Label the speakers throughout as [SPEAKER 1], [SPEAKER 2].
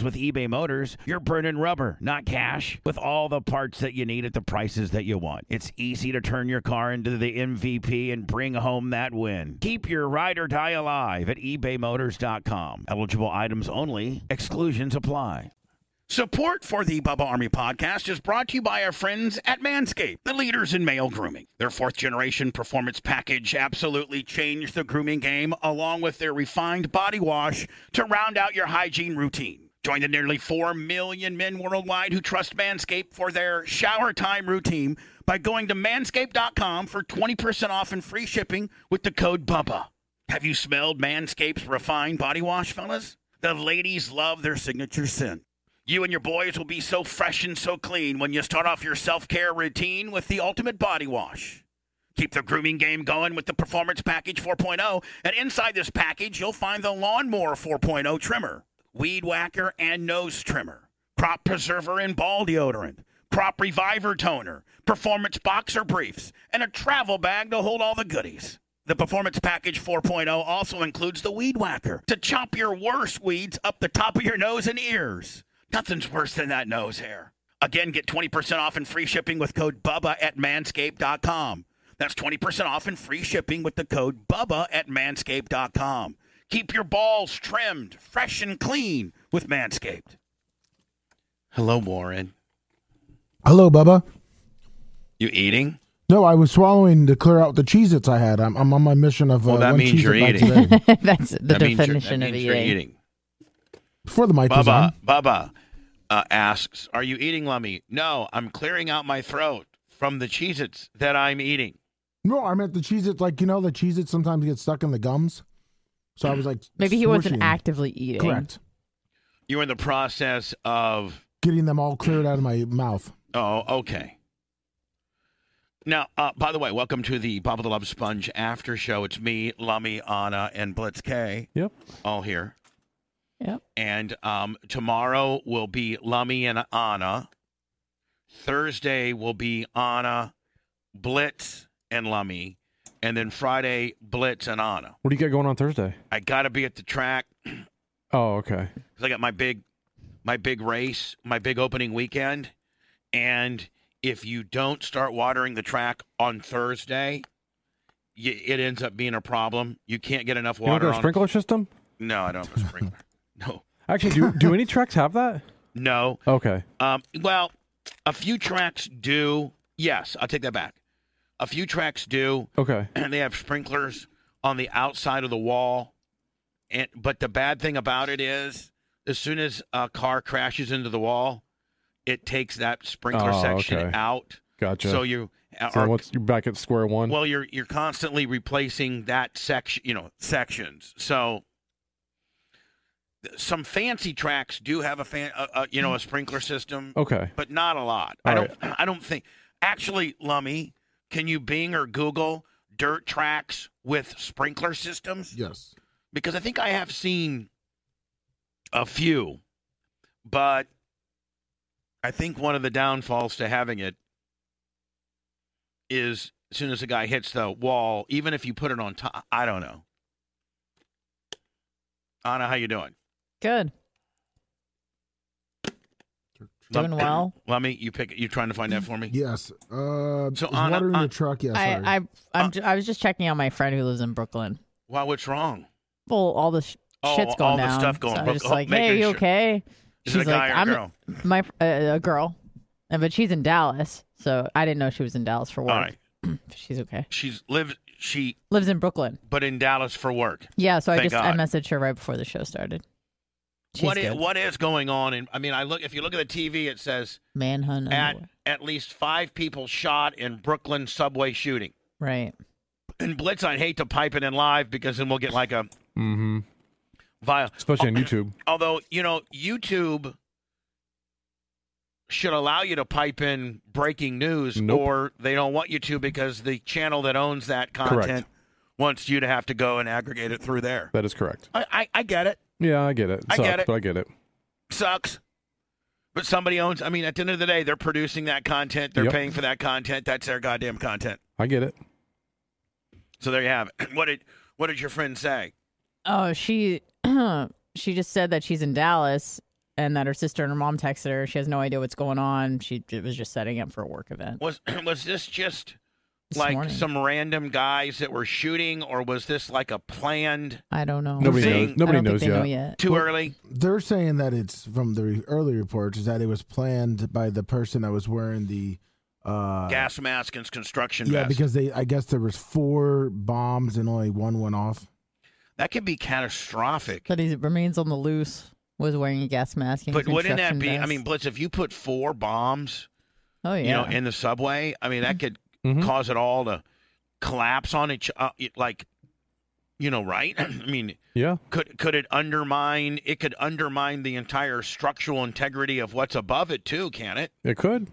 [SPEAKER 1] with eBay Motors, you're burning rubber, not cash. With all the parts that you need at the prices that you want, it's easy to turn your car into the MVP and bring home that win. Keep your ride or die alive at ebaymotors.com. Eligible items only, exclusions apply. Support for the Bubba Army podcast is brought to you by our friends at Manscaped, the leaders in male grooming. Their fourth generation performance package absolutely changed the grooming game, along with their refined body wash to round out your hygiene routine. Join the nearly 4 million men worldwide who trust Manscaped for their shower time routine by going to manscaped.com for 20% off and free shipping with the code BUBBA. Have you smelled Manscaped's refined body wash, fellas? The ladies love their signature scent. You and your boys will be so fresh and so clean when you start off your self care routine with the ultimate body wash. Keep the grooming game going with the Performance Package 4.0, and inside this package, you'll find the Lawnmower 4.0 trimmer, Weed Whacker and Nose Trimmer, Crop Preserver and Ball Deodorant, Crop Reviver Toner, Performance Boxer Briefs, and a travel bag to hold all the goodies. The Performance Package 4.0 also includes the Weed Whacker to chop your worst weeds up the top of your nose and ears. Nothing's worse than that nose hair. Again, get 20% off and free shipping with code BUBBA at manscaped.com. That's 20% off and free shipping with the code BUBBA at manscaped.com. Keep your balls trimmed, fresh, and clean with Manscaped. Hello, Warren.
[SPEAKER 2] Hello, Bubba.
[SPEAKER 1] You eating?
[SPEAKER 2] No, I was swallowing to clear out the Cheez Its I had. I'm, I'm on my mission of uh,
[SPEAKER 3] Well, that
[SPEAKER 2] one
[SPEAKER 3] means
[SPEAKER 2] Cheez-It
[SPEAKER 3] you're
[SPEAKER 2] back
[SPEAKER 3] eating.
[SPEAKER 2] today.
[SPEAKER 4] That's the
[SPEAKER 3] That means you're-
[SPEAKER 4] definition
[SPEAKER 3] that
[SPEAKER 4] of
[SPEAKER 3] means you're
[SPEAKER 4] eating.
[SPEAKER 3] eating.
[SPEAKER 2] Before the mic was
[SPEAKER 3] Bubba,
[SPEAKER 2] on.
[SPEAKER 3] Bubba uh, asks, Are you eating Lummy? No, I'm clearing out my throat from the Cheez Its that I'm eating.
[SPEAKER 2] No, I meant the Cheez Its. Like, you know, the Cheez Its sometimes get stuck in the gums. So I was like,
[SPEAKER 4] Maybe he wasn't
[SPEAKER 2] swishing.
[SPEAKER 4] actively eating.
[SPEAKER 2] Correct.
[SPEAKER 3] You're in the process of,
[SPEAKER 2] Getting them all cleared out of my mouth.
[SPEAKER 3] oh, okay. Now, uh, by the way, welcome to the Bubba the Love Sponge after show. It's me, Lummy, Anna, and Blitz K
[SPEAKER 5] Yep.
[SPEAKER 3] all here.
[SPEAKER 4] Yep.
[SPEAKER 3] And um, tomorrow will be Lummy and Anna. Thursday will be Anna, Blitz, and Lummy. And then Friday, Blitz and Anna.
[SPEAKER 5] What do you got going on Thursday?
[SPEAKER 3] I got to be at the track
[SPEAKER 5] Oh, okay.
[SPEAKER 3] because I got my big, my big race, my big opening weekend. And if you don't start watering the track on Thursday, y it ends up being a problem. You can't get enough
[SPEAKER 5] You don't
[SPEAKER 3] water
[SPEAKER 5] got a
[SPEAKER 3] on.
[SPEAKER 5] sprinkler system?
[SPEAKER 3] No, I don't have a sprinkler. no,
[SPEAKER 5] Actually, do do any tracks have that?
[SPEAKER 3] no.
[SPEAKER 5] Okay.
[SPEAKER 3] Um, well, a few tracks do. Yes, I'll take that back. A few tracks do,
[SPEAKER 5] Okay.
[SPEAKER 3] and they have sprinklers on the outside of the wall. And but the bad thing about it is, as soon as a car crashes into the wall, it takes that sprinkler
[SPEAKER 5] Oh,
[SPEAKER 3] section
[SPEAKER 5] okay.
[SPEAKER 3] out.
[SPEAKER 5] Gotcha.
[SPEAKER 3] So you
[SPEAKER 5] So
[SPEAKER 3] are
[SPEAKER 5] what's you're back at square one?
[SPEAKER 3] well, you're you're constantly replacing that section, you know, sections. So th- some fancy tracks do have a fan, a, a, you know, a sprinkler system
[SPEAKER 5] okay.
[SPEAKER 3] but not a lot. I
[SPEAKER 5] All
[SPEAKER 3] don't. I don't think. Actually, Lummy, can you Bing or Google dirt tracks with sprinkler systems?
[SPEAKER 2] Yes.
[SPEAKER 3] Because I think I have seen a few, but I think one of the downfalls to having it is as soon as a guy hits the wall, even if you put it on top, I don't know. Anna, how you doing?
[SPEAKER 4] Good. Doing well.
[SPEAKER 3] Lummy, you pick. You trying to find that for me?
[SPEAKER 2] Yes. Uh,
[SPEAKER 3] So
[SPEAKER 2] so
[SPEAKER 3] on a-
[SPEAKER 2] watering
[SPEAKER 3] on-
[SPEAKER 2] the truck. Yes. sorry.
[SPEAKER 4] I I I'm
[SPEAKER 3] Uh,
[SPEAKER 4] ju- I was just checking on my friend who lives in Brooklyn.
[SPEAKER 3] Wow, what's wrong?
[SPEAKER 4] Well, all the sh-
[SPEAKER 3] Oh,
[SPEAKER 4] shit's going
[SPEAKER 3] all the
[SPEAKER 4] down.
[SPEAKER 3] stuff going-
[SPEAKER 4] So
[SPEAKER 3] Brook-
[SPEAKER 4] I'm just
[SPEAKER 3] oh,
[SPEAKER 4] like,
[SPEAKER 3] making
[SPEAKER 4] hey, you
[SPEAKER 3] sure.
[SPEAKER 4] okay?
[SPEAKER 3] Is it a
[SPEAKER 4] She's
[SPEAKER 3] guy
[SPEAKER 4] like,
[SPEAKER 3] or a
[SPEAKER 4] I'm-
[SPEAKER 3] girl?
[SPEAKER 4] My fr- uh, a girl, Uh, but she's in Dallas, so I didn't know she was in Dallas for work.
[SPEAKER 3] All right.
[SPEAKER 4] She's okay.
[SPEAKER 3] She's lived she
[SPEAKER 4] Lives in Brooklyn.
[SPEAKER 3] but in Dallas for work.
[SPEAKER 4] Yeah, so I
[SPEAKER 3] Thank
[SPEAKER 4] just I
[SPEAKER 3] God.
[SPEAKER 4] messaged her right before the show started. She's
[SPEAKER 3] What is,
[SPEAKER 4] good.
[SPEAKER 3] what is going on? And I mean, I look if you look at the TV, it says
[SPEAKER 4] manhunt
[SPEAKER 3] at
[SPEAKER 4] underwear.
[SPEAKER 3] at least five people shot in Brooklyn subway shooting.
[SPEAKER 4] right?
[SPEAKER 3] And Blitz, I hate to pipe it in live because then we'll get like a
[SPEAKER 5] Mm-hmm.
[SPEAKER 3] Via,
[SPEAKER 5] especially on YouTube.
[SPEAKER 3] although you know YouTube should allow you to pipe in breaking news,
[SPEAKER 5] Nope.
[SPEAKER 3] or they don't want you to because the channel that owns that content wants you to have to go and aggregate it through there.
[SPEAKER 5] That is correct.
[SPEAKER 3] I, I, I get it.
[SPEAKER 5] Yeah, I get it.
[SPEAKER 3] Uh, I get
[SPEAKER 5] Sucks,
[SPEAKER 3] it.
[SPEAKER 5] But I get it.
[SPEAKER 3] Sucks. But somebody owns. I mean, at the end of the day, they're producing that content. They're
[SPEAKER 5] Yep.
[SPEAKER 3] paying for that content. That's their goddamn content.
[SPEAKER 5] I get it.
[SPEAKER 3] So there you have it. What did What did your friend say?
[SPEAKER 4] Oh, she she just said that she's in Dallas and that her sister and her mom texted her. She has no idea what's going on. She j- was just setting up for a work event.
[SPEAKER 3] Was Was this just
[SPEAKER 4] this
[SPEAKER 3] like
[SPEAKER 4] morning.
[SPEAKER 3] some random guys that were shooting, or was this like a planned?
[SPEAKER 4] I don't know.
[SPEAKER 5] Nobody
[SPEAKER 3] Thing.
[SPEAKER 5] knows. Nobody
[SPEAKER 4] I don't
[SPEAKER 5] knows
[SPEAKER 4] think they
[SPEAKER 5] yet.
[SPEAKER 4] know yet.
[SPEAKER 3] Too early.
[SPEAKER 2] They're saying that it's from the re- early reports is that it was planned by the person that was wearing the uh,
[SPEAKER 3] gas mask and construction
[SPEAKER 2] Yeah,
[SPEAKER 3] vest.
[SPEAKER 2] because they I guess there was four bombs and only one went off.
[SPEAKER 3] that could be catastrophic.
[SPEAKER 4] That he remains on the loose. Was wearing a gas mask. and
[SPEAKER 3] But wouldn't that
[SPEAKER 4] construction
[SPEAKER 3] be? I
[SPEAKER 4] vest.
[SPEAKER 3] mean, Blitz, if you put four bombs,
[SPEAKER 4] oh yeah. Mm-hmm.
[SPEAKER 3] you know, in the subway, I mean, that could
[SPEAKER 5] Mhm.
[SPEAKER 3] cause it all to collapse on each. Uh, it- like, you know, right? I mean,
[SPEAKER 5] Yeah.
[SPEAKER 3] could could it undermine? It could undermine the entire structural integrity of what's above it too, can it?
[SPEAKER 5] It could.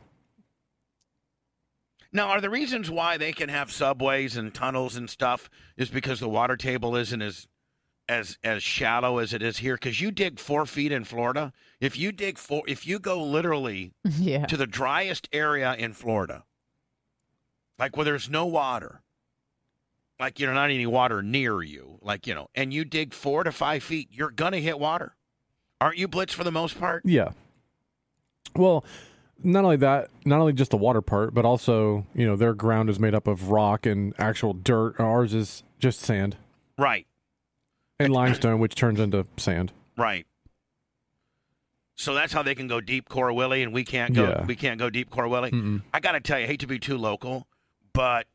[SPEAKER 3] Now, are the reasons why they can have subways and tunnels and stuff is because the water table isn't as as as shallow as it is here? Because you dig four feet in Florida. If you dig four, if you go literally
[SPEAKER 4] yeah.
[SPEAKER 3] to the driest area in Florida, like where there's no water, like you know, not any water near you, like you know, and you dig four to five feet, you're gonna hit water. Aren't you blitz for the most part?
[SPEAKER 5] Yeah. Well, not only that, not only just the water part, but also, you know, their ground is made up of rock and actual dirt. Ours is just sand
[SPEAKER 3] Right.
[SPEAKER 5] and limestone, which turns into sand.
[SPEAKER 3] Right. So that's how they can go deep core Willie, and we can't go.
[SPEAKER 5] Yeah.
[SPEAKER 3] We can't go deep core Willie.
[SPEAKER 5] Mm-mm.
[SPEAKER 3] I gotta tell you, I hate to be too local, but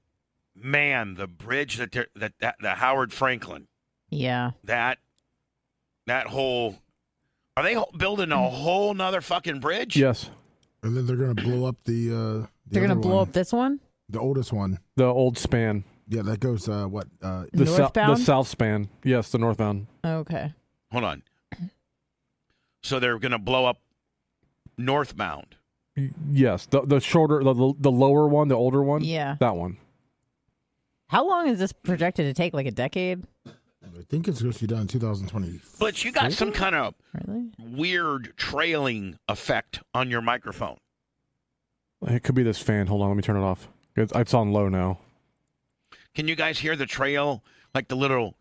[SPEAKER 3] man, the bridge that they're, that that the Howard Franklin
[SPEAKER 4] Yeah.
[SPEAKER 3] that that whole are they ho- building a whole nother fucking bridge?
[SPEAKER 5] Yes.
[SPEAKER 2] And then they're gonna blow up the. Uh, the
[SPEAKER 4] They're
[SPEAKER 2] other
[SPEAKER 4] gonna blow
[SPEAKER 2] one,
[SPEAKER 4] up this one.
[SPEAKER 2] the oldest one.
[SPEAKER 5] The old span,
[SPEAKER 2] Yeah, that goes uh, what uh,
[SPEAKER 5] the, sou- the
[SPEAKER 4] Northbound?
[SPEAKER 5] south span. Yes, the northbound.
[SPEAKER 4] Okay.
[SPEAKER 3] Hold on. So they're gonna blow up northbound.
[SPEAKER 5] Y- Yes, the the shorter, the- the the lower one, the older one.
[SPEAKER 4] Yeah.
[SPEAKER 5] that one.
[SPEAKER 4] How long is this projected to take? Like a decade?
[SPEAKER 2] I think it's supposed to be done in 2020.
[SPEAKER 3] Blitz, you got some kind of
[SPEAKER 4] Really?
[SPEAKER 3] weird trailing effect on your microphone.
[SPEAKER 5] It could be this fan. Hold on, let me turn it off. It's, it's on low now.
[SPEAKER 3] Can you guys hear the trail? Like the little.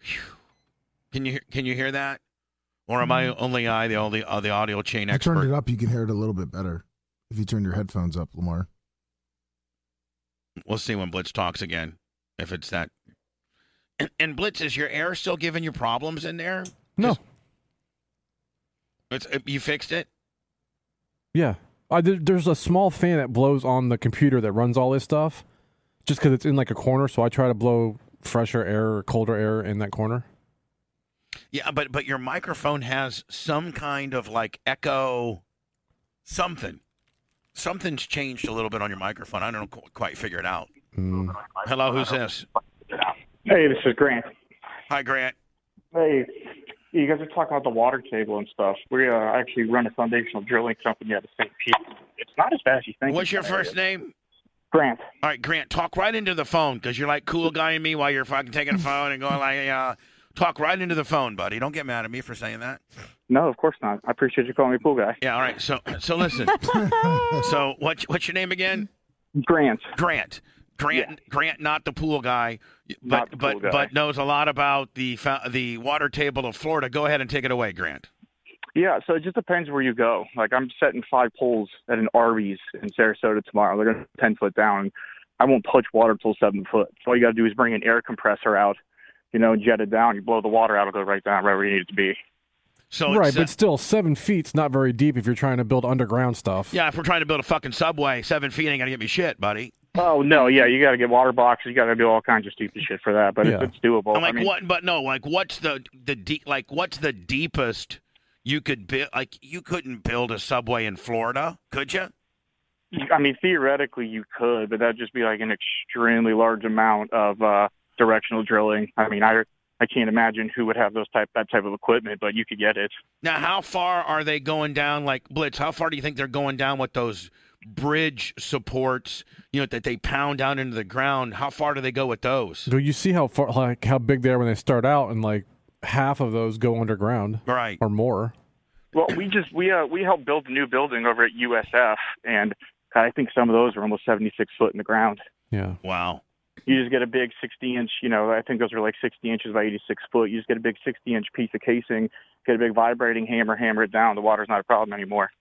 [SPEAKER 3] Can you hear- can you hear that? Or am I only I the only uh, the audio chain
[SPEAKER 2] Mm-hmm. I turned it
[SPEAKER 3] expert?
[SPEAKER 2] up. You can hear it a little bit better if you turn your headphones up, Lamar.
[SPEAKER 3] We'll see when Blitz talks again if it's that. And, and Blitz, is your air still giving you problems in there?
[SPEAKER 5] No,
[SPEAKER 3] Just- It's, uh, you fixed it.
[SPEAKER 5] yeah. I, there, there's a small fan that blows on the computer that runs all this stuff, just because it's in like a corner. So I try to blow fresher air or colder air in that corner.
[SPEAKER 3] Yeah, but but your microphone has some kind of like echo, something. Something's changed a little bit on your microphone. I don't qu- quite figure it out.
[SPEAKER 5] Mm.
[SPEAKER 3] Hello, who's this?
[SPEAKER 6] Hey, this is Grant.
[SPEAKER 3] Hi, Grant.
[SPEAKER 6] Hey, you guys are talking about the water table and stuff. We uh, actually run a foundational drilling company out of St. Pete. It's not as bad as you think.
[SPEAKER 3] What's your
[SPEAKER 6] it's not.
[SPEAKER 3] first name?
[SPEAKER 6] Grant.
[SPEAKER 3] All right, Grant, talk right into the phone because you're like cool guy and me while you're fucking taking a phone and going like, uh, talk right into the phone, buddy. Don't get mad at me for saying that.
[SPEAKER 6] No, of course not. I appreciate you calling me pool guy.
[SPEAKER 3] Yeah, all right. So, so listen. so, what, what's your name again?
[SPEAKER 6] Grant.
[SPEAKER 3] Grant. Grant. Grant, not the pool guy, but
[SPEAKER 6] Not the pool
[SPEAKER 3] but
[SPEAKER 6] guy.
[SPEAKER 3] but knows a lot about the fa- the water table of Florida. Go ahead and take it away, Grant.
[SPEAKER 6] Yeah, so it just depends where you go. Like I'm setting five poles at an Arby's in Sarasota tomorrow. They're gonna be ten foot down. I won't touch water till seven foot. So all you gotta do is bring an air compressor out, you know, jet it down. You blow the water out, it'll go right down wherever you need it to be.
[SPEAKER 3] So,
[SPEAKER 5] right,
[SPEAKER 3] it's,
[SPEAKER 5] but
[SPEAKER 3] uh,
[SPEAKER 5] still, seven feet's not very deep if you're trying to build underground stuff.
[SPEAKER 3] yeah, if we're trying to build a fucking subway, seven feet ain't gonna get me shit, buddy.
[SPEAKER 6] Oh no, yeah, you got to get water boxes. You got to do all kinds of stupid shit for that, but
[SPEAKER 5] Yeah.
[SPEAKER 6] it's, it's doable.
[SPEAKER 3] I'm like,
[SPEAKER 6] Oh, I mean,
[SPEAKER 3] what? But no, like, what's the the deep? Like, what's the deepest you could build? Like, you couldn't build a subway in Florida, could you?
[SPEAKER 6] I mean, theoretically you could, but that'd just be like an extremely large amount of uh, directional drilling. I mean, I I can't imagine who would have those type that type of equipment, but you could get it.
[SPEAKER 3] Now, how far are they going down? Like Blitz, how far do you think they're going down with those bridge supports? You know that they pound down into the ground. How far do they go with those?
[SPEAKER 5] Do you see how far, like how big they are when they start out, and like half of those go underground
[SPEAKER 3] Right.
[SPEAKER 5] or more.
[SPEAKER 6] Well, we just we uh, we helped build the new building over at USF, and I think some of those are almost 76 foot in the ground.
[SPEAKER 5] Yeah,
[SPEAKER 3] Wow.
[SPEAKER 6] You just get a big 60 inch, you know, I think those are like 60 inches by 86 foot. You just get a big 60 inch piece of casing, get a big vibrating hammer, hammer it down. The water's not a problem anymore.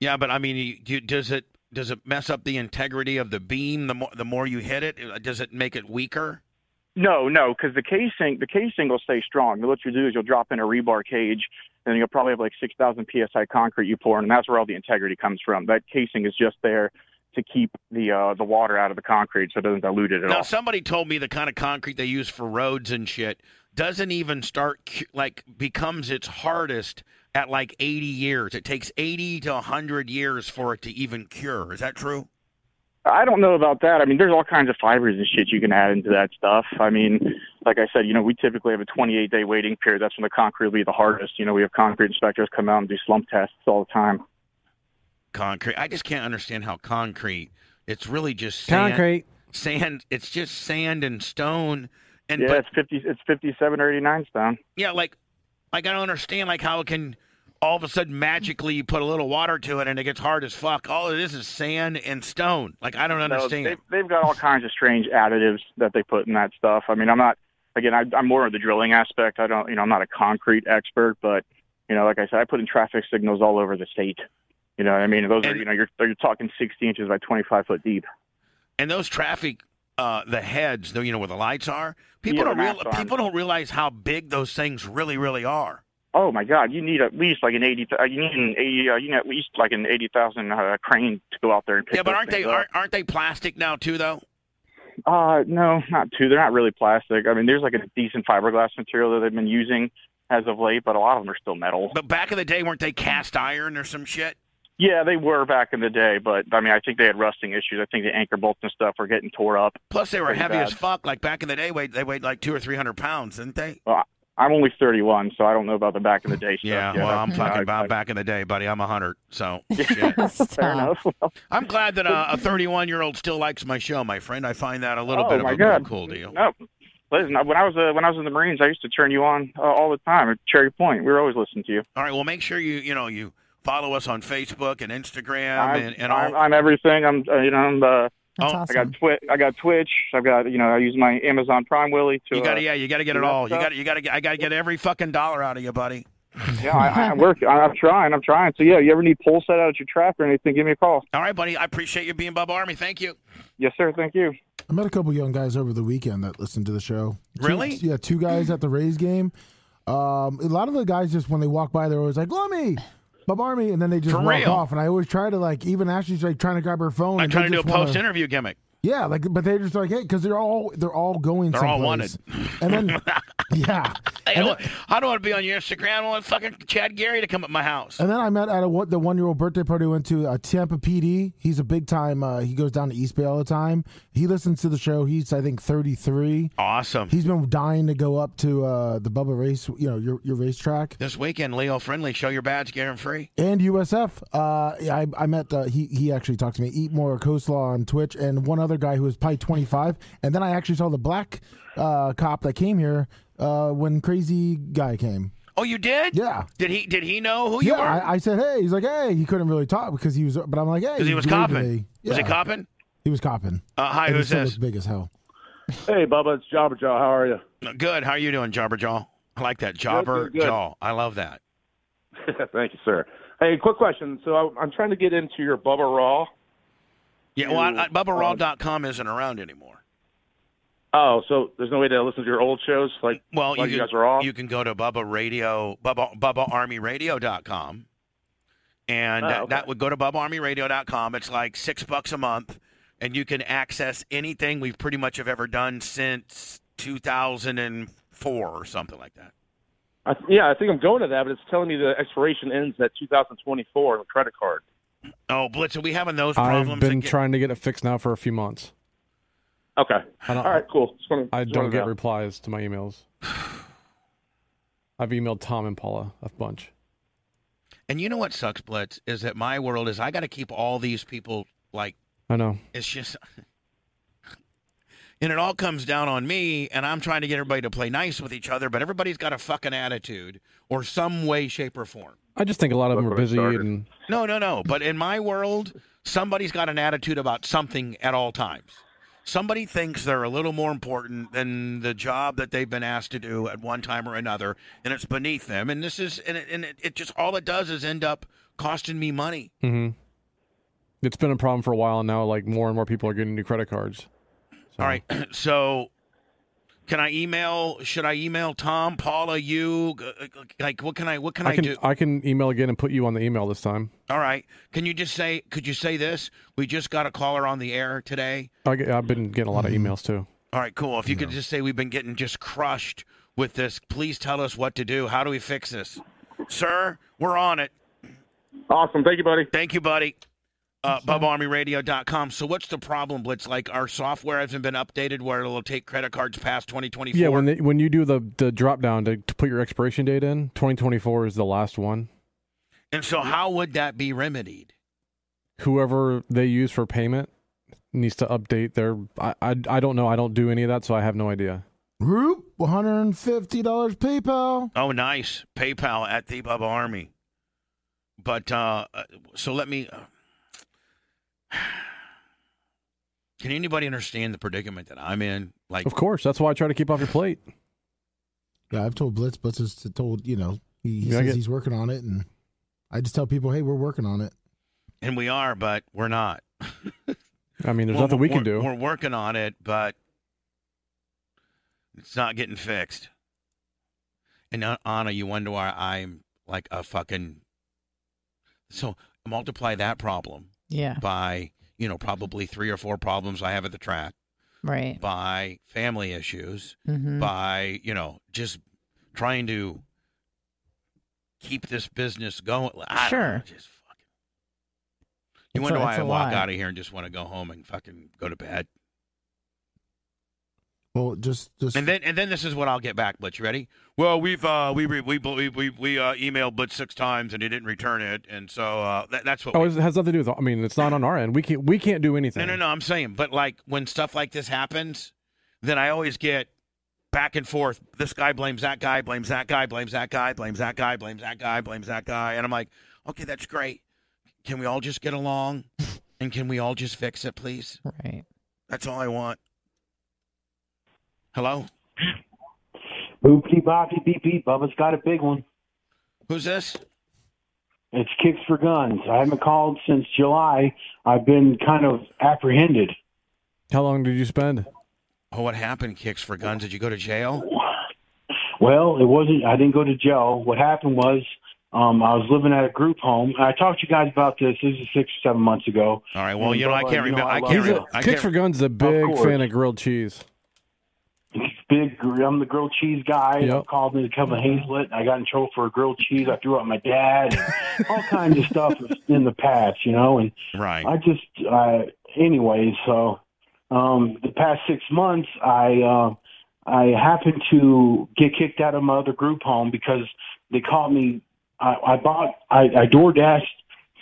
[SPEAKER 3] Yeah, but I mean, you- you, does it does it mess up the integrity of the beam? The more the more you hit it, Uh, does it make it weaker?
[SPEAKER 6] No, no, because the casing the casing will stay strong. What you do is you'll drop in a rebar cage, and you'll probably have like 6,000 psi concrete you pour in, and that's where all the integrity comes from. That casing is just there to keep the uh, the water out of the concrete so it doesn't dilute it at
[SPEAKER 3] Now,
[SPEAKER 6] all.
[SPEAKER 3] somebody told me the kind of concrete they use for roads and shit doesn't even start cu- like becomes its hardest at like 80 years. It takes 80 to 100 years for it to even cure. Is that true?
[SPEAKER 6] I don't know about that. I mean, there's all kinds of fibers and shit you can add into that stuff. I mean, like I said, you know, we typically have a 28 day waiting period. That's when the concrete will be the hardest. You know, we have concrete inspectors come out and do slump tests all the time.
[SPEAKER 3] Concrete. I just can't understand how concrete. It's really just sand,
[SPEAKER 5] concrete.
[SPEAKER 3] sand. It's just sand and stone. And
[SPEAKER 6] yeah,
[SPEAKER 3] but
[SPEAKER 6] it's 50, it's 57 or 89 stone.
[SPEAKER 3] yeah, like like I don't understand like how it can all of a sudden magically you put a little water to it and it gets hard as fuck. All it is is sand and stone. Like I don't
[SPEAKER 6] So
[SPEAKER 3] understand.
[SPEAKER 6] they've, they've got all kinds of strange additives that they put in that stuff. I mean, I'm not, again, I, I'm more of the drilling aspect. I don't, you know, I'm not a concrete expert, but, you know, like I said, I put in traffic signals all over the state. You know what I mean? Those are,
[SPEAKER 3] And-
[SPEAKER 6] you know, you're, you're talking 60 inches by 25 foot deep.
[SPEAKER 3] and those traffic uh, the heads, though you know where the lights are. People
[SPEAKER 6] Yeah, the
[SPEAKER 3] don't real,
[SPEAKER 6] mast arms.
[SPEAKER 3] people don't realize how big those things really really are.
[SPEAKER 6] Oh my God! You need at least like an eighty. th- You need an eighty. Uh, you need at least like an eighty thousand uh, crane to go out there and pick.
[SPEAKER 3] yeah, but
[SPEAKER 6] those
[SPEAKER 3] aren't they
[SPEAKER 6] things up.
[SPEAKER 3] aren't, aren't they plastic now too though?
[SPEAKER 6] Uh, no, not too. They're not really plastic. I mean, there's like a decent fiberglass material that they've been using as of late, but a lot of them are still metal.
[SPEAKER 3] But back in the day, weren't they cast iron or some shit?
[SPEAKER 6] Yeah, they were back in the day, but I mean, I think they had rusting issues. I think the anchor bolts and stuff were getting tore up.
[SPEAKER 3] Plus, they were
[SPEAKER 6] Pretty
[SPEAKER 3] heavy
[SPEAKER 6] bad.
[SPEAKER 3] as fuck. Like back in the day, weighed, they weighed like two or three hundred pounds, didn't they?
[SPEAKER 6] I'm only 31, so I don't know about the back in the day stuff.
[SPEAKER 3] Yeah,
[SPEAKER 6] yet.
[SPEAKER 3] well, I'm
[SPEAKER 6] I-
[SPEAKER 3] talking
[SPEAKER 6] I-
[SPEAKER 3] about
[SPEAKER 6] I-
[SPEAKER 3] back in the day, buddy. I'm a hundred, so
[SPEAKER 6] Fair
[SPEAKER 4] Stop.
[SPEAKER 6] enough.
[SPEAKER 3] I'm glad that uh, a 31 year old still likes my show, my friend. I find that a little
[SPEAKER 6] Oh,
[SPEAKER 3] bit of
[SPEAKER 6] my
[SPEAKER 3] a
[SPEAKER 6] God.
[SPEAKER 3] cool deal.
[SPEAKER 6] No, listen. When I was uh, when I was in the Marines, I used to turn you on uh, all the time at Cherry Point. We were always listening to you.
[SPEAKER 3] All right, well, make sure you you know you follow us on Facebook and Instagram
[SPEAKER 6] I'm,
[SPEAKER 3] and, and
[SPEAKER 6] I'm,
[SPEAKER 3] all.
[SPEAKER 6] I'm everything. I'm uh, you know I'm uh,
[SPEAKER 4] That's
[SPEAKER 3] Oh, I
[SPEAKER 6] I
[SPEAKER 4] awesome.
[SPEAKER 6] got Twitch. I got Twitch. I've got you know I use my Amazon Prime Willie to. uh,
[SPEAKER 3] you got to yeah, you got to get
[SPEAKER 6] do
[SPEAKER 3] it
[SPEAKER 6] that
[SPEAKER 3] all. You
[SPEAKER 6] stuff.
[SPEAKER 3] got to you got to get I got to get every fucking dollar out of you, buddy.
[SPEAKER 6] uh, yeah. I, I work. I, I'm trying. I'm trying. So yeah, you ever need pole set out at your trap or anything? Give me a call.
[SPEAKER 3] All right, buddy. I appreciate you being Bubba Army. Thank you.
[SPEAKER 6] Yes, sir. Thank you.
[SPEAKER 2] I met a couple young guys over the weekend that listened to the show. Two-
[SPEAKER 3] Really?
[SPEAKER 2] yeah, two guys at the Rays game. Um, a lot of the guys just when they walk by, they're always like, "Lummy, Bob Army," and then they just
[SPEAKER 3] For
[SPEAKER 2] walk
[SPEAKER 3] real?
[SPEAKER 2] off. And I always try to like, even Ashley's like trying to grab her phone.
[SPEAKER 3] I
[SPEAKER 2] and
[SPEAKER 3] try
[SPEAKER 2] they
[SPEAKER 3] to do a
[SPEAKER 2] just wanna-
[SPEAKER 3] post interview gimmick.
[SPEAKER 2] Yeah, like, but they're just like, hey, because they're all they're all going.
[SPEAKER 3] They're all
[SPEAKER 2] someplace. And then, yeah,
[SPEAKER 3] I
[SPEAKER 2] And
[SPEAKER 3] don't, I don't want to be on your Instagram. I want fucking Chad Gary to come at my house.
[SPEAKER 2] And then I met at a, what the one year old birthday party we went to uh, Tampa PD. He's a big time. Uh, he goes down to East Bay all the time. He listens to the show. He's I think thirty three.
[SPEAKER 3] Awesome.
[SPEAKER 2] He's been dying to go up to uh, the Bubba race. You know your your racetrack
[SPEAKER 3] This weekend, Leo Friendly, show your badge, get him free.
[SPEAKER 2] and USF. Uh, yeah, I I met uh, he he actually talked to me. Eat more coleslaw on Twitch and one other guy who was probably twenty five. And then I actually saw the black uh, cop that came here uh, when crazy guy came.
[SPEAKER 3] Oh, you did?
[SPEAKER 2] Yeah.
[SPEAKER 3] Did he? Did he know who you
[SPEAKER 2] Yeah,
[SPEAKER 3] were?
[SPEAKER 2] I, I said, hey. He's like, hey. He couldn't really talk because he was, but I'm like, hey.
[SPEAKER 3] Because he was
[SPEAKER 2] believed
[SPEAKER 3] copping.
[SPEAKER 2] me.
[SPEAKER 3] Was he
[SPEAKER 2] Yeah.
[SPEAKER 3] copping?
[SPEAKER 2] He was copping.
[SPEAKER 3] Uh, hi,
[SPEAKER 2] And he
[SPEAKER 3] who's
[SPEAKER 2] still
[SPEAKER 3] this?
[SPEAKER 2] looked big as hell.
[SPEAKER 7] Hey, Bubba, it's Jabber Jaw. How are you?
[SPEAKER 3] Uh, Good. How are you doing, Jobber Jaw? I like that. Jobber
[SPEAKER 7] good, good.
[SPEAKER 3] Jaw. I love that.
[SPEAKER 7] Thank you, sir. Hey, quick question. So I, I'm trying to get into your Bubba Raw.
[SPEAKER 3] Yeah, well, I, I,
[SPEAKER 7] Ooh,
[SPEAKER 3] BubbaRaw.com isn't around anymore.
[SPEAKER 7] Oh, so there's no way to listen to your old shows? Like,
[SPEAKER 3] Well,
[SPEAKER 7] while
[SPEAKER 3] you,
[SPEAKER 7] you
[SPEAKER 3] can,
[SPEAKER 7] guys are off?
[SPEAKER 3] you can go to Bubba Radio, Bubba, BubbaArmyRadio.com, and
[SPEAKER 7] Oh,
[SPEAKER 3] that-
[SPEAKER 7] okay.
[SPEAKER 3] that would go to BubbaArmyRadio.com. It's like six bucks a month, and you can access anything we've pretty much have ever done since 2004 or something like that.
[SPEAKER 7] I, yeah, I think I'm going to that, but it's telling me the expiration ends at 2024 on the credit card.
[SPEAKER 3] Oh, Blitz, are we having those problems?
[SPEAKER 5] I've been
[SPEAKER 3] again?
[SPEAKER 5] trying to get it fixed now for a few months.
[SPEAKER 7] Okay.
[SPEAKER 5] I don't,
[SPEAKER 7] All right. Cool. Just wanna,
[SPEAKER 5] I
[SPEAKER 7] just
[SPEAKER 5] don't
[SPEAKER 7] wanna
[SPEAKER 5] get
[SPEAKER 7] know.
[SPEAKER 5] replies to my emails. I've emailed Tom and Paula a bunch.
[SPEAKER 3] And you know what sucks, Blitz, is that my world is I got to keep all these people like
[SPEAKER 5] I know.
[SPEAKER 3] it's just, and it all comes down on me. And I'm trying to get everybody to play nice with each other, but everybody's got a fucking attitude or some way, shape, or form.
[SPEAKER 5] I just think a lot of
[SPEAKER 7] Look
[SPEAKER 5] them are
[SPEAKER 7] what I
[SPEAKER 5] busy
[SPEAKER 7] started.
[SPEAKER 5] and
[SPEAKER 3] No, no, no. But in my world, somebody's got an attitude about something at all times. Somebody thinks they're a little more important than the job that they've been asked to do at one time or another, and it's beneath them. And this is, and it, and it, it just all it does is end up costing me money.
[SPEAKER 5] hmm it's been a problem for a while now. Like more and more people are getting new credit cards. So,
[SPEAKER 3] All right. So, can I email? Should I email Tom, Paula, you? G- g- Like, what can I? What can I,
[SPEAKER 5] I can
[SPEAKER 3] do?
[SPEAKER 5] I can email again and put you on the email this time.
[SPEAKER 3] All right. Can you just say? Could you say this? We just got a caller on the air today.
[SPEAKER 5] I get, I've been getting a lot of emails too.
[SPEAKER 3] All right. Cool. If you could just say we've been getting just crushed with this. Please tell us what to do. How do we fix this, sir? We're on it.
[SPEAKER 7] Awesome. Thank you, buddy.
[SPEAKER 3] Thank you, buddy. Uh, BubArmyRadio.com. So, what's the problem, Blitz? Like, our software hasn't been updated where it'll take credit cards past 2024.
[SPEAKER 5] Yeah, when they, when you do the the drop down to, to put your expiration date in, 2024 is the last one.
[SPEAKER 3] and so, how would that be remedied?
[SPEAKER 5] Whoever they use for payment needs to update their. I I, I don't know. I don't do any of that, so I have no idea.
[SPEAKER 2] Roop, one hundred and fifty dollars PayPal.
[SPEAKER 3] Oh, nice. PayPal at the Bubba Army. But uh, uh, so let me. Can anybody understand the predicament that I'm in? Like,
[SPEAKER 5] Of course, that's why I try to keep off your plate.
[SPEAKER 2] Yeah, I've told Blitz. Blitz has told you know he, he
[SPEAKER 5] Yeah, I
[SPEAKER 2] says
[SPEAKER 5] get-
[SPEAKER 2] he's working on it, and I just tell people, hey, we're working on it.
[SPEAKER 3] and we are, but we're not.
[SPEAKER 5] I mean, there's
[SPEAKER 3] We're-
[SPEAKER 5] nothing we can
[SPEAKER 3] we're-
[SPEAKER 5] do.
[SPEAKER 3] We're working on it, but it's not getting fixed. And now, Anna, you wonder why I'm like a fucking. So multiply that problem
[SPEAKER 4] Yeah. Mm-hmm.
[SPEAKER 3] by, you know, probably three or four problems I have at the track.
[SPEAKER 4] Right.
[SPEAKER 3] by family issues,
[SPEAKER 4] Mm-hmm.
[SPEAKER 3] by, you know, just trying to keep this business going. I don't know,
[SPEAKER 4] Sure.
[SPEAKER 3] just fucking.
[SPEAKER 4] It's
[SPEAKER 3] You
[SPEAKER 4] a-
[SPEAKER 3] wonder why
[SPEAKER 4] it's
[SPEAKER 3] I
[SPEAKER 4] a
[SPEAKER 3] walk
[SPEAKER 4] lot.
[SPEAKER 3] out of here and just want to go home and fucking go to bed.
[SPEAKER 2] Well, just just
[SPEAKER 3] And then and then this is what I'll get back, Blitz. You ready? Well, we've uh we re- we we we, we uh, emailed Blitz six times and he didn't return it, and so uh that, that's what.
[SPEAKER 5] Oh,
[SPEAKER 3] we-
[SPEAKER 5] it has nothing to do with. I mean, it's not on our end. We can't. We can't do anything.
[SPEAKER 3] No, no, no. I'm saying, but like when stuff like this happens, then I always get back and forth. This guy blames that guy, blames that guy, blames that guy, blames that guy, blames that guy, blames that guy, and I'm like, okay, that's great. Can we all just get along? And can we all just fix it, please?
[SPEAKER 4] Right.
[SPEAKER 3] That's all I want. Hello,
[SPEAKER 8] Boopty boppy beep beep. Bubba's got a big one.
[SPEAKER 3] who's this?
[SPEAKER 8] It's kicks for guns. I haven't called since July. I've been kind of apprehended.
[SPEAKER 5] How long did you spend?
[SPEAKER 3] Oh, what happened? Kicks for guns? Did you go to jail?
[SPEAKER 8] Well, it wasn't. I didn't go to jail. What happened was um, I was living at a group home. I talked to you guys about this. This is six or seven months ago.
[SPEAKER 3] All right. Well, you know, I can't
[SPEAKER 8] You
[SPEAKER 3] remember.
[SPEAKER 8] know, I
[SPEAKER 3] I
[SPEAKER 8] love
[SPEAKER 3] can't.
[SPEAKER 5] He's
[SPEAKER 8] you.
[SPEAKER 3] Re-
[SPEAKER 5] a,
[SPEAKER 3] I can't.
[SPEAKER 5] Kicks for Guns is a big
[SPEAKER 8] course.
[SPEAKER 5] fan of grilled cheese.
[SPEAKER 8] Big gr- I'm the grilled cheese guy.
[SPEAKER 5] Yep.
[SPEAKER 8] Called me to come to Hazlet. I got in trouble for a grilled cheese. I threw out my dad. And all kinds of stuff in the past, you know. And
[SPEAKER 3] right.
[SPEAKER 8] I just, uh, anyway, so um, the past six months, I uh, I happened to get kicked out of my other group home because they caught me. I, I bought, I, I door dashed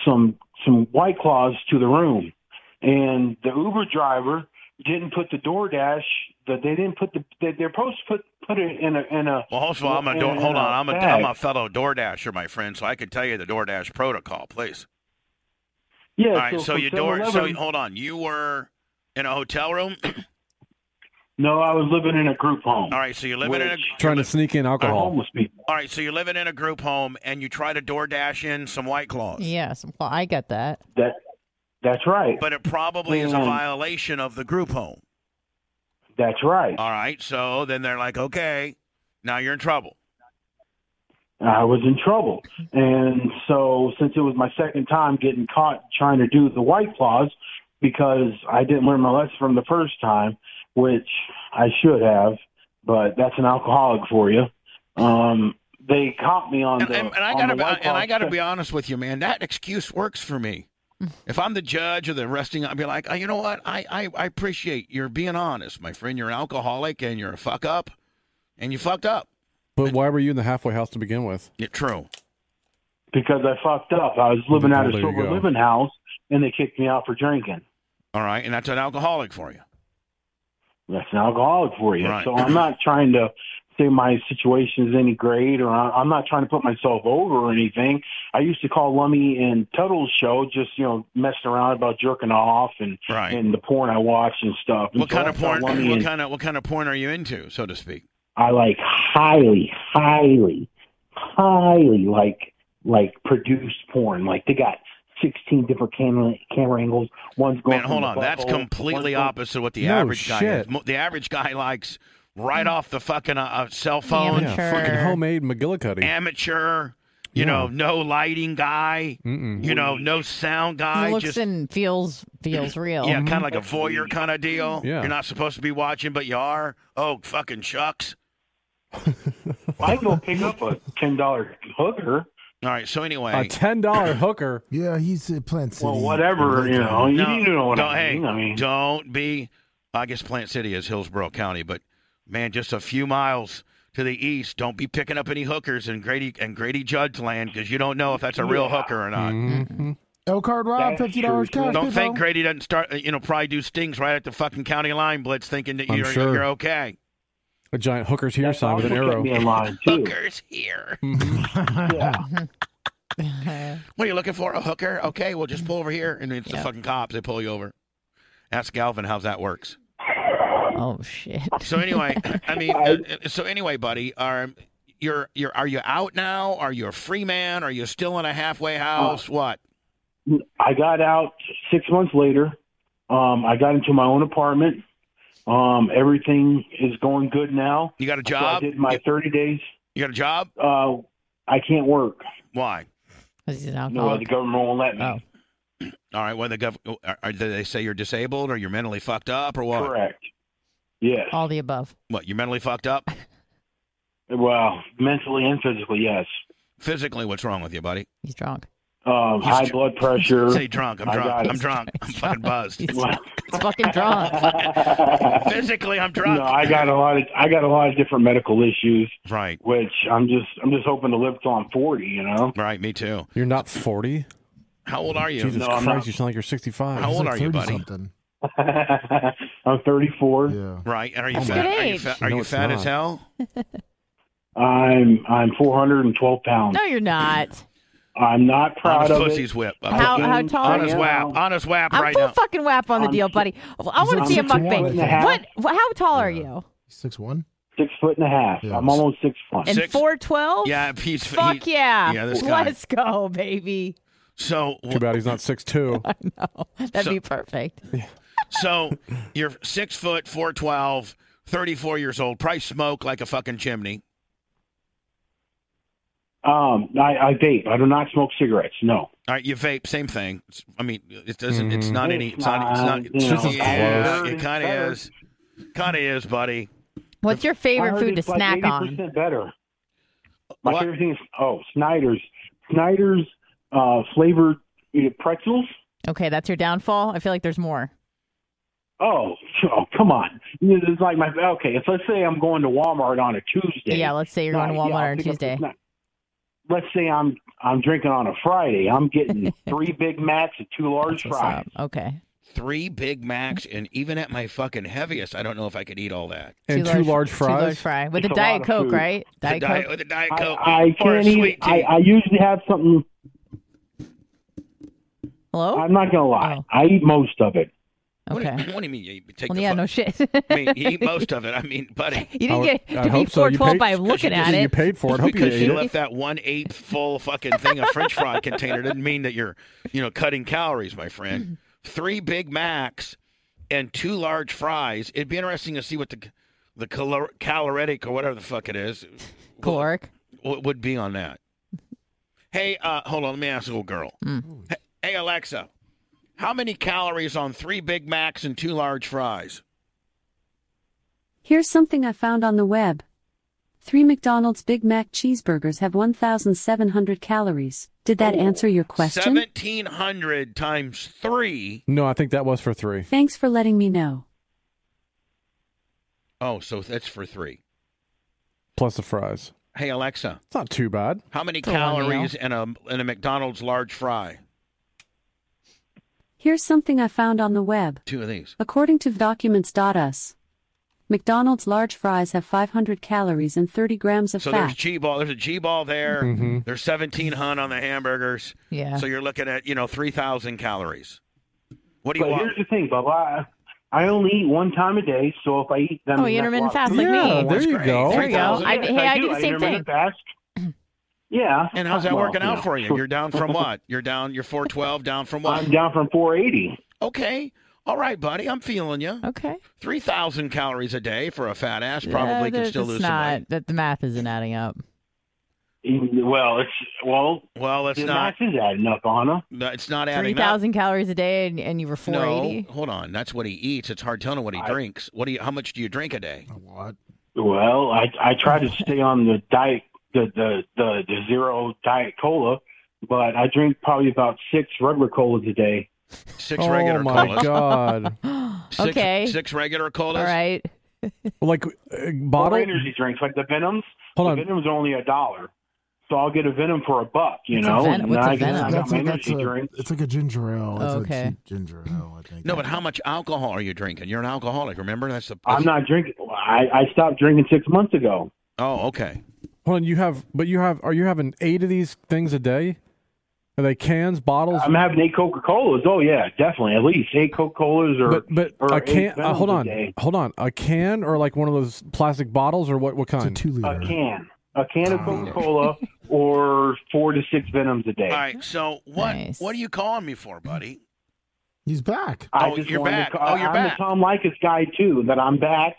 [SPEAKER 8] some some white claws to the room, and the Uber driver didn't put the door dash. That they didn't put the they, they're supposed to put put it in a in a
[SPEAKER 3] Well, also, I'm a door,
[SPEAKER 8] in
[SPEAKER 3] hold on. I'm a,
[SPEAKER 8] bag.
[SPEAKER 3] I'm a fellow DoorDasher, my friend, so I can tell you the DoorDash protocol, please.
[SPEAKER 8] yeah.
[SPEAKER 3] All right, so,
[SPEAKER 8] from
[SPEAKER 3] you door. So
[SPEAKER 8] 7-Eleven
[SPEAKER 3] you- hold on. You were in a hotel room.
[SPEAKER 8] no, I was living in a group home.
[SPEAKER 3] All right, so you're living in a.
[SPEAKER 8] Which-
[SPEAKER 5] Trying to sneak in alcohol.
[SPEAKER 8] Homeless people.
[SPEAKER 3] All right, so you're living in a group home, and you try to DoorDash in some White Claws.
[SPEAKER 4] Yeah. Some, well, I get that.
[SPEAKER 8] That that's right.
[SPEAKER 3] But it probably is a
[SPEAKER 8] Mm.
[SPEAKER 3] violation of the group home.
[SPEAKER 8] That's right.
[SPEAKER 3] All right, so then they're like, okay, now you're in trouble.
[SPEAKER 8] I was in trouble. And so, since it was my second time getting caught trying to do the white claws, because I didn't learn my lesson from the first time, which I should have, but that's an alcoholic for you. Um, they caught me on
[SPEAKER 3] And,
[SPEAKER 8] the
[SPEAKER 3] and, and I
[SPEAKER 8] on
[SPEAKER 3] gotta
[SPEAKER 8] the White
[SPEAKER 3] and I
[SPEAKER 8] Claws
[SPEAKER 3] gotta be honest with you, man. That excuse works for me. If I'm the judge or the arresting, I'd be like, oh, you know what? I, I, I appreciate you're being honest, my friend. You're an alcoholic and you're a fuck up, and you fucked up.
[SPEAKER 5] But why were you in the halfway house to begin with?
[SPEAKER 3] Yeah, true.
[SPEAKER 8] because I fucked up. I was living out of
[SPEAKER 5] There you
[SPEAKER 8] sober
[SPEAKER 5] go.
[SPEAKER 8] living house, and they kicked me out for drinking.
[SPEAKER 3] All right, and that's an alcoholic for you.
[SPEAKER 8] That's an alcoholic for you.
[SPEAKER 3] Right.
[SPEAKER 8] So I'm not trying to say my situation is any great, or I- I'm not trying to put myself over or anything. I used to call Lummy and Tuttle's show, just you know, messing around about jerking off and
[SPEAKER 3] Right.
[SPEAKER 8] and the porn I watched and stuff. And
[SPEAKER 3] what
[SPEAKER 8] so
[SPEAKER 3] kind
[SPEAKER 8] I
[SPEAKER 3] of
[SPEAKER 8] saw
[SPEAKER 3] porn?
[SPEAKER 8] Lummi
[SPEAKER 3] What
[SPEAKER 8] and-
[SPEAKER 3] kind of what kind of porn are you into, so to speak?
[SPEAKER 8] I like highly, highly, highly like like produced porn. Like they got sixteen different camera camera angles. One's going.
[SPEAKER 3] Man,
[SPEAKER 8] from
[SPEAKER 3] hold
[SPEAKER 8] the
[SPEAKER 3] on. That's
[SPEAKER 8] butthole, one's
[SPEAKER 3] completely
[SPEAKER 8] going-
[SPEAKER 3] opposite of what the
[SPEAKER 5] No
[SPEAKER 3] average guy is.
[SPEAKER 5] shit.
[SPEAKER 3] Mo- The average guy likes right off the fucking uh, uh, cell phone,
[SPEAKER 5] Yeah,
[SPEAKER 4] Amateur.
[SPEAKER 5] fucking homemade McGillicuddy.
[SPEAKER 3] amateur. You
[SPEAKER 5] Yeah.
[SPEAKER 3] know, no lighting guy.
[SPEAKER 5] Mm-mm.
[SPEAKER 3] You know, no sound
[SPEAKER 4] It
[SPEAKER 3] guy.
[SPEAKER 4] looks
[SPEAKER 3] Just
[SPEAKER 4] and feels feels real.
[SPEAKER 3] yeah, kind of like a voyeur kind of deal.
[SPEAKER 5] Mm-hmm. Yeah.
[SPEAKER 3] You're not supposed to be watching, but you are. Oh, fucking shucks.
[SPEAKER 8] I go pick up a ten dollar hooker
[SPEAKER 3] All right. So anyway,
[SPEAKER 5] A ten dollar hooker.
[SPEAKER 2] Yeah, he's uh, Plant City.
[SPEAKER 8] or whatever. You know, you
[SPEAKER 3] No,
[SPEAKER 8] need to know what
[SPEAKER 3] don't,
[SPEAKER 8] I mean.
[SPEAKER 3] hey,
[SPEAKER 8] I mean,
[SPEAKER 3] don't be. I guess Plant City is Hillsborough County, but man, just a few miles to the east. Don't be picking up any hookers in Grady and Grady Judd's land because you don't know if that's a real
[SPEAKER 8] Yeah.
[SPEAKER 3] hooker or not.
[SPEAKER 5] Mhm.
[SPEAKER 2] L card Rob,
[SPEAKER 8] That's
[SPEAKER 2] fifty dollars
[SPEAKER 8] true,
[SPEAKER 2] cash.
[SPEAKER 8] too.
[SPEAKER 3] Don't
[SPEAKER 2] Big
[SPEAKER 3] think
[SPEAKER 2] Mo.
[SPEAKER 3] Grady doesn't start. uh, You know, probably do stings right at the fucking county line blitz, thinking that
[SPEAKER 5] I'm
[SPEAKER 3] you're
[SPEAKER 5] sure.
[SPEAKER 3] you're okay.
[SPEAKER 5] A giant hooker's here
[SPEAKER 8] that's
[SPEAKER 5] sign with an
[SPEAKER 8] also kept
[SPEAKER 5] arrow. Mm-hmm.
[SPEAKER 8] Me in line too.
[SPEAKER 3] Hookers here.
[SPEAKER 8] Yeah.
[SPEAKER 3] What are you looking for? A hooker? Okay, well just pull over here, and it's the
[SPEAKER 4] Yeah.
[SPEAKER 3] fucking cops. They pull you over. Ask Galvin how that works.
[SPEAKER 4] oh shit.
[SPEAKER 3] So anyway, I mean, uh, uh, so anyway, buddy, are you're you're are you out now? Are you a free man? Are you still in a
[SPEAKER 8] Uh,
[SPEAKER 3] halfway house? what?
[SPEAKER 8] I got out six months later. Um, I got into my own apartment. Um, everything is going good now.
[SPEAKER 3] You got a
[SPEAKER 8] So I
[SPEAKER 3] job?
[SPEAKER 8] did my
[SPEAKER 3] you,
[SPEAKER 8] thirty days.
[SPEAKER 3] you got a job?
[SPEAKER 8] Uh, I can't work.
[SPEAKER 3] Why?
[SPEAKER 4] 'Cause he's an
[SPEAKER 8] No, the
[SPEAKER 4] alcoholic.
[SPEAKER 8] government won't let me.
[SPEAKER 4] Oh.
[SPEAKER 3] All right. Well, the gov. uh, Are, are, do they say you're disabled or you're mentally fucked up or what?
[SPEAKER 8] Correct. Yes.
[SPEAKER 4] All the above.
[SPEAKER 3] What? You're mentally fucked up.
[SPEAKER 8] Well, mentally and physically, yes.
[SPEAKER 3] Physically, what's wrong with you, buddy?
[SPEAKER 4] He's drunk.
[SPEAKER 8] Um,
[SPEAKER 3] He's
[SPEAKER 8] high
[SPEAKER 3] ju-
[SPEAKER 8] blood pressure.
[SPEAKER 3] Say drunk. I'm
[SPEAKER 8] I got
[SPEAKER 3] drunk.
[SPEAKER 8] it.
[SPEAKER 3] I'm drunk. I'm fucking buzzed.
[SPEAKER 4] He's,
[SPEAKER 8] Well-
[SPEAKER 4] he's fucking drunk.
[SPEAKER 3] Physically, I'm drunk.
[SPEAKER 8] no, I got a lot of I got a lot of different medical issues,
[SPEAKER 3] Right.
[SPEAKER 8] which I'm just I'm just hoping to live till I'm 40. You know.
[SPEAKER 3] Right. Me too.
[SPEAKER 5] You're not forty.
[SPEAKER 3] How old are you?
[SPEAKER 5] Jesus
[SPEAKER 8] No, I'm
[SPEAKER 5] Christ,
[SPEAKER 8] not.
[SPEAKER 5] you sound like you're sixty-five.
[SPEAKER 3] How
[SPEAKER 2] He's
[SPEAKER 3] old
[SPEAKER 2] like
[SPEAKER 3] are you,
[SPEAKER 2] 30
[SPEAKER 3] buddy?
[SPEAKER 2] Something.
[SPEAKER 8] I'm 34.
[SPEAKER 2] Yeah.
[SPEAKER 3] Right. And are you
[SPEAKER 4] That's
[SPEAKER 3] fat?
[SPEAKER 4] good
[SPEAKER 3] Are you
[SPEAKER 4] age.
[SPEAKER 3] fat, are
[SPEAKER 5] No,
[SPEAKER 3] you
[SPEAKER 5] it's
[SPEAKER 3] fat
[SPEAKER 5] not.
[SPEAKER 3] as hell?
[SPEAKER 8] I'm I'm 412 pounds.
[SPEAKER 4] No, you're not.
[SPEAKER 8] Um, I'm not proud
[SPEAKER 3] Honest
[SPEAKER 8] of
[SPEAKER 3] pussy's
[SPEAKER 8] it.
[SPEAKER 3] whip.
[SPEAKER 8] I
[SPEAKER 4] How-
[SPEAKER 8] gained-
[SPEAKER 4] how tall
[SPEAKER 8] I
[SPEAKER 4] are
[SPEAKER 3] Honest
[SPEAKER 8] am-
[SPEAKER 3] whap. Honest whap
[SPEAKER 4] I'm
[SPEAKER 3] right
[SPEAKER 4] full
[SPEAKER 3] now.
[SPEAKER 4] fucking whap on the
[SPEAKER 8] I'm
[SPEAKER 4] deal,
[SPEAKER 8] si-
[SPEAKER 4] buddy. I want
[SPEAKER 2] I'm
[SPEAKER 4] to see a
[SPEAKER 2] six one,
[SPEAKER 4] mukbang.
[SPEAKER 2] I
[SPEAKER 8] think.
[SPEAKER 4] What? wh- How tall are
[SPEAKER 2] Yeah.
[SPEAKER 4] you?
[SPEAKER 2] Six one.
[SPEAKER 8] Six foot and a half.
[SPEAKER 2] Yeah.
[SPEAKER 8] I'm almost six foot.
[SPEAKER 4] And
[SPEAKER 3] Six-
[SPEAKER 4] four twelve?
[SPEAKER 3] Yeah, if he's
[SPEAKER 4] Fuck
[SPEAKER 3] he-
[SPEAKER 4] yeah.
[SPEAKER 3] yeah, this guy.
[SPEAKER 4] Let's go, baby.
[SPEAKER 3] So
[SPEAKER 5] Too bad he's not six two.
[SPEAKER 4] No, that'd
[SPEAKER 3] So-
[SPEAKER 4] be perfect.
[SPEAKER 3] so you're six foot four twelve, 34 years old. Probably smoke like a fucking chimney.
[SPEAKER 8] Um, I, I vape. I do not smoke cigarettes. No.
[SPEAKER 3] All right, you vape, same thing. It's- I mean, it doesn't. It's
[SPEAKER 5] Mhm.
[SPEAKER 3] not any. It's not. It's not.
[SPEAKER 8] Mm-hmm. This
[SPEAKER 5] is
[SPEAKER 3] yeah,
[SPEAKER 8] close.
[SPEAKER 3] it kind of is. Kind of is, buddy.
[SPEAKER 4] What's your
[SPEAKER 8] I
[SPEAKER 4] favorite
[SPEAKER 8] heard
[SPEAKER 4] food to
[SPEAKER 8] it's like
[SPEAKER 4] snack on?
[SPEAKER 8] 80% Better. My
[SPEAKER 3] What?
[SPEAKER 8] favorite thing is oh Snyder's Snyder's uh, flavored you know, pretzels.
[SPEAKER 4] Okay, that's your downfall. I feel like there's more.
[SPEAKER 8] Oh, oh, come on! You know, It's like my okay. If let's say I'm going to Walmart on a Tuesday.
[SPEAKER 4] Yeah, let's say you're going to
[SPEAKER 8] Nah, yeah,
[SPEAKER 4] Walmart
[SPEAKER 8] I'll
[SPEAKER 4] on
[SPEAKER 8] pick up the
[SPEAKER 4] Tuesday.
[SPEAKER 8] snack. Let's say I'm I'm drinking on a Friday. I'm getting three Big Macs and two large
[SPEAKER 4] That's what's
[SPEAKER 8] fries.
[SPEAKER 4] up. Okay.
[SPEAKER 3] Three Big Macs, and even at my fucking heaviest, I don't know if I could eat all that.
[SPEAKER 5] And two large
[SPEAKER 4] Two large
[SPEAKER 5] fries.
[SPEAKER 4] fry with
[SPEAKER 8] It's a
[SPEAKER 4] a
[SPEAKER 8] lot
[SPEAKER 4] diet
[SPEAKER 8] of
[SPEAKER 4] coke,
[SPEAKER 8] food.
[SPEAKER 4] right? Diet
[SPEAKER 3] with, a diet,
[SPEAKER 4] coke.
[SPEAKER 3] with a diet
[SPEAKER 8] I,
[SPEAKER 3] coke
[SPEAKER 8] I
[SPEAKER 3] or a
[SPEAKER 8] can't eat.
[SPEAKER 3] sweet
[SPEAKER 8] I,
[SPEAKER 3] tea.
[SPEAKER 8] I usually have something.
[SPEAKER 4] Hello.
[SPEAKER 8] I'm not gonna lie.
[SPEAKER 4] Oh.
[SPEAKER 8] I eat most of it.
[SPEAKER 3] What do you-
[SPEAKER 4] Okay.
[SPEAKER 3] What, do you mean? You take
[SPEAKER 4] Well,
[SPEAKER 3] the
[SPEAKER 4] yeah,
[SPEAKER 3] fuck-
[SPEAKER 4] no shit.
[SPEAKER 3] I mean, you eat most of it. I mean, buddy.
[SPEAKER 4] You
[SPEAKER 5] I
[SPEAKER 4] didn't
[SPEAKER 5] would-
[SPEAKER 4] get
[SPEAKER 5] I
[SPEAKER 4] to be
[SPEAKER 5] hope so. You
[SPEAKER 4] 412
[SPEAKER 5] paid-
[SPEAKER 4] by
[SPEAKER 5] because
[SPEAKER 4] looking
[SPEAKER 5] you-
[SPEAKER 4] at
[SPEAKER 5] You
[SPEAKER 4] it.
[SPEAKER 5] paid for it. I hope you
[SPEAKER 3] because
[SPEAKER 5] ate
[SPEAKER 3] you
[SPEAKER 5] it.
[SPEAKER 3] left that one eighth full fucking thing of French fry container doesn't mean that you're, you know, cutting calories, my friend. Three Big Macs and two large fries. It'd be interesting to see what the the calor- calorific or whatever the fuck it is
[SPEAKER 4] Caloric.
[SPEAKER 3] w- would be on that. Hey, uh, hold on. Let me ask a little girl.
[SPEAKER 4] Mm.
[SPEAKER 3] Hey- Hey, Alexa, how many calories on three Big Macs and two large fries?
[SPEAKER 9] Here's something I found on the web. Three McDonald's Big Mac cheeseburgers have 1,700 calories. Did
[SPEAKER 3] Oh,
[SPEAKER 9] that answer your question?
[SPEAKER 3] 1700 times 3.
[SPEAKER 5] No, I think that was for three.
[SPEAKER 9] Thanks for letting me know.
[SPEAKER 3] Oh, so that's for 3.
[SPEAKER 5] Plus the fries.
[SPEAKER 3] Hey Alexa,
[SPEAKER 5] It's not too bad.
[SPEAKER 3] how many
[SPEAKER 4] a long meal.
[SPEAKER 3] calories in a in a McDonald's large fry?
[SPEAKER 9] Here's something I found on the web.
[SPEAKER 3] Two of these.
[SPEAKER 9] According to documents.us, McDonald's large fries have 500 calories and 30 grams of
[SPEAKER 3] So there's
[SPEAKER 9] fat.
[SPEAKER 3] G ball. There's a G ball there.
[SPEAKER 5] Mhm.
[SPEAKER 3] There's seventeen hun on the hamburgers.
[SPEAKER 4] Mm-hmm. Yeah.
[SPEAKER 3] So you're looking at you know three thousand calories. What do you
[SPEAKER 8] But
[SPEAKER 3] want?
[SPEAKER 8] here's the thing, Bubba. I, I only eat one time a day, so if I eat them,
[SPEAKER 4] Oh, intermittent fast like
[SPEAKER 5] yeah,
[SPEAKER 4] me.
[SPEAKER 5] there you
[SPEAKER 3] great.
[SPEAKER 5] go.
[SPEAKER 4] There you go.
[SPEAKER 3] 3,000.
[SPEAKER 4] I,
[SPEAKER 8] Yes,
[SPEAKER 4] hey, I, do,
[SPEAKER 8] do. I
[SPEAKER 4] the same thing.
[SPEAKER 8] intermittent fast. Yeah.
[SPEAKER 3] And how's that
[SPEAKER 8] Well,
[SPEAKER 3] working out
[SPEAKER 8] know,
[SPEAKER 3] for you? You're down from what? You're down. You're four twelve. Down from what?
[SPEAKER 8] I'm down from 480.
[SPEAKER 3] Okay. All right, buddy. I'm feeling you.
[SPEAKER 4] Okay.
[SPEAKER 3] Three thousand calories a day for a fat ass probably
[SPEAKER 4] Yeah,
[SPEAKER 3] can
[SPEAKER 4] that-
[SPEAKER 3] still
[SPEAKER 4] it's
[SPEAKER 3] lose
[SPEAKER 4] not,
[SPEAKER 3] some
[SPEAKER 4] That the math isn't adding up.
[SPEAKER 8] Well, it's well,
[SPEAKER 3] weight. Well, it's
[SPEAKER 8] the
[SPEAKER 3] not.
[SPEAKER 8] math is adding up, Anna.
[SPEAKER 3] no, It's not
[SPEAKER 4] Three
[SPEAKER 3] adding up.
[SPEAKER 4] thousand calories a day, and, and you were four
[SPEAKER 3] No,
[SPEAKER 4] eighty.
[SPEAKER 3] hold on. That's what he eats. It's hard telling what he drinks. What do you? How much do you drink a day?
[SPEAKER 2] A lot.
[SPEAKER 8] Well, I I try to stay on the diet, the the the, the zero diet cola, but I drink probably about six regular colas a day.
[SPEAKER 3] Six
[SPEAKER 5] Oh
[SPEAKER 3] regular
[SPEAKER 5] my
[SPEAKER 3] colas.
[SPEAKER 5] god!
[SPEAKER 3] Six,
[SPEAKER 4] okay.
[SPEAKER 3] Six regular colas.
[SPEAKER 4] All right.
[SPEAKER 5] Like uh,
[SPEAKER 8] Or
[SPEAKER 5] bottle.
[SPEAKER 8] energy drinks like the Venoms.
[SPEAKER 5] Hold
[SPEAKER 8] the
[SPEAKER 5] on.
[SPEAKER 8] Venom's only a dollar, so I'll get a Venom for a buck. You
[SPEAKER 4] What's a
[SPEAKER 8] know,
[SPEAKER 4] Ven-
[SPEAKER 8] and
[SPEAKER 4] what's a
[SPEAKER 8] I, got-
[SPEAKER 4] Venom?
[SPEAKER 8] I got
[SPEAKER 2] That's
[SPEAKER 8] my
[SPEAKER 2] a, that's
[SPEAKER 8] energy
[SPEAKER 2] a,
[SPEAKER 8] drink.
[SPEAKER 2] it's like a ginger ale. It's
[SPEAKER 4] Okay.
[SPEAKER 2] a gi- ginger ale, I think.
[SPEAKER 3] No, but how much alcohol are you drinking? You're an alcoholic. Remember that's the.
[SPEAKER 8] I'm not drinking. I, I stopped drinking six months ago.
[SPEAKER 3] Oh, okay.
[SPEAKER 5] Hold on. You have, but you have. Are you having eight of these things a day? Are they cans, bottles?
[SPEAKER 8] I'm having eight Coca Colas. Oh yeah, definitely at least eight Coca Colas or
[SPEAKER 5] but but
[SPEAKER 8] or
[SPEAKER 5] a
[SPEAKER 8] eight
[SPEAKER 5] can. Uh,
[SPEAKER 8] Venoms
[SPEAKER 5] hold
[SPEAKER 8] a
[SPEAKER 5] on.
[SPEAKER 8] day.
[SPEAKER 5] Hold on. A can or like one of those plastic bottles or what? What
[SPEAKER 2] It's a
[SPEAKER 5] kind?
[SPEAKER 2] two liter.
[SPEAKER 8] a can, a can
[SPEAKER 5] Oh,
[SPEAKER 8] of Coca Cola or four to six Venoms a day.
[SPEAKER 3] All right. So what
[SPEAKER 4] Nice.
[SPEAKER 3] what are you calling me for, buddy?
[SPEAKER 2] He's back.
[SPEAKER 8] I
[SPEAKER 3] Oh,
[SPEAKER 8] just
[SPEAKER 3] you're
[SPEAKER 8] wanted
[SPEAKER 3] back.
[SPEAKER 8] To,
[SPEAKER 3] Oh, you're
[SPEAKER 8] I'm
[SPEAKER 3] back.
[SPEAKER 8] a Tom Likas guy too. That I'm back,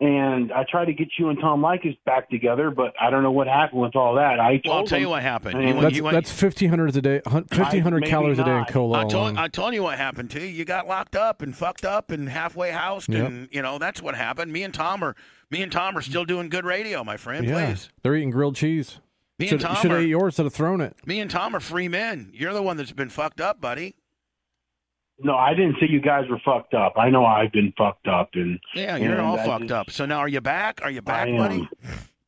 [SPEAKER 8] and I tried to get you and Tom Likas back together, but I don't know what happened with all that. I told
[SPEAKER 3] Well, I'll tell you
[SPEAKER 8] him-
[SPEAKER 3] what happened.
[SPEAKER 8] Mm.
[SPEAKER 3] You went,
[SPEAKER 5] That's
[SPEAKER 3] you went,
[SPEAKER 5] that's fifteen hundred a day. Fifteen hundred
[SPEAKER 8] maybe
[SPEAKER 5] calories a day in
[SPEAKER 8] not.
[SPEAKER 5] cola.
[SPEAKER 3] I told
[SPEAKER 5] alone.
[SPEAKER 3] I told you what happened to you. You got locked up and fucked up and halfway housed,
[SPEAKER 5] Yep.
[SPEAKER 3] and you know that's what happened. Me and Tom are me and Tom are still doing good radio, my friend.
[SPEAKER 5] yeah,
[SPEAKER 3] Please,
[SPEAKER 5] they're eating grilled cheese.
[SPEAKER 3] me and
[SPEAKER 5] Should
[SPEAKER 3] Tom
[SPEAKER 5] should
[SPEAKER 3] are
[SPEAKER 5] have ate yours. Should have thrown it.
[SPEAKER 3] me and Tom are free men. You're the one that's been fucked up, buddy.
[SPEAKER 8] No, I didn't say you guys were fucked up. I know Oh, I've been fucked up, and
[SPEAKER 3] Yeah, you're
[SPEAKER 8] And
[SPEAKER 3] all
[SPEAKER 8] I
[SPEAKER 3] fucked
[SPEAKER 8] just-
[SPEAKER 3] up. So now are you back? Are you back,
[SPEAKER 8] I am.
[SPEAKER 3] buddy?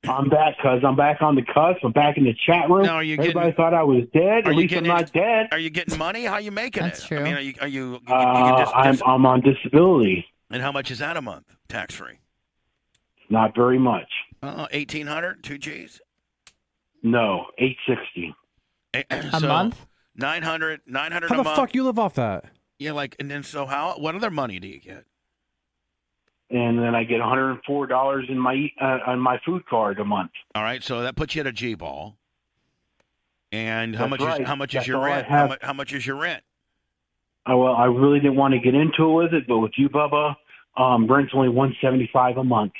[SPEAKER 8] I'm back, cuz I'm back on the cusp. I'm back in the chat room.
[SPEAKER 3] Now, are you
[SPEAKER 8] Everybody
[SPEAKER 3] getting-
[SPEAKER 8] thought I was dead.
[SPEAKER 3] Are you
[SPEAKER 8] At least I'm
[SPEAKER 3] getting
[SPEAKER 8] not dead.
[SPEAKER 3] Are you getting money? How you making
[SPEAKER 4] That's
[SPEAKER 3] it? I
[SPEAKER 4] true.
[SPEAKER 3] mean, are you are you? you, you
[SPEAKER 8] Uh,
[SPEAKER 3] just-
[SPEAKER 8] I'm
[SPEAKER 3] just-
[SPEAKER 8] I'm on disability.
[SPEAKER 3] and how much is that a month, tax free?
[SPEAKER 8] Not very much.
[SPEAKER 3] Uh, 1800 two G's
[SPEAKER 8] No, 860.
[SPEAKER 3] a,
[SPEAKER 4] A month.
[SPEAKER 3] 900 900
[SPEAKER 5] How
[SPEAKER 3] a
[SPEAKER 5] the
[SPEAKER 3] month
[SPEAKER 5] fuck you live off that?
[SPEAKER 3] yeah like and then so how what other money do you get
[SPEAKER 8] And then I get $104 in my uh, on my food card a month.
[SPEAKER 3] all right so that puts you at a G ball and how
[SPEAKER 8] That's
[SPEAKER 3] much
[SPEAKER 8] right.
[SPEAKER 3] is how much is
[SPEAKER 8] That's
[SPEAKER 3] your
[SPEAKER 8] all I
[SPEAKER 3] rent how
[SPEAKER 8] have.
[SPEAKER 3] much, how much is your rent
[SPEAKER 8] I, well, I really didn't want to get into it with it, but with you, Bubba, um, rent's only 175 a month.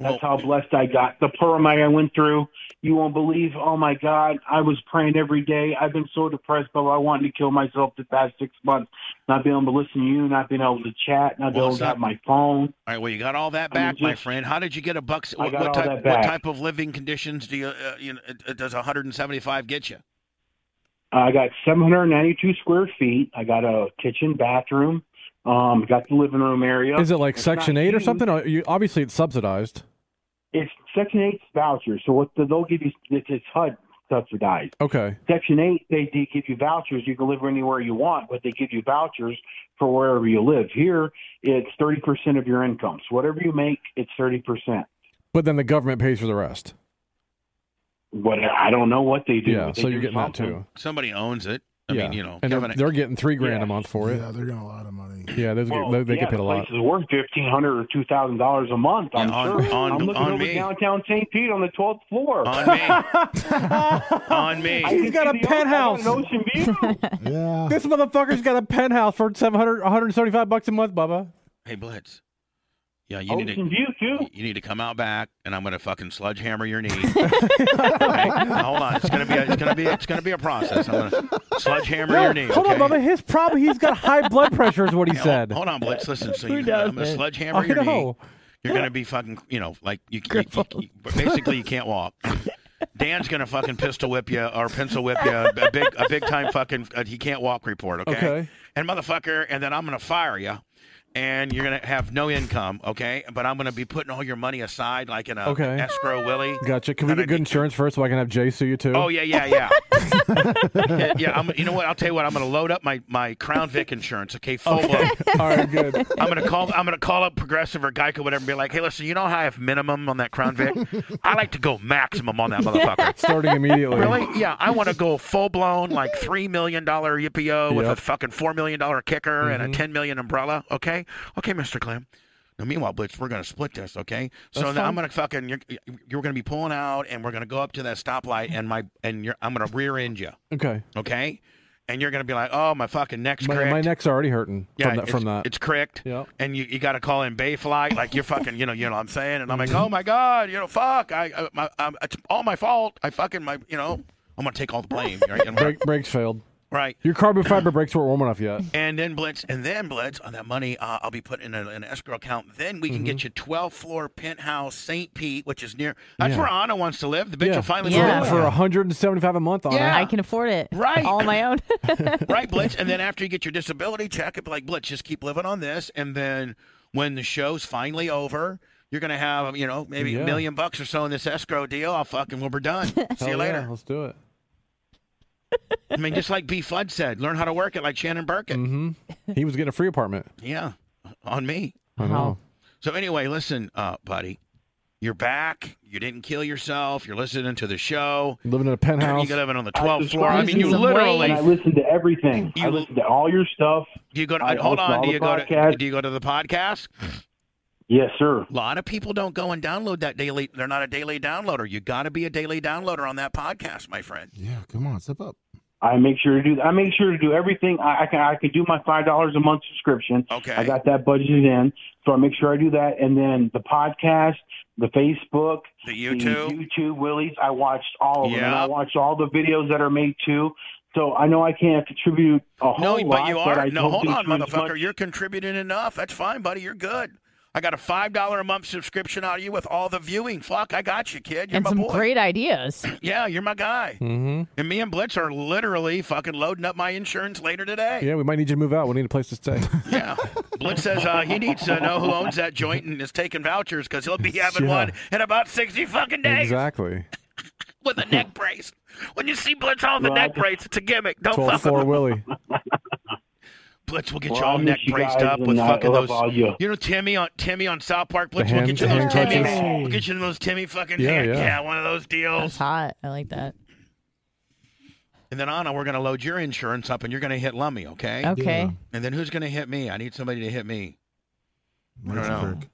[SPEAKER 8] That's
[SPEAKER 3] Well,
[SPEAKER 8] how blessed I got. The Purimite I went through, you won't believe. Oh my God, I was praying every day. I've been so depressed, but I wanted to kill myself the past six months. Not being able to listen to you, not being able to chat, not being
[SPEAKER 3] Well,
[SPEAKER 8] able
[SPEAKER 3] it's
[SPEAKER 8] to
[SPEAKER 3] not-
[SPEAKER 8] have my phone.
[SPEAKER 3] all right well you got all that
[SPEAKER 8] I mean,
[SPEAKER 3] back my
[SPEAKER 8] just-
[SPEAKER 3] friend how did you get a bucks
[SPEAKER 8] I
[SPEAKER 3] what,
[SPEAKER 8] got
[SPEAKER 3] what
[SPEAKER 8] all
[SPEAKER 3] type
[SPEAKER 8] that
[SPEAKER 3] what
[SPEAKER 8] back.
[SPEAKER 3] type of living conditions do you uh, you know uh, does 175 get you
[SPEAKER 8] Uh, I got 792 square feet. I got a kitchen, bathroom. Um, got the living room area.
[SPEAKER 5] Is it like
[SPEAKER 8] It's
[SPEAKER 5] Section
[SPEAKER 8] not
[SPEAKER 5] Eight or
[SPEAKER 8] huge.
[SPEAKER 5] something? Or you, obviously, it's subsidized.
[SPEAKER 8] It's Section 8 vouchers. So what they'll give you, it's, it's HUD subsidized.
[SPEAKER 5] Okay.
[SPEAKER 8] Section 8, they, they give you vouchers. You can live anywhere you want, but they give you vouchers for wherever you live. Here, it's 30% of your income. So whatever you make, it's 30%.
[SPEAKER 5] But then the government pays for the rest.
[SPEAKER 8] What I don't know what they do.
[SPEAKER 5] yeah,
[SPEAKER 8] but they
[SPEAKER 5] so you're
[SPEAKER 8] do
[SPEAKER 5] getting that
[SPEAKER 8] something.
[SPEAKER 5] too.
[SPEAKER 3] somebody owns it I
[SPEAKER 5] yeah.
[SPEAKER 3] mean you know
[SPEAKER 5] and
[SPEAKER 3] Kevin,
[SPEAKER 5] they're, they're getting three grand
[SPEAKER 8] Yeah.
[SPEAKER 5] a month for it.
[SPEAKER 2] Yeah, they're getting a lot of money.
[SPEAKER 5] Yeah, those
[SPEAKER 8] Well,
[SPEAKER 5] get, they, they
[SPEAKER 8] yeah,
[SPEAKER 5] get paid a
[SPEAKER 8] the
[SPEAKER 5] lot.
[SPEAKER 8] Places worth fifteen hundred or two thousand dollars a month. I'm
[SPEAKER 3] Yeah, on-
[SPEAKER 8] sure.
[SPEAKER 3] on-
[SPEAKER 8] I'm looking
[SPEAKER 3] on
[SPEAKER 8] over
[SPEAKER 3] me.
[SPEAKER 8] downtown St. Pete on the twelfth floor.
[SPEAKER 3] on me on me Oh
[SPEAKER 8] I can
[SPEAKER 5] He's got
[SPEAKER 8] see the ocean- I got
[SPEAKER 5] a penthouse.
[SPEAKER 8] an ocean view.
[SPEAKER 2] Yeah.
[SPEAKER 5] This motherfucker's got a penthouse for 700, 175 bucks a month, Bubba.
[SPEAKER 3] Hey Blitz. Yeah, you need to
[SPEAKER 8] ocean Oh, view too.
[SPEAKER 3] you need to come out back, and I'm gonna fucking sludge hammer your knee. Right? Now, Hold on, it's gonna be a, it's gonna be it's gonna be a process. I'm gonna sludge hammer your knee.
[SPEAKER 5] hold
[SPEAKER 3] okay?
[SPEAKER 5] on, Bubba. His problem, he's got high blood pressure, is what he
[SPEAKER 3] Yeah,
[SPEAKER 5] said.
[SPEAKER 3] Hold on, Blitz. Listen, so
[SPEAKER 4] Who
[SPEAKER 3] you,
[SPEAKER 4] does
[SPEAKER 3] I'm gonna
[SPEAKER 4] this?
[SPEAKER 3] sludge hammer
[SPEAKER 5] I
[SPEAKER 3] your knee.
[SPEAKER 5] know.
[SPEAKER 3] You're gonna be fucking, you know, like you, you, you- basically you can't walk. Dan's gonna fucking pistol whip you or pencil whip you a a big a big time fucking uh, he can't walk report. Okay?
[SPEAKER 5] Okay.
[SPEAKER 3] and motherfucker, and then I'm gonna fire you, and you're gonna have no income. Okay, but I'm gonna be putting all your money aside like in a
[SPEAKER 5] Okay.
[SPEAKER 3] escrow willie.
[SPEAKER 5] Gotcha. Can we
[SPEAKER 3] And I
[SPEAKER 5] get good
[SPEAKER 3] need-
[SPEAKER 5] insurance first so I can have Jay sue you too?
[SPEAKER 3] Oh yeah, yeah, yeah. yeah, yeah, I'm, you know what? I'll tell you what. I'm gonna load up my my Crown Vic insurance. Okay, full blown.
[SPEAKER 5] All right, good.
[SPEAKER 3] I'm gonna call. I'm gonna call up Progressive or Geico, whatever, and be like, "Hey, listen, you know how I have minimum on that Crown Vic? I like to go maximum on that motherfucker.
[SPEAKER 5] Starting immediately.
[SPEAKER 3] really? Yeah, I want to go full blown, like three million dollar yippee with a
[SPEAKER 5] Yep. Mm-hmm.
[SPEAKER 3] fucking four million dollar kicker and a ten million umbrella. Okay, okay, Mister Clem. Now, meanwhile, Blitz, we're gonna split this, okay? So
[SPEAKER 5] That's
[SPEAKER 3] now I'm
[SPEAKER 5] fine.
[SPEAKER 3] gonna fucking you're, you're gonna be pulling out, and we're gonna go up to that stoplight, and my and you're I'm gonna rear end you,
[SPEAKER 5] Okay.
[SPEAKER 3] okay? And you're gonna be like, oh, my fucking neck's
[SPEAKER 5] My,
[SPEAKER 3] cracked.
[SPEAKER 5] my neck's already hurting
[SPEAKER 3] yeah,
[SPEAKER 5] from that.
[SPEAKER 3] it's,
[SPEAKER 5] From that.
[SPEAKER 3] it's cricked
[SPEAKER 5] Yeah.
[SPEAKER 3] and you, you got to call in Bay Flight, like you're fucking, you know, you know what I'm saying? And I'm
[SPEAKER 5] Mm-hmm.
[SPEAKER 3] like, oh my god, you know, fuck, I, I my, I'm, it's all my fault. I fucking my, you know, I'm gonna take all the blame, right? And-
[SPEAKER 5] Brake, brakes failed.
[SPEAKER 3] right.
[SPEAKER 5] Your carbon fiber brakes weren't warm enough yet.
[SPEAKER 3] And then Blitz, and then Blitz on that money, uh, I'll be putting in a, an escrow account. Then we can get
[SPEAKER 5] Mm-hmm.
[SPEAKER 3] you 12th floor penthouse, St. Pete, which is near. That's
[SPEAKER 5] Yeah.
[SPEAKER 3] where Anna wants to live. The bitch will finally
[SPEAKER 5] for,
[SPEAKER 4] Yeah.
[SPEAKER 3] move in.
[SPEAKER 5] for 175 a month on it.
[SPEAKER 4] I can afford it.
[SPEAKER 3] Right.
[SPEAKER 4] All on my own.
[SPEAKER 3] right, Blitz. And then after you get your disability check, it'd be like, Blitz, just keep living on this. And then when the show's finally over, you're gonna have, you know, maybe a
[SPEAKER 5] Yeah.
[SPEAKER 3] million bucks or so in this escrow deal. I'll fucking well, we're done. See you
[SPEAKER 5] Hell yeah,
[SPEAKER 3] later.
[SPEAKER 5] Let's do it.
[SPEAKER 3] I mean, just like B Fudd said, learn how to work it like Shannon Burkett.
[SPEAKER 5] hmm He was getting a free apartment.
[SPEAKER 3] Yeah. On me.
[SPEAKER 5] I know.
[SPEAKER 3] So anyway, listen, uh, buddy. You're back. You didn't kill yourself. You're listening to the show.
[SPEAKER 5] Living in a penthouse.
[SPEAKER 3] You're living on the 12th floor.
[SPEAKER 8] subscribe
[SPEAKER 3] I mean, you
[SPEAKER 4] to some
[SPEAKER 3] literally
[SPEAKER 8] And I listened to everything. I
[SPEAKER 3] You-
[SPEAKER 8] listened to all your stuff.
[SPEAKER 3] you go to,
[SPEAKER 8] I
[SPEAKER 3] hold
[SPEAKER 8] listen to
[SPEAKER 3] on.
[SPEAKER 8] all
[SPEAKER 3] Do
[SPEAKER 8] the
[SPEAKER 3] you go to
[SPEAKER 8] podcasts.
[SPEAKER 3] do you go to the podcast?
[SPEAKER 8] Yes, sir.
[SPEAKER 3] A lot of people don't go and download that daily. They're not a daily downloader. You got to be a daily downloader on that podcast, my friend.
[SPEAKER 2] Yeah, come on, step up.
[SPEAKER 8] I make sure to do. I make sure to do everything. I, I can. I can do my five dollars a month subscription.
[SPEAKER 3] Okay.
[SPEAKER 8] I got that budgeted in, so I make sure I do that. And then the podcast, the Facebook,
[SPEAKER 3] the
[SPEAKER 8] the
[SPEAKER 3] YouTube.
[SPEAKER 8] YouTube Willies. I watched all of them. And
[SPEAKER 3] Yeah.
[SPEAKER 8] I watched all the videos that are made too. So I know I can't contribute a
[SPEAKER 3] No,
[SPEAKER 8] whole
[SPEAKER 3] but
[SPEAKER 8] lot.
[SPEAKER 3] you
[SPEAKER 8] but I
[SPEAKER 3] are. No,
[SPEAKER 8] hope
[SPEAKER 3] hold
[SPEAKER 8] they
[SPEAKER 3] on,
[SPEAKER 8] contribute as
[SPEAKER 3] motherfucker.
[SPEAKER 8] much-
[SPEAKER 3] You're contributing enough. That's fine, buddy. You're good. I got a five dollar a month subscription out of you with all the viewing. Fuck, I got you, kid. You're
[SPEAKER 4] and
[SPEAKER 3] my
[SPEAKER 4] some
[SPEAKER 3] boy.
[SPEAKER 4] great ideas.
[SPEAKER 3] yeah, you're my guy.
[SPEAKER 5] hmm
[SPEAKER 3] And me and Blitz are literally fucking loading up my insurance later today.
[SPEAKER 5] Yeah, we might need you to move out. We need a place to stay.
[SPEAKER 3] Yeah. Blitz says uh, he needs to know who owns that joint and is taking vouchers because he'll be having
[SPEAKER 5] Yeah.
[SPEAKER 3] one in about sixty fucking days.
[SPEAKER 5] exactly.
[SPEAKER 3] with a neck brace. When you see Blitz on the
[SPEAKER 8] Well, I
[SPEAKER 3] neck
[SPEAKER 8] just-
[SPEAKER 3] brace, it's a gimmick. Don't
[SPEAKER 5] 12
[SPEAKER 3] fuck with
[SPEAKER 5] floor
[SPEAKER 3] him.
[SPEAKER 5] Willie.
[SPEAKER 3] Blitz will get
[SPEAKER 8] Well,
[SPEAKER 3] you all
[SPEAKER 8] I miss
[SPEAKER 3] neck
[SPEAKER 8] you
[SPEAKER 3] braced
[SPEAKER 8] guys,
[SPEAKER 3] up
[SPEAKER 8] and
[SPEAKER 3] with
[SPEAKER 8] I
[SPEAKER 3] fucking
[SPEAKER 8] love
[SPEAKER 3] those.
[SPEAKER 8] all you.
[SPEAKER 3] You know Timmy on Timmy on South Park. Blitz will get
[SPEAKER 5] hand-
[SPEAKER 3] you those
[SPEAKER 5] hand
[SPEAKER 3] Timmy.
[SPEAKER 5] clutches.
[SPEAKER 3] We'll get you those Timmy fucking
[SPEAKER 5] Yeah,
[SPEAKER 3] hand.
[SPEAKER 5] yeah.
[SPEAKER 3] one of those
[SPEAKER 4] That's
[SPEAKER 3] deals.
[SPEAKER 4] hot. I like that.
[SPEAKER 3] And then Anna, we're gonna load your insurance up, and you're gonna hit Lummy, okay?
[SPEAKER 4] Okay.
[SPEAKER 3] And then who's gonna hit me? I need somebody to hit me. I don't know.
[SPEAKER 2] Luxembourg.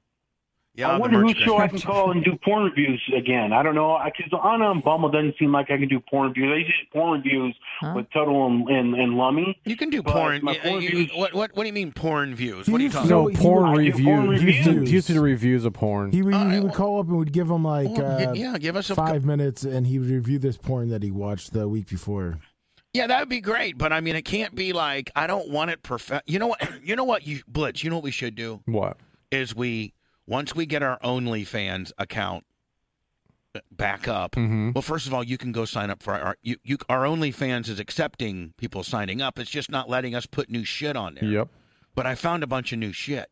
[SPEAKER 3] Yeah,
[SPEAKER 8] I
[SPEAKER 3] the
[SPEAKER 8] wonder whose
[SPEAKER 3] merch guy.
[SPEAKER 8] show I can call and do porn reviews again. I don't know. Because Anna and Bumble doesn't seem like I can do porn reviews. I usually do porn reviews
[SPEAKER 4] Huh?
[SPEAKER 8] with Tuttle and, and, and Lummy.
[SPEAKER 3] You can do
[SPEAKER 8] But
[SPEAKER 3] porn.
[SPEAKER 8] my
[SPEAKER 3] yeah,
[SPEAKER 8] porn
[SPEAKER 3] you-
[SPEAKER 8] views-
[SPEAKER 3] what, what what do you mean porn views? What are you
[SPEAKER 2] He's
[SPEAKER 3] talking?
[SPEAKER 5] No,
[SPEAKER 2] he
[SPEAKER 5] porn
[SPEAKER 8] would- I do
[SPEAKER 5] reviews.
[SPEAKER 8] porn
[SPEAKER 5] He used, to,
[SPEAKER 8] reviews.
[SPEAKER 5] he used to do reviews of porn.
[SPEAKER 2] He, re-
[SPEAKER 3] All
[SPEAKER 2] he
[SPEAKER 3] right,
[SPEAKER 2] would call up and would give him like
[SPEAKER 3] Porn-
[SPEAKER 2] uh,
[SPEAKER 3] yeah, give us a
[SPEAKER 2] five minutes, and he would review this porn that he watched the week before.
[SPEAKER 3] Yeah, that would be great, but I mean, it can't be like I don't want it perfect. You know what? You know what? You blitz. You know what we should do
[SPEAKER 5] What?
[SPEAKER 3] is we once we get our OnlyFans account back up.
[SPEAKER 5] Mm-hmm.
[SPEAKER 3] Well, first of all, you can go sign up for our you, you our OnlyFans is accepting people signing up. It's just not letting us put new shit on there.
[SPEAKER 5] Yep.
[SPEAKER 3] But I found a bunch of new shit.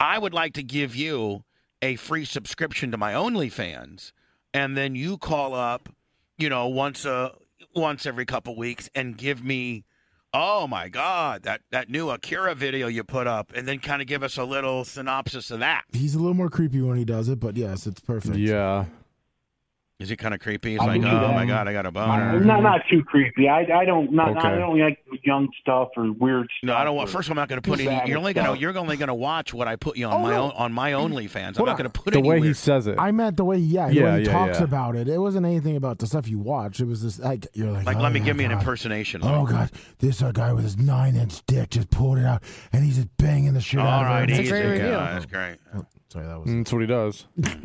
[SPEAKER 3] I would like to give you a free subscription to my OnlyFans, and then you call up, you know, once a once every couple weeks and give me, oh my god, that that new Akira video you put up, and then kind of give us a little synopsis of that.
[SPEAKER 2] He's a little more creepy when he does it, but yes, it's perfect.
[SPEAKER 5] Yeah.
[SPEAKER 3] Is it kind of creepy? It's
[SPEAKER 8] I
[SPEAKER 3] like,
[SPEAKER 8] can do
[SPEAKER 3] oh
[SPEAKER 8] that.
[SPEAKER 3] my god, I got a boner.
[SPEAKER 8] I'm not not too creepy. I I don't not, not- I
[SPEAKER 5] Okay.
[SPEAKER 8] don't like young stuff or weird stuff.
[SPEAKER 3] No, I don't want.
[SPEAKER 8] or-
[SPEAKER 3] First, of all, I'm not going to put any.
[SPEAKER 8] Exactly.
[SPEAKER 3] You're only going to. You're only going to watch what I put you on
[SPEAKER 2] Oh,
[SPEAKER 3] my
[SPEAKER 2] no.
[SPEAKER 3] own on my OnlyFans. I'm
[SPEAKER 2] Hold
[SPEAKER 3] not
[SPEAKER 2] on.
[SPEAKER 3] going to put
[SPEAKER 5] The
[SPEAKER 3] any
[SPEAKER 5] way he
[SPEAKER 3] weird-
[SPEAKER 5] says it.
[SPEAKER 2] I meant the way, yeah,
[SPEAKER 5] Yeah,
[SPEAKER 2] when he
[SPEAKER 5] yeah,
[SPEAKER 2] talks
[SPEAKER 5] yeah.
[SPEAKER 2] about it. It wasn't anything about the stuff you watch. It was this, like, you're like,
[SPEAKER 3] like,
[SPEAKER 2] oh
[SPEAKER 3] let me
[SPEAKER 2] my
[SPEAKER 3] give me an
[SPEAKER 2] God.
[SPEAKER 3] impersonation.
[SPEAKER 2] Oh god, this uh, guy with his nine inch dick just pulled it out, and he's just banging the shit out
[SPEAKER 3] All right,
[SPEAKER 2] of it.
[SPEAKER 4] That's a
[SPEAKER 3] easy.
[SPEAKER 4] great
[SPEAKER 3] yeah,
[SPEAKER 4] review.
[SPEAKER 3] that's great.
[SPEAKER 2] Oh, Sorry, that was.
[SPEAKER 5] Mm, That's what he does.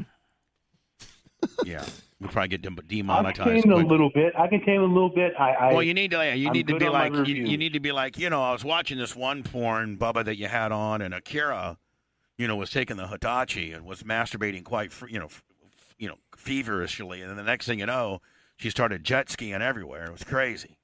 [SPEAKER 3] Yeah, we probably get dem-
[SPEAKER 8] I'm
[SPEAKER 3] demonetized.
[SPEAKER 8] tamed a
[SPEAKER 3] quick.
[SPEAKER 8] little bit. I can tame a little bit. I, I
[SPEAKER 3] well, you need to yeah, you
[SPEAKER 8] I'm
[SPEAKER 3] need to
[SPEAKER 8] good
[SPEAKER 3] be
[SPEAKER 8] on my
[SPEAKER 3] like you, you
[SPEAKER 8] reviews.
[SPEAKER 3] need to be like you know I was watching this one porn Bubba that you had on and Akira, you know, was taking the Hitachi and was masturbating quite, fr- you know, f- f- you know, feverishly, and then the next thing you know, she started jet skiing everywhere. It was crazy.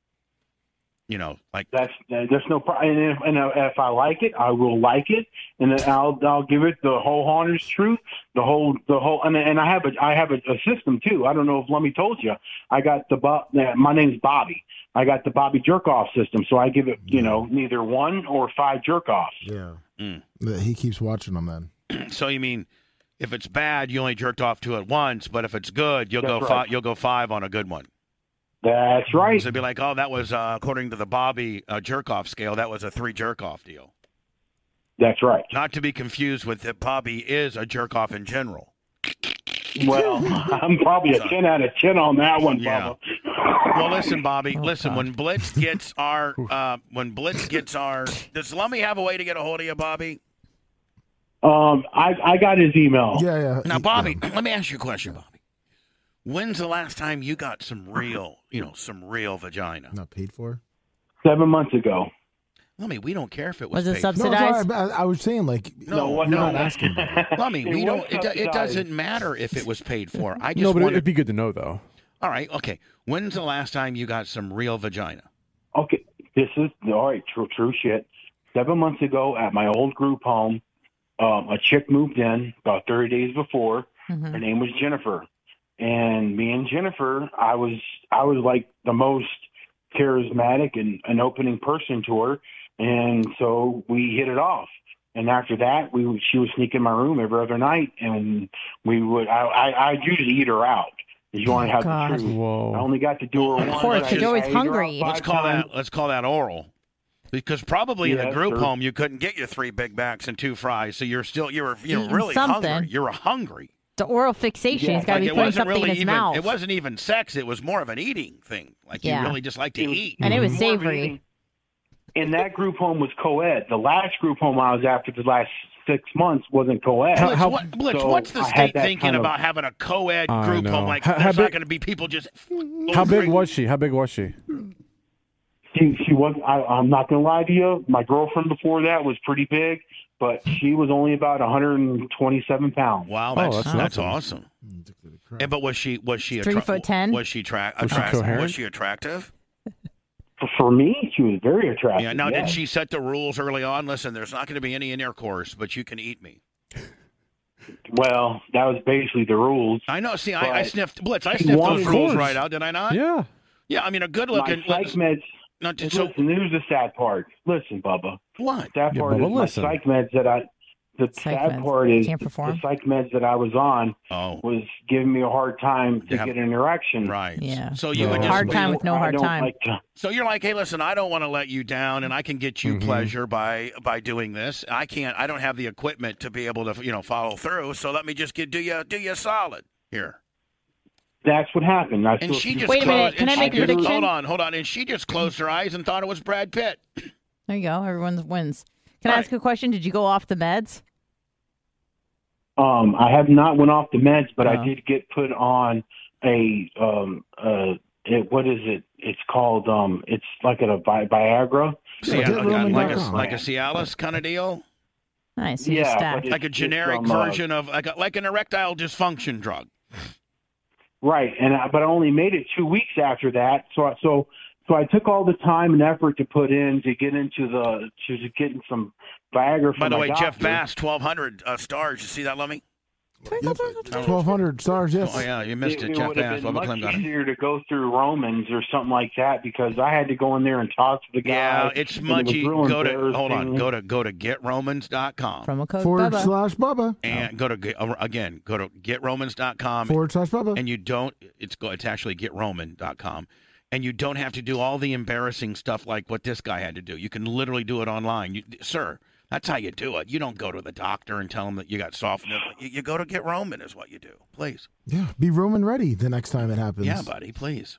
[SPEAKER 3] You know, like
[SPEAKER 8] That's there's no problem. And if, and if I like it, I will like it, and then I'll I'll give it the whole honest truth, the whole the whole. And, and I have a I have a, a system too. I don't know if Lummy told you. I got the Bob. My name's Bobby. I got the Bobby Jerkoff system, so I give it you know neither one or five jerkoffs.
[SPEAKER 2] Yeah.
[SPEAKER 3] Mm.
[SPEAKER 2] But He keeps watching them then.
[SPEAKER 3] so you mean if it's bad, you only jerked off to it once, but if it's good, you'll go
[SPEAKER 8] That's
[SPEAKER 3] five.
[SPEAKER 8] right.
[SPEAKER 3] You'll go five on a good one.
[SPEAKER 8] That's right.
[SPEAKER 3] So it'd be like, oh, that was uh, according to the Bobby uh, jerkoff scale, that was a three jerkoff deal.
[SPEAKER 8] That's right.
[SPEAKER 3] Not to be confused with that. Bobby is a jerkoff in general.
[SPEAKER 8] Well, I'm probably a ten out of ten on that one,
[SPEAKER 3] Yeah.
[SPEAKER 8] Bubba.
[SPEAKER 3] Well, listen, Bobby.
[SPEAKER 2] Oh,
[SPEAKER 3] listen, when Blitz gets our, uh, when Blitz gets our, does Lummy have a way to get a hold of you, Bobby?
[SPEAKER 8] Um, I I got his email.
[SPEAKER 2] Yeah, yeah.
[SPEAKER 3] Now,
[SPEAKER 2] He-
[SPEAKER 3] Bobby, let me ask you a question, Bobby. When's the last time you got some real, you know, some real vagina?
[SPEAKER 2] Not paid for.
[SPEAKER 8] Seven months ago.
[SPEAKER 3] Lummy, we don't care if it was.
[SPEAKER 4] Was it
[SPEAKER 3] paid.
[SPEAKER 2] No,
[SPEAKER 4] subsidized?
[SPEAKER 2] sorry, I, I was saying like
[SPEAKER 3] No,
[SPEAKER 2] you're
[SPEAKER 3] what-
[SPEAKER 2] not
[SPEAKER 3] no.
[SPEAKER 2] asking. about it.
[SPEAKER 3] Lummy,
[SPEAKER 8] It
[SPEAKER 3] we
[SPEAKER 8] was
[SPEAKER 3] don't. It, do- it
[SPEAKER 8] subsidized.
[SPEAKER 3] doesn't matter if it was paid for. I just
[SPEAKER 5] no, but
[SPEAKER 3] wanted.
[SPEAKER 5] it'd be good to know though.
[SPEAKER 3] All right, okay. When's the last time you got some real vagina?
[SPEAKER 8] Okay, this is all right. True, true shit. Seven months ago, at my old group home, um, a chick moved in about thirty days before.
[SPEAKER 4] Mhm.
[SPEAKER 8] Her name was Jennifer, and me and Jennifer, I was I was like the most charismatic and an opening person to her, and so we hit it off. And after that, we would- she would sneak in my room every other night, and we would I I I'd usually eat her out. If you want to have
[SPEAKER 4] God.
[SPEAKER 8] the truth, I
[SPEAKER 5] Whoa.
[SPEAKER 8] only got to do her once.
[SPEAKER 3] course, 'cause
[SPEAKER 8] I-
[SPEAKER 3] you're
[SPEAKER 4] always
[SPEAKER 8] I ate her out
[SPEAKER 4] hungry.
[SPEAKER 8] five
[SPEAKER 3] Let's call
[SPEAKER 8] times.
[SPEAKER 3] that. Let's call that oral, because probably in
[SPEAKER 8] Yeah,
[SPEAKER 3] the group
[SPEAKER 8] sure.
[SPEAKER 3] home you couldn't get your three big backs and two fries, so you're still you were you know
[SPEAKER 4] Eating
[SPEAKER 3] really hungry.
[SPEAKER 4] something.
[SPEAKER 3] You were hungry.
[SPEAKER 4] The oral fixation.
[SPEAKER 8] Yeah.
[SPEAKER 4] He's got to
[SPEAKER 3] like
[SPEAKER 4] be
[SPEAKER 3] it
[SPEAKER 4] putting
[SPEAKER 3] wasn't
[SPEAKER 4] something
[SPEAKER 3] really
[SPEAKER 4] in his
[SPEAKER 3] even.
[SPEAKER 4] mouth.
[SPEAKER 3] It wasn't even sex. It was more of an eating thing. Like
[SPEAKER 4] Yeah.
[SPEAKER 3] you really just like to eat.
[SPEAKER 4] and it was
[SPEAKER 8] Mhm.
[SPEAKER 4] savory.
[SPEAKER 8] And that group home was co-ed. The last group home I was after the last six months wasn't co-ed.
[SPEAKER 3] Blitz, what, Blitz,
[SPEAKER 8] so
[SPEAKER 3] what's the
[SPEAKER 8] I had
[SPEAKER 3] state
[SPEAKER 8] that
[SPEAKER 3] thinking
[SPEAKER 8] kind of-
[SPEAKER 3] about having a co-ed
[SPEAKER 5] I
[SPEAKER 3] group
[SPEAKER 5] know.
[SPEAKER 3] home? Like,
[SPEAKER 5] How- how
[SPEAKER 3] there's not
[SPEAKER 5] big-
[SPEAKER 3] going to be people just.
[SPEAKER 5] How big was she? How big was she?
[SPEAKER 8] She, she was. I, I'm not gonna lie to you. My girlfriend before that was pretty big, but she was only about 127 pounds.
[SPEAKER 3] Wow, that's
[SPEAKER 5] Oh, that's
[SPEAKER 3] that's,
[SPEAKER 5] nothing.
[SPEAKER 3] awesome. And but was she was she
[SPEAKER 4] Three
[SPEAKER 3] attra-
[SPEAKER 4] foot ten?
[SPEAKER 3] Was she tra-
[SPEAKER 5] Was she
[SPEAKER 3] attractive?
[SPEAKER 5] coherent?
[SPEAKER 3] was she attractive?
[SPEAKER 8] For, for me, she was very attractive.
[SPEAKER 3] Yeah. Now, did she set the rules early on? Listen, there's not going to be any intercourse, but you can eat me.
[SPEAKER 8] Well, that was basically the rules.
[SPEAKER 3] I know. See, I, I
[SPEAKER 8] But
[SPEAKER 3] sniffed Blitz. I
[SPEAKER 8] she
[SPEAKER 3] sniffed
[SPEAKER 8] wanted-
[SPEAKER 3] those rules
[SPEAKER 5] Of course.
[SPEAKER 3] right out, did I not?
[SPEAKER 5] Yeah.
[SPEAKER 3] Yeah, I mean, a good
[SPEAKER 8] My
[SPEAKER 3] looking.
[SPEAKER 8] psych meds.
[SPEAKER 3] not to, so
[SPEAKER 8] Listen, here's the sad part. Listen, Bubba.
[SPEAKER 3] what?
[SPEAKER 8] That
[SPEAKER 5] Yeah,
[SPEAKER 8] part
[SPEAKER 5] Bubba,
[SPEAKER 8] is my
[SPEAKER 5] listen.
[SPEAKER 8] psych meds that I. The
[SPEAKER 4] Psych
[SPEAKER 8] sad
[SPEAKER 4] meds.
[SPEAKER 8] part is
[SPEAKER 4] Can't
[SPEAKER 8] the
[SPEAKER 4] perform.
[SPEAKER 8] psych meds that I was on
[SPEAKER 3] Oh,
[SPEAKER 8] was giving me a hard time to
[SPEAKER 3] Yeah.
[SPEAKER 8] get an erection.
[SPEAKER 3] right.
[SPEAKER 4] Yeah.
[SPEAKER 3] So you
[SPEAKER 5] No.
[SPEAKER 3] would just
[SPEAKER 4] Hard
[SPEAKER 3] be-
[SPEAKER 4] time with no
[SPEAKER 8] I
[SPEAKER 4] hard
[SPEAKER 8] don't
[SPEAKER 4] time.
[SPEAKER 8] like uh, to-
[SPEAKER 3] So you're like, hey, listen, I don't want to let you down, and I can get you
[SPEAKER 5] Mhm.
[SPEAKER 8] Mm-hmm.
[SPEAKER 3] pleasure by by doing this. I can't. I don't have the equipment to be able to, you know, follow through. So let me just get do you do you a solid here.
[SPEAKER 8] that's what happened. I
[SPEAKER 3] And
[SPEAKER 8] feel-
[SPEAKER 3] she just
[SPEAKER 4] Wait a minute,
[SPEAKER 3] closed-
[SPEAKER 4] can
[SPEAKER 3] and
[SPEAKER 4] I
[SPEAKER 3] she
[SPEAKER 4] make a
[SPEAKER 3] just-
[SPEAKER 4] prediction?
[SPEAKER 3] Hold on, hold on. And she just closed her eyes and thought it was Brad Pitt.
[SPEAKER 4] There you go. Everyone wins. Can I
[SPEAKER 3] Right.
[SPEAKER 4] ask a question? Did you go off the meds?
[SPEAKER 8] um, I have not went off the meds, but
[SPEAKER 4] Oh.
[SPEAKER 8] I did get put on a um uh it, what is it? It's called um it's like a Vi- Viagra.
[SPEAKER 2] Yeah,
[SPEAKER 3] See,
[SPEAKER 2] get
[SPEAKER 3] like, a,
[SPEAKER 2] Roman
[SPEAKER 3] like, a,
[SPEAKER 2] back on.
[SPEAKER 3] like a Cialis kind of deal,
[SPEAKER 4] Nice. So you're
[SPEAKER 8] Yeah, but
[SPEAKER 4] stacked.
[SPEAKER 8] it-
[SPEAKER 3] like a
[SPEAKER 8] it's
[SPEAKER 3] generic
[SPEAKER 8] from, uh,
[SPEAKER 3] version of like a, like an erectile dysfunction drug.
[SPEAKER 8] Right, and I, but I only made it two weeks after that. So I, so so I took all the time and effort to put in to get into the to, to getting some Viagra. From
[SPEAKER 3] By the
[SPEAKER 8] my
[SPEAKER 3] way, Jeff
[SPEAKER 8] doctor.
[SPEAKER 3] Bass, twelve hundred uh, stars. You see that, Lummy?
[SPEAKER 4] Twinkle, twinkle, twinkle.
[SPEAKER 2] Twelve hundred stars. Yes.
[SPEAKER 3] Oh yeah, you missed it,
[SPEAKER 8] it
[SPEAKER 3] Jeff
[SPEAKER 8] would have
[SPEAKER 3] Bass.
[SPEAKER 8] been
[SPEAKER 3] Bubba Clem
[SPEAKER 8] much
[SPEAKER 3] got it.
[SPEAKER 8] easier to go through Romans or something like that because I had to go in there and talk to the guy.
[SPEAKER 3] Yeah, it's
[SPEAKER 8] and it
[SPEAKER 3] much.
[SPEAKER 8] was
[SPEAKER 3] e-
[SPEAKER 8] real
[SPEAKER 3] Go to hold on.
[SPEAKER 8] embarrassing.
[SPEAKER 3] Go to go to getromans.com
[SPEAKER 4] Promo code
[SPEAKER 2] Forward
[SPEAKER 4] Bubba.
[SPEAKER 2] slash Bubba.
[SPEAKER 3] and go to ge- uh, again go to getromans.com
[SPEAKER 2] Forward slash Bubba.
[SPEAKER 3] and you don't. It's go. It's actually getroman.com. And you don't have to do all the embarrassing stuff like what this guy had to do. You can literally do it online, you, sir. That's how you do it. You don't go to the doctor and tell him that you got soft. nipple. You, you go to get Roman is what you do. Please,
[SPEAKER 2] Yeah. Be Roman ready the next time it happens.
[SPEAKER 3] yeah, buddy. Please,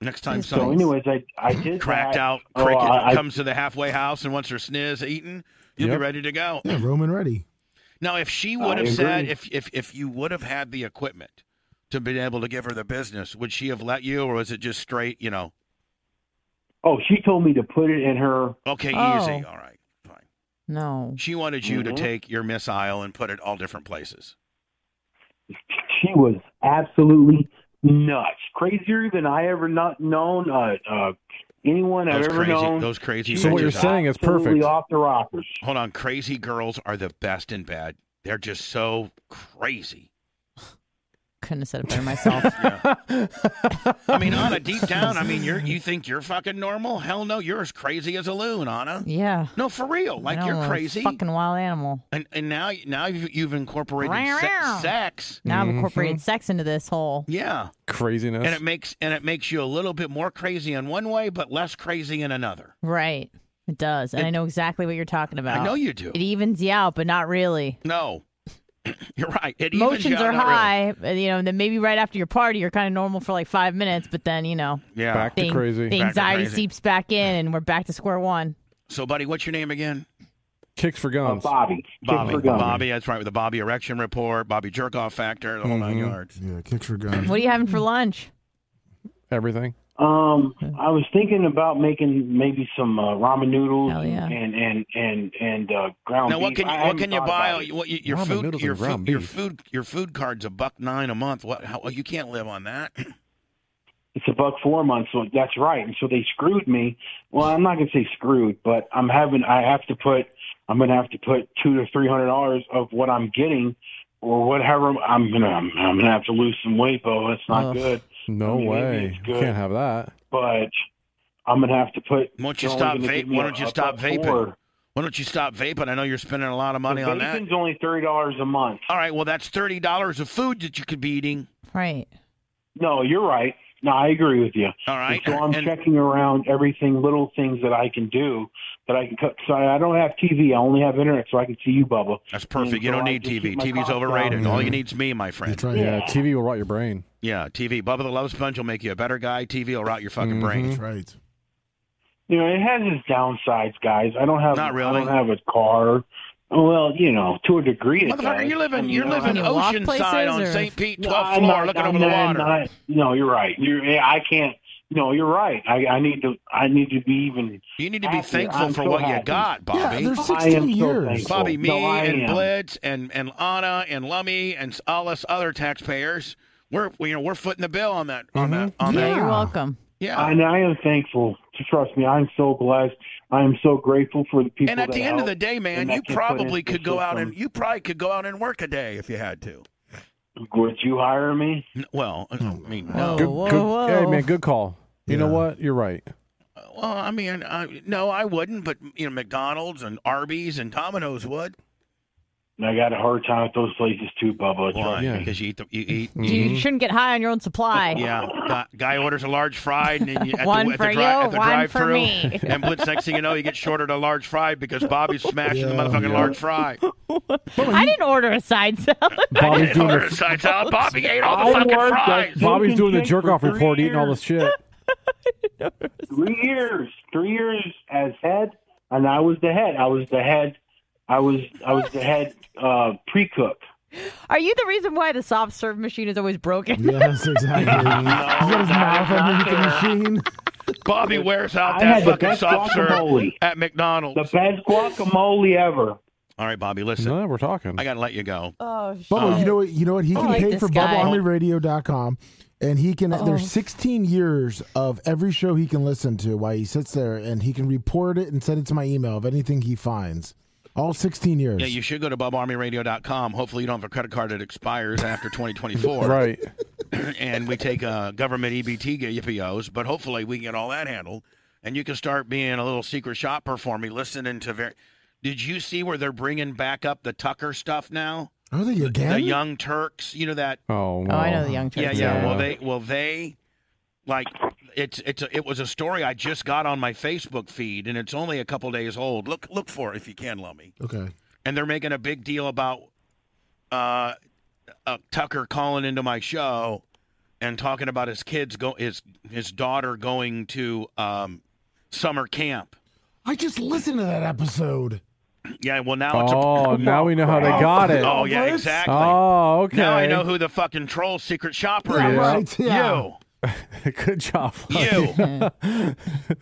[SPEAKER 3] next time.
[SPEAKER 4] Please,
[SPEAKER 3] something.
[SPEAKER 8] So, anyways, I I did
[SPEAKER 3] cracked
[SPEAKER 8] that.
[SPEAKER 3] out
[SPEAKER 8] Oh,
[SPEAKER 3] cricket
[SPEAKER 8] I- I-
[SPEAKER 3] comes to the halfway house and once her sniz eaten you'll
[SPEAKER 5] Yep.
[SPEAKER 3] be ready to go
[SPEAKER 2] Yeah, Roman ready.
[SPEAKER 3] now if she would have
[SPEAKER 8] I agree.
[SPEAKER 3] said if, if if you would have had the equipment to be able to give her the business would she have let you or was it just straight you know
[SPEAKER 8] Oh, she told me to put it in her.
[SPEAKER 3] okay
[SPEAKER 4] Oh.
[SPEAKER 3] easy all right fine
[SPEAKER 4] No.
[SPEAKER 3] She wanted you
[SPEAKER 8] Mhm.
[SPEAKER 3] to take your missile and put it all different places.
[SPEAKER 8] she was absolutely nuts, crazier than I ever not known uh, uh, anyone I've
[SPEAKER 3] Those
[SPEAKER 8] ever
[SPEAKER 3] crazy,
[SPEAKER 8] known.
[SPEAKER 3] those crazy.
[SPEAKER 5] So what you're
[SPEAKER 3] bitches are-
[SPEAKER 5] saying is
[SPEAKER 8] Absolutely
[SPEAKER 5] perfect.
[SPEAKER 8] off the rockers.
[SPEAKER 3] Hold on, crazy girls are the best in bed. They're just so crazy.
[SPEAKER 4] Couldn't have said it better myself.
[SPEAKER 3] I mean, Anna, deep down, I mean, you're you think you're fucking normal? Hell no, you're as crazy as a loon, Anna.
[SPEAKER 4] yeah.
[SPEAKER 3] No, for real. Like
[SPEAKER 4] I
[SPEAKER 3] you're
[SPEAKER 4] know, a
[SPEAKER 3] crazy.
[SPEAKER 4] Fucking wild animal.
[SPEAKER 3] And and now now you've, you've incorporated
[SPEAKER 4] Rawr,
[SPEAKER 3] se-
[SPEAKER 4] rawr.
[SPEAKER 3] sex.
[SPEAKER 4] Now I've
[SPEAKER 5] Mhm.
[SPEAKER 4] incorporated sex into this whole.
[SPEAKER 3] Mm-hmm. Yeah,
[SPEAKER 5] Craziness.
[SPEAKER 3] and it makes and it makes you a little bit more crazy in one way, but less crazy in another.
[SPEAKER 4] Right. It does. And
[SPEAKER 3] It-
[SPEAKER 4] I know exactly what you're talking about.
[SPEAKER 3] I know you do.
[SPEAKER 4] It evens you out, but not really.
[SPEAKER 3] No, you're right. It evens you
[SPEAKER 4] Emotions
[SPEAKER 3] out,
[SPEAKER 4] are
[SPEAKER 3] not really.
[SPEAKER 4] high, but, you know, and then maybe right after your party, you're kind of normal for like five minutes, but then, you know,
[SPEAKER 3] Yeah.
[SPEAKER 5] Back to
[SPEAKER 4] the-
[SPEAKER 5] crazy.
[SPEAKER 4] the
[SPEAKER 3] Back to
[SPEAKER 4] anxiety
[SPEAKER 3] crazy.
[SPEAKER 4] seeps back in and we're back to square one.
[SPEAKER 3] So, buddy, what's your name again?
[SPEAKER 5] Kicks for
[SPEAKER 8] Uh,
[SPEAKER 5] guns.
[SPEAKER 8] Bobby,
[SPEAKER 3] Bobby.
[SPEAKER 8] Kick for guns.
[SPEAKER 3] Bobby. That's right. With the Bobby erection report, Bobby jerkoff factor, the whole nine
[SPEAKER 5] Mhm.
[SPEAKER 3] yards.
[SPEAKER 2] Mm-hmm. Yeah, kicks your gun.
[SPEAKER 4] What are you having for lunch?
[SPEAKER 5] Everything.
[SPEAKER 8] Um, I was thinking about making maybe some uh, ramen noodles
[SPEAKER 4] Hell yeah.
[SPEAKER 8] and and and and uh, ground
[SPEAKER 3] Now, what
[SPEAKER 8] beef.
[SPEAKER 3] can you,
[SPEAKER 8] I
[SPEAKER 3] what
[SPEAKER 8] haven't
[SPEAKER 3] can you
[SPEAKER 8] thought
[SPEAKER 3] buy?
[SPEAKER 8] about it.
[SPEAKER 3] What you, your
[SPEAKER 5] Ramen
[SPEAKER 3] food
[SPEAKER 5] noodles
[SPEAKER 3] your
[SPEAKER 5] and
[SPEAKER 3] food
[SPEAKER 5] ground
[SPEAKER 3] your
[SPEAKER 5] beef.
[SPEAKER 3] food your food card's a buck nine a month. What? How, you can't live on that.
[SPEAKER 8] It's a buck four months, so that's right. And so they screwed me. Well, I'm not gonna say screwed, but I'm having I have to put I'm gonna have to put two to three hundred dollars of what I'm getting or whatever I'm gonna I'm, I'm gonna have to lose some weight, but it's not
[SPEAKER 4] Ugh.
[SPEAKER 8] good.
[SPEAKER 5] No
[SPEAKER 4] Oh,
[SPEAKER 8] Maybe it's
[SPEAKER 5] way.
[SPEAKER 8] good.
[SPEAKER 5] Can't have that.
[SPEAKER 8] But I'm gonna have to put.
[SPEAKER 3] Why don't you
[SPEAKER 8] they're only
[SPEAKER 3] stop
[SPEAKER 8] gonna give
[SPEAKER 3] vape?
[SPEAKER 8] me
[SPEAKER 3] Why
[SPEAKER 8] a-
[SPEAKER 3] don't you
[SPEAKER 8] a
[SPEAKER 3] stop
[SPEAKER 8] buck
[SPEAKER 3] vaping?
[SPEAKER 8] four.
[SPEAKER 3] Why don't you stop vaping? I know you're spending a lot of money
[SPEAKER 8] The
[SPEAKER 3] on that.
[SPEAKER 8] bacon's only thirty dollars a month.
[SPEAKER 3] All right, well that's thirty dollars of food that you could be eating.
[SPEAKER 4] Right.
[SPEAKER 8] No, you're right. No, I agree with you.
[SPEAKER 3] All right,
[SPEAKER 8] So I'm
[SPEAKER 3] and
[SPEAKER 8] checking around everything, little things that I can do that I can cut. So I I don't have TV. I only have internet, so I can see you, Bubba.
[SPEAKER 3] that's perfect. You
[SPEAKER 8] so
[SPEAKER 3] don't
[SPEAKER 8] I
[SPEAKER 3] need
[SPEAKER 8] just
[SPEAKER 3] TV.
[SPEAKER 8] keep my
[SPEAKER 3] TV's
[SPEAKER 8] costs
[SPEAKER 3] overrated.
[SPEAKER 2] down.
[SPEAKER 3] All you need's me, my
[SPEAKER 2] You
[SPEAKER 3] friend.
[SPEAKER 2] try
[SPEAKER 5] Yeah, TV will rot your brain.
[SPEAKER 3] Yeah, TV. Bubba the Love Sponge will make you a better guy. TV will rot your fucking
[SPEAKER 5] Mm-hmm.
[SPEAKER 3] brain.
[SPEAKER 2] That's right.
[SPEAKER 8] You know, it has its downsides, guys. I don't have.
[SPEAKER 3] Not really.
[SPEAKER 8] I don't have a car. Well, you know, to a degree. It
[SPEAKER 3] Motherfucker,
[SPEAKER 8] does.
[SPEAKER 3] you're
[SPEAKER 8] I
[SPEAKER 3] living
[SPEAKER 8] mean,
[SPEAKER 3] you're
[SPEAKER 8] you know,
[SPEAKER 3] living
[SPEAKER 8] I-
[SPEAKER 4] you walk
[SPEAKER 3] oceanside
[SPEAKER 4] places,
[SPEAKER 3] on
[SPEAKER 4] or-
[SPEAKER 3] St. Pete,
[SPEAKER 8] No,
[SPEAKER 3] 12th
[SPEAKER 8] I'm
[SPEAKER 3] floor,
[SPEAKER 8] not-
[SPEAKER 3] looking
[SPEAKER 8] I'm
[SPEAKER 3] over the
[SPEAKER 8] not-
[SPEAKER 3] water.
[SPEAKER 8] not- no, you're right. You're, I can't. No, you're right. I, I need to. I need to be even.
[SPEAKER 3] you need to be
[SPEAKER 8] happy.
[SPEAKER 3] thankful
[SPEAKER 8] I'm
[SPEAKER 3] for
[SPEAKER 8] so
[SPEAKER 3] what you
[SPEAKER 8] happy.
[SPEAKER 3] got, Bobby.
[SPEAKER 2] Yeah, there's
[SPEAKER 8] Oh, I am
[SPEAKER 2] 16
[SPEAKER 8] so
[SPEAKER 2] years.
[SPEAKER 8] thankful.
[SPEAKER 3] Bobby, me,
[SPEAKER 8] No, I
[SPEAKER 3] and
[SPEAKER 8] am.
[SPEAKER 3] Blitz, and and Anna, and Lummy, and all us other taxpayers. We're you know we're footing the bill on that on that
[SPEAKER 2] Mm-hmm.
[SPEAKER 3] on
[SPEAKER 4] yeah,
[SPEAKER 3] that.
[SPEAKER 4] you're welcome.
[SPEAKER 3] Yeah.
[SPEAKER 8] And I am thankful. Trust me, I'm so blessed. I am so grateful for the people.
[SPEAKER 3] and at
[SPEAKER 8] that
[SPEAKER 3] the end of
[SPEAKER 8] help.
[SPEAKER 3] the day, man,
[SPEAKER 8] and
[SPEAKER 3] you
[SPEAKER 8] that can put
[SPEAKER 3] probably
[SPEAKER 8] into
[SPEAKER 3] could go out and
[SPEAKER 8] system.
[SPEAKER 3] you probably could go out and work a day if you had to.
[SPEAKER 8] Would you hire me?
[SPEAKER 3] N- Well, I
[SPEAKER 8] Hmm.
[SPEAKER 3] mean,
[SPEAKER 4] Whoa,
[SPEAKER 3] no.
[SPEAKER 5] Good,
[SPEAKER 4] whoa,
[SPEAKER 5] good-
[SPEAKER 4] whoa.
[SPEAKER 5] Hey man, good call. You know
[SPEAKER 2] Yeah.
[SPEAKER 5] what? You're right.
[SPEAKER 3] Well, I mean, I, no, I wouldn't. But you know, McDonald's and Arby's and Domino's would.
[SPEAKER 8] And I got a hard time at those places too, Bubba.
[SPEAKER 3] Why?
[SPEAKER 8] Trust
[SPEAKER 5] Yeah.
[SPEAKER 3] Because you eat the, you eat.
[SPEAKER 4] You shouldn't get high on your own supply.
[SPEAKER 3] Mm-hmm. Yeah, guy, guy orders a large fried, and then you, at
[SPEAKER 4] One
[SPEAKER 3] the, at
[SPEAKER 4] for
[SPEAKER 3] the, dri- at
[SPEAKER 4] you,
[SPEAKER 3] the
[SPEAKER 4] one
[SPEAKER 3] drive
[SPEAKER 4] for
[SPEAKER 3] through,
[SPEAKER 4] me.
[SPEAKER 3] and blitz. Next thing you know, you get shorted a large fry because Bobby's smashing the
[SPEAKER 2] Yeah.
[SPEAKER 3] motherfucking
[SPEAKER 2] Yeah.
[SPEAKER 3] large fry.
[SPEAKER 4] I didn't order a side salad.
[SPEAKER 5] Bobby's doing
[SPEAKER 3] Order
[SPEAKER 5] the,
[SPEAKER 3] a side salad. Bobby ate all
[SPEAKER 8] I
[SPEAKER 3] the fucking
[SPEAKER 8] worked at-
[SPEAKER 3] fries.
[SPEAKER 5] Bobby's doing the
[SPEAKER 8] Chicken
[SPEAKER 5] jerk off
[SPEAKER 8] for three
[SPEAKER 5] report, eating all
[SPEAKER 8] years.
[SPEAKER 5] this shit.
[SPEAKER 8] me. Three years, three years as head, and I was the head. I was the head. I was I was the head uh, pre-cook.
[SPEAKER 4] Are you the reason why the soft serve machine is always broken?
[SPEAKER 2] Yes, exactly. He's got his mouth
[SPEAKER 8] not
[SPEAKER 2] underneath the machine.
[SPEAKER 3] Bobby wears out
[SPEAKER 8] I
[SPEAKER 3] that
[SPEAKER 8] had the
[SPEAKER 3] fucking
[SPEAKER 8] best
[SPEAKER 3] soft serve
[SPEAKER 8] guacamole.
[SPEAKER 3] at McDonald's.
[SPEAKER 8] The best guacamole ever.
[SPEAKER 3] All right, Bobby, listen.
[SPEAKER 5] No, we're talking.
[SPEAKER 3] I gotta let you go.
[SPEAKER 4] Oh, shit.
[SPEAKER 2] Bubba, you know what? You know what? He
[SPEAKER 4] I
[SPEAKER 2] can
[SPEAKER 4] like
[SPEAKER 2] pay
[SPEAKER 4] this
[SPEAKER 2] for
[SPEAKER 4] guy.
[SPEAKER 2] BubbaArmyRadio.com, and he can.
[SPEAKER 4] Uh-oh.
[SPEAKER 2] There's 16 years of every show he can listen to while he sits there, and he can report it and send it to my email of anything he finds. All 16 years.
[SPEAKER 3] Yeah, you should go to bubarmyradio.com. Hopefully, you don't have a credit card that expires after 2024.
[SPEAKER 5] Right.
[SPEAKER 3] and we take uh, government EBT YPOs, but hopefully, we can get all that handled. And you can start being a little secret shopper for me, listening to. Ver- Did you see where they're bringing back up the Tucker stuff now?
[SPEAKER 2] Are they again?
[SPEAKER 3] The Young Turks, you know that?
[SPEAKER 5] Oh,
[SPEAKER 4] Oh, I know
[SPEAKER 5] well.
[SPEAKER 4] the young turkey.
[SPEAKER 3] Yeah, yeah.
[SPEAKER 5] Yeah.
[SPEAKER 3] Well, they, well, they, like, it's it's a, it was a story I just got on my Facebook feed, and it's only a couple days old. Look look for it if you can, Lummy.
[SPEAKER 2] okay.
[SPEAKER 3] and they're making a big deal about uh, uh, Tucker calling into my show and talking about his kids go his his daughter going to um, summer camp.
[SPEAKER 2] I just listened to that episode.
[SPEAKER 3] Yeah, well now it's
[SPEAKER 5] Oh,
[SPEAKER 3] a,
[SPEAKER 5] now we know how they got it.
[SPEAKER 3] oh yeah exactly.
[SPEAKER 5] Oh, okay.
[SPEAKER 3] Now I know who the fucking troll secret shopper
[SPEAKER 2] Yeah,
[SPEAKER 3] is.
[SPEAKER 2] right, yeah.
[SPEAKER 5] Good job.
[SPEAKER 3] You, you.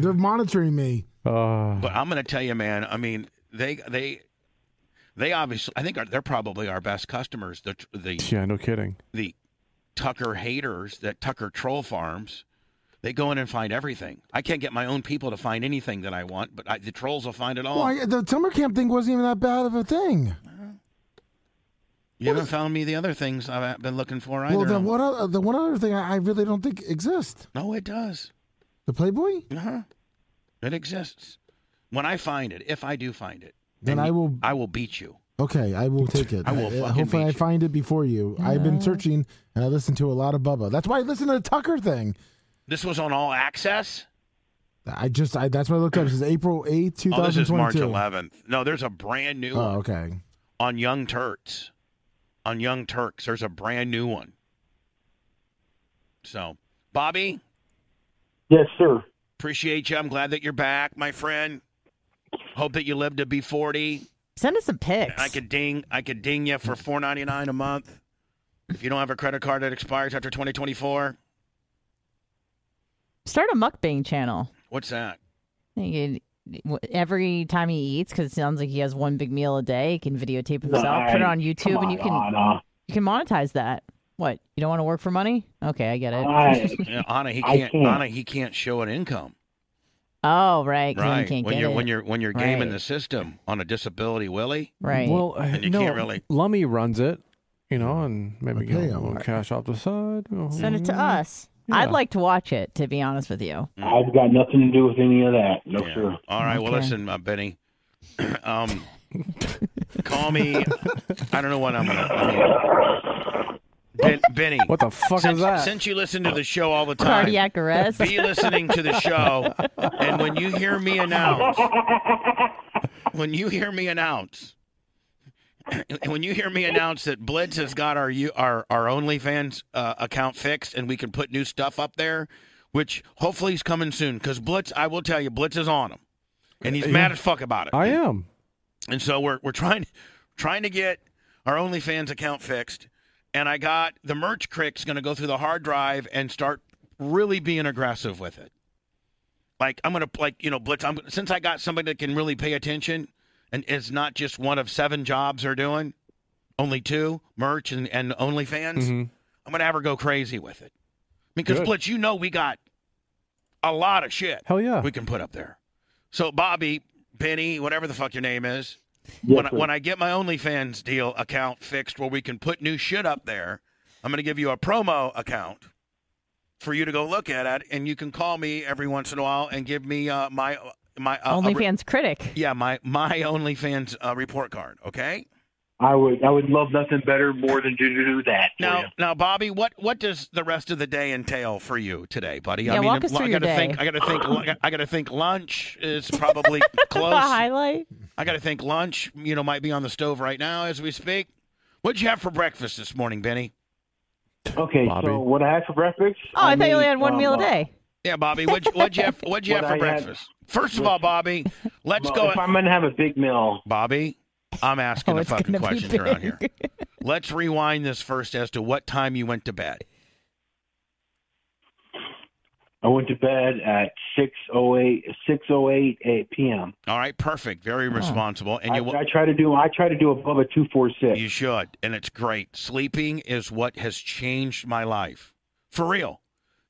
[SPEAKER 2] They're monitoring me.
[SPEAKER 5] Uh,
[SPEAKER 3] But I'm gonna tell you, man. I mean, they they they obviously I think are, they're probably our best customers. The the
[SPEAKER 5] Yeah, no kidding.
[SPEAKER 3] the Tucker haters that Tucker troll farms. They go in and find everything. I can't get my own people to find anything that I want, but I, the trolls will find it all.
[SPEAKER 2] Well, I- the summer camp thing wasn't even that bad of a thing.
[SPEAKER 3] you haven't found me the other things I've been looking for either.
[SPEAKER 2] well, the
[SPEAKER 3] I'm-
[SPEAKER 2] one, o- the one other thing I I really don't think exists
[SPEAKER 3] no, it does.
[SPEAKER 2] the Playboy.
[SPEAKER 3] Uh huh. It exists. When I find it, if I do find it,
[SPEAKER 2] Then
[SPEAKER 3] and
[SPEAKER 2] I
[SPEAKER 3] you-
[SPEAKER 2] will-
[SPEAKER 3] I will beat you.
[SPEAKER 2] Okay, I will take it.
[SPEAKER 3] I will fucking
[SPEAKER 2] hopefully,
[SPEAKER 3] beat
[SPEAKER 2] I
[SPEAKER 3] you.
[SPEAKER 2] find it before you. I've been searching and I listened to a lot of Bubba. That's why I listened to the Tucker thing.
[SPEAKER 3] This was on all access.
[SPEAKER 2] I just I, that's what I looked up. This is April eighth, two
[SPEAKER 3] Oh, this
[SPEAKER 2] thousand
[SPEAKER 3] is March
[SPEAKER 2] twenty-two.
[SPEAKER 3] 11th. No, there's a brand new one
[SPEAKER 2] oh, okay.
[SPEAKER 3] on Young Turks. On Young Turks, there's a brand new one. So, Bobby,
[SPEAKER 8] Yes, sir.
[SPEAKER 3] appreciate you. I'm glad that you're back, my friend. Hope that you live to be 40.
[SPEAKER 4] Send us some pics.
[SPEAKER 3] I could ding, I could ding you for 4.99 a month. If you don't have a credit card that expires after 2024,
[SPEAKER 4] Start a mukbang channel.
[SPEAKER 3] what's that?
[SPEAKER 4] You could, every time he eats, because it sounds like he has one big meal a day, he can videotape himself, put it on YouTube,
[SPEAKER 8] come
[SPEAKER 4] and you can
[SPEAKER 8] Anna.
[SPEAKER 4] you can monetize that. What? You don't want to work for money? Okay, I get it.
[SPEAKER 8] I-
[SPEAKER 3] Yeah, Anna, he
[SPEAKER 8] I
[SPEAKER 3] can't.
[SPEAKER 8] can't.
[SPEAKER 3] Anna, he can't show an income.
[SPEAKER 4] oh, right. 'cause then
[SPEAKER 3] Right.
[SPEAKER 4] You can't
[SPEAKER 3] when
[SPEAKER 4] get
[SPEAKER 3] you're
[SPEAKER 4] it.
[SPEAKER 3] when you're when you're gaming
[SPEAKER 4] Right.
[SPEAKER 3] the system on a disability, Willie.
[SPEAKER 4] right.
[SPEAKER 5] Well, uh,
[SPEAKER 3] And you
[SPEAKER 5] no,
[SPEAKER 3] can't really-
[SPEAKER 5] Lummy runs it, you know, and maybe get a
[SPEAKER 2] Okay,
[SPEAKER 5] little
[SPEAKER 2] alright.
[SPEAKER 5] cash off the side.
[SPEAKER 4] Send it to us.
[SPEAKER 5] Yeah.
[SPEAKER 4] I'd like to watch it, to be honest with you.
[SPEAKER 8] I've got nothing to do with any of that. No,
[SPEAKER 3] Yeah.
[SPEAKER 8] sir.
[SPEAKER 3] All right. Well,
[SPEAKER 4] Okay.
[SPEAKER 3] listen, uh, Benny. um, call me. I don't know what I'm gonna. I mean, ben, Benny.
[SPEAKER 5] What the fuck is
[SPEAKER 3] since,
[SPEAKER 5] that?
[SPEAKER 3] since you listen to the show all the time,
[SPEAKER 4] Cardiac arrest.
[SPEAKER 3] be listening to the show, and when you hear me announce, when you hear me announce. When you hear me announce that Blitz has got our you our our OnlyFans uh, account fixed and we can put new stuff up there, which hopefully is coming soon, because Blitz, I will tell you, Blitz is on him, and he's mad as fuck about it.
[SPEAKER 5] I am.
[SPEAKER 3] And so we're we're trying trying to get our OnlyFans account fixed. And I got the merch crick's going to go through the hard drive and start really being aggressive with it. Like I'm going to like you know blitz. I'm since I got somebody that can really pay attention and it's not just one of seven jobs they're doing, only two merch and and OnlyFans.
[SPEAKER 5] Mhm.
[SPEAKER 3] I'm going to have her go crazy with it because
[SPEAKER 5] Good.
[SPEAKER 3] blitz. You know we got a lot of shit
[SPEAKER 5] Hell yeah.
[SPEAKER 3] we can put up there. So Bobby, Penny, whatever the fuck your name is,
[SPEAKER 8] Yes,
[SPEAKER 3] when I,
[SPEAKER 8] sir.
[SPEAKER 3] when I get my OnlyFans deal account fixed where we can put new shit up there, I'm going to give you a promo account for you to go look at it, and you can call me every once in a while and give me uh, my my uh, a re-
[SPEAKER 4] OnlyFans critic.
[SPEAKER 3] yeah, my my OnlyFans uh, report card. Okay.
[SPEAKER 8] I would I would love nothing better more than to do that. for
[SPEAKER 3] Now,
[SPEAKER 8] you.
[SPEAKER 3] now, Bobby, what what does the rest of the day entail for you today, buddy? I
[SPEAKER 4] Yeah,
[SPEAKER 3] mean,
[SPEAKER 4] walk us
[SPEAKER 3] I
[SPEAKER 4] through your
[SPEAKER 3] gotta think.
[SPEAKER 4] day.
[SPEAKER 3] I gotta think. I gotta think. Lunch is probably
[SPEAKER 4] The
[SPEAKER 3] close.
[SPEAKER 4] highlight.
[SPEAKER 3] I got to think lunch, you know, might be on the stove right now as we speak. What'd you have for breakfast this morning, Benny?
[SPEAKER 8] Okay,
[SPEAKER 5] Bobby.
[SPEAKER 8] so what I had for breakfast?
[SPEAKER 4] Oh, I, thought you only
[SPEAKER 8] made,
[SPEAKER 4] had one
[SPEAKER 8] um,
[SPEAKER 4] meal a
[SPEAKER 8] uh,
[SPEAKER 4] day.
[SPEAKER 3] Yeah, Bobby, what'd you, what'd you have, what'd you
[SPEAKER 8] What
[SPEAKER 3] have for
[SPEAKER 8] I had-
[SPEAKER 3] breakfast? First of all, Bobby, let's
[SPEAKER 8] well,
[SPEAKER 3] go.
[SPEAKER 8] If I'm gonna have a big meal,
[SPEAKER 3] Bobby, I'm asking
[SPEAKER 4] Oh,
[SPEAKER 3] the
[SPEAKER 4] it's
[SPEAKER 3] fucking
[SPEAKER 4] gonna be
[SPEAKER 3] questions around here.
[SPEAKER 4] big.
[SPEAKER 3] Let's rewind this first as to what time you went to bed.
[SPEAKER 8] I went to bed at six oh eight six oh eight eight p.m.
[SPEAKER 3] All right, perfect. Very responsible. And
[SPEAKER 8] I,
[SPEAKER 3] you,
[SPEAKER 8] I try to do I try to do above a two four six.
[SPEAKER 3] You should, and it's great. Sleeping is what has changed my life. For real.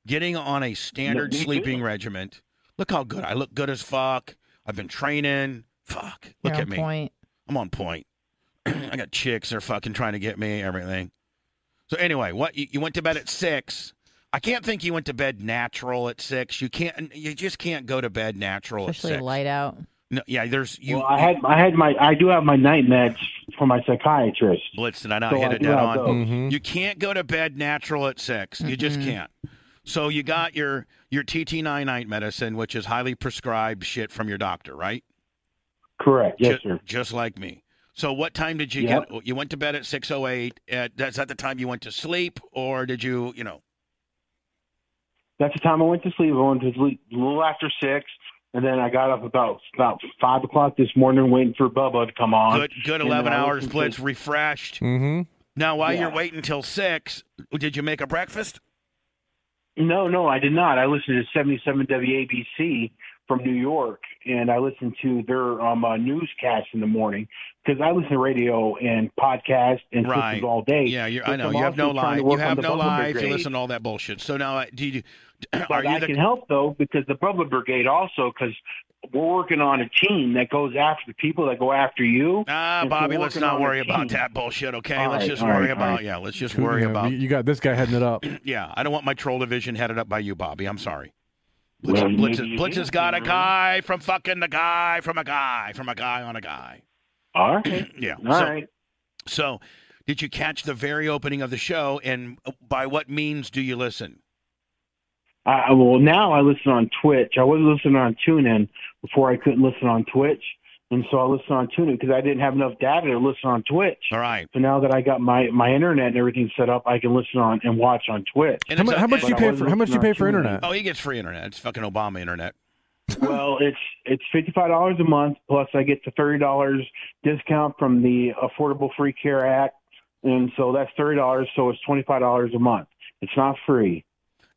[SPEAKER 3] Getting on a standard
[SPEAKER 8] Yeah, me
[SPEAKER 3] sleeping regiment. Look how good. I look good as fuck. I've been training. Fuck. Look at
[SPEAKER 4] You're on
[SPEAKER 3] me.
[SPEAKER 4] Point.
[SPEAKER 3] I'm on point. I got chicks that are fucking trying to get me everything. So anyway, what you, you went to bed at 6. I can't think you went to bed natural at 6. You can't you just can't go to bed natural at
[SPEAKER 4] Especially
[SPEAKER 3] 6.
[SPEAKER 4] light out.
[SPEAKER 3] No, yeah, there's you
[SPEAKER 8] well, I had I had my I do have my night meds for my psychiatrist.
[SPEAKER 3] Blitz did I not
[SPEAKER 8] So
[SPEAKER 3] hit
[SPEAKER 8] I
[SPEAKER 3] it
[SPEAKER 8] do
[SPEAKER 3] dead
[SPEAKER 8] have
[SPEAKER 3] on?
[SPEAKER 8] those.
[SPEAKER 5] hmm
[SPEAKER 3] You can't go to bed natural at 6 You just can't. So you got your your TT99 medicine, which is highly prescribed shit from your doctor, right?
[SPEAKER 8] Correct. Yes,
[SPEAKER 3] Ju-
[SPEAKER 8] sir.
[SPEAKER 3] just, like me. So what time did you
[SPEAKER 8] Yep.
[SPEAKER 3] get? You went to bed at six oh eight. That's at the time you went to sleep, or did you? You know,
[SPEAKER 8] That's the time I went to sleep. I went to sleep a little after six, and then I got up about about five o'clock this morning, waiting for Bubba to come on.
[SPEAKER 3] good good
[SPEAKER 8] and
[SPEAKER 3] eleven
[SPEAKER 8] I was
[SPEAKER 3] hours.
[SPEAKER 8] asleep.
[SPEAKER 3] Blitz refreshed.
[SPEAKER 5] hmm
[SPEAKER 3] Now while you're
[SPEAKER 8] Yeah.
[SPEAKER 3] waiting till six, did you make a breakfast?
[SPEAKER 8] No, no, I did not. I listened to seventy seven WABC from New York, and I listen to their um, uh, newscast in the morning because I listen to radio and podcast and
[SPEAKER 3] Right.
[SPEAKER 8] systems all day.
[SPEAKER 3] Yeah, you're, I
[SPEAKER 8] But
[SPEAKER 3] know
[SPEAKER 8] I'm
[SPEAKER 3] you have
[SPEAKER 8] also
[SPEAKER 3] no
[SPEAKER 8] trying to
[SPEAKER 3] life. You
[SPEAKER 8] work on
[SPEAKER 3] have
[SPEAKER 8] the
[SPEAKER 3] no
[SPEAKER 8] Bumble
[SPEAKER 3] life. You
[SPEAKER 8] Brigade.
[SPEAKER 3] listen to all that bullshit. So now, uh, do you? Are
[SPEAKER 8] But I
[SPEAKER 3] you the
[SPEAKER 8] can help though because the Bubba Brigade also because we're working on a team that goes after the people that go after you.
[SPEAKER 3] Ah,
[SPEAKER 8] If we're
[SPEAKER 3] Bobby, let's
[SPEAKER 8] working
[SPEAKER 3] not
[SPEAKER 8] on a
[SPEAKER 3] worry about
[SPEAKER 8] team-
[SPEAKER 3] that bullshit, okay?
[SPEAKER 8] All
[SPEAKER 3] let's
[SPEAKER 8] right,
[SPEAKER 3] just
[SPEAKER 8] all
[SPEAKER 3] worry
[SPEAKER 8] right, all
[SPEAKER 3] about,
[SPEAKER 8] right.
[SPEAKER 3] yeah, let's just
[SPEAKER 5] You
[SPEAKER 3] worry
[SPEAKER 5] know,
[SPEAKER 3] about,
[SPEAKER 5] you, you got this guy heading it up.
[SPEAKER 3] yeah, I don't want my troll division headed up by you, Bobby. I'm sorry. Blitz,
[SPEAKER 8] Well,
[SPEAKER 3] Blitz,
[SPEAKER 8] maybe you
[SPEAKER 3] Blitz
[SPEAKER 8] do,
[SPEAKER 3] has got a
[SPEAKER 8] Cameron.
[SPEAKER 3] guy from fucking the guy from a guy from a guy on a guy.
[SPEAKER 8] All right,
[SPEAKER 3] Yeah.
[SPEAKER 8] all
[SPEAKER 3] so,
[SPEAKER 8] right.
[SPEAKER 3] so, did you catch the very opening of the show? And by what means do you listen?
[SPEAKER 8] I, I- well, now I listen on Twitch. I was listening on TuneIn before I couldn't listen on Twitch, and so I listen on TuneIn because I didn't have enough data to listen on Twitch.
[SPEAKER 3] All right.
[SPEAKER 8] So now that I got my my internet and everything set up, I can listen on and watch on Twitch.
[SPEAKER 3] And
[SPEAKER 5] How,
[SPEAKER 3] it's
[SPEAKER 5] mu-
[SPEAKER 3] a-
[SPEAKER 5] how much
[SPEAKER 3] and-
[SPEAKER 5] you
[SPEAKER 8] I
[SPEAKER 5] pay
[SPEAKER 8] was
[SPEAKER 5] for? How much you
[SPEAKER 8] listening
[SPEAKER 5] pay
[SPEAKER 8] on
[SPEAKER 5] for
[SPEAKER 8] TuneIn.
[SPEAKER 5] internet?
[SPEAKER 3] Oh, he gets free internet. It's fucking Obama internet.
[SPEAKER 8] well, it's it's fifty five dollars a month plus I get the thirty dollars discount from the Affordable Free Care Act, and so that's thirty dollars. So it's twenty five dollars a month. It's not free.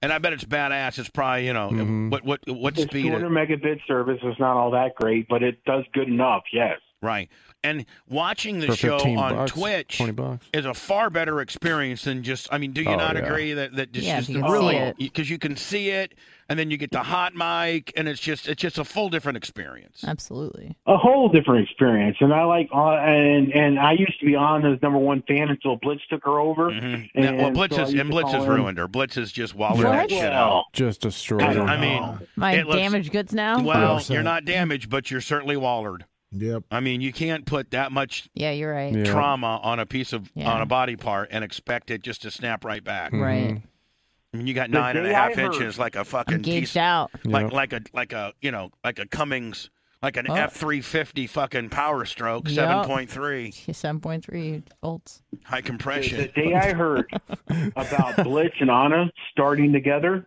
[SPEAKER 3] And I bet it's badass. It's probably you know
[SPEAKER 5] Mhm.
[SPEAKER 3] what what what
[SPEAKER 8] It's two
[SPEAKER 3] speed?
[SPEAKER 8] hundred megabit service. It's not all that great, but it does good enough. Yes.
[SPEAKER 3] Right. And watching the
[SPEAKER 5] For
[SPEAKER 3] show
[SPEAKER 5] 15
[SPEAKER 3] on
[SPEAKER 5] bucks,
[SPEAKER 3] Twitch
[SPEAKER 5] 20 bucks.
[SPEAKER 3] is a far better experience than just. I mean, do you
[SPEAKER 5] Oh,
[SPEAKER 3] not
[SPEAKER 5] yeah.
[SPEAKER 3] agree that that just,
[SPEAKER 4] Yeah,
[SPEAKER 3] just
[SPEAKER 4] if you
[SPEAKER 3] the
[SPEAKER 4] can see
[SPEAKER 3] really
[SPEAKER 4] it.
[SPEAKER 3] because you can see it, and then you get the hot mic, and it's just it's just a full different experience.
[SPEAKER 4] Absolutely.
[SPEAKER 8] a whole different experience. And I like, uh, and and I used to be Anna's number one fan until Blitz took her over.
[SPEAKER 3] Mhm.
[SPEAKER 8] Mm-hmm. And
[SPEAKER 3] Yeah, well, Blitz
[SPEAKER 8] so I
[SPEAKER 3] is
[SPEAKER 8] used
[SPEAKER 3] and
[SPEAKER 8] to
[SPEAKER 3] Blitz
[SPEAKER 8] call
[SPEAKER 3] is
[SPEAKER 8] him-
[SPEAKER 3] ruined her. Blitz is just walling that
[SPEAKER 4] What?
[SPEAKER 3] shit out.
[SPEAKER 5] Just destroyed.
[SPEAKER 8] I don't
[SPEAKER 5] her.
[SPEAKER 3] Oh. I mean,
[SPEAKER 8] know.
[SPEAKER 4] My
[SPEAKER 3] It looks-
[SPEAKER 4] damaged goods now.
[SPEAKER 3] Well, you
[SPEAKER 2] 100%.
[SPEAKER 3] are not damaged, but you're certainly wallered.
[SPEAKER 2] Yep.
[SPEAKER 3] I mean, you can't put that much
[SPEAKER 4] yeah, you're right.
[SPEAKER 5] Yeah.
[SPEAKER 3] trauma on a piece of
[SPEAKER 4] Yeah.
[SPEAKER 3] on a body part and expect it just to snap right back.
[SPEAKER 5] Mhm.
[SPEAKER 4] Right.
[SPEAKER 3] I mean, you got
[SPEAKER 8] Mm-hmm. The
[SPEAKER 3] nine and a
[SPEAKER 8] day I
[SPEAKER 3] half
[SPEAKER 8] heard-
[SPEAKER 3] inches, like a
[SPEAKER 4] I'm
[SPEAKER 3] fucking piece,
[SPEAKER 4] gauged out.
[SPEAKER 5] Yeah.
[SPEAKER 3] like like a like a you know like a Cummings, like an
[SPEAKER 4] Oh.
[SPEAKER 3] F three fifty fucking power stroke,
[SPEAKER 4] Yup.
[SPEAKER 3] seven point three
[SPEAKER 4] Seven point three volts.
[SPEAKER 3] high
[SPEAKER 8] The
[SPEAKER 3] compression.
[SPEAKER 8] day I heard about Blitz and Anna starting together,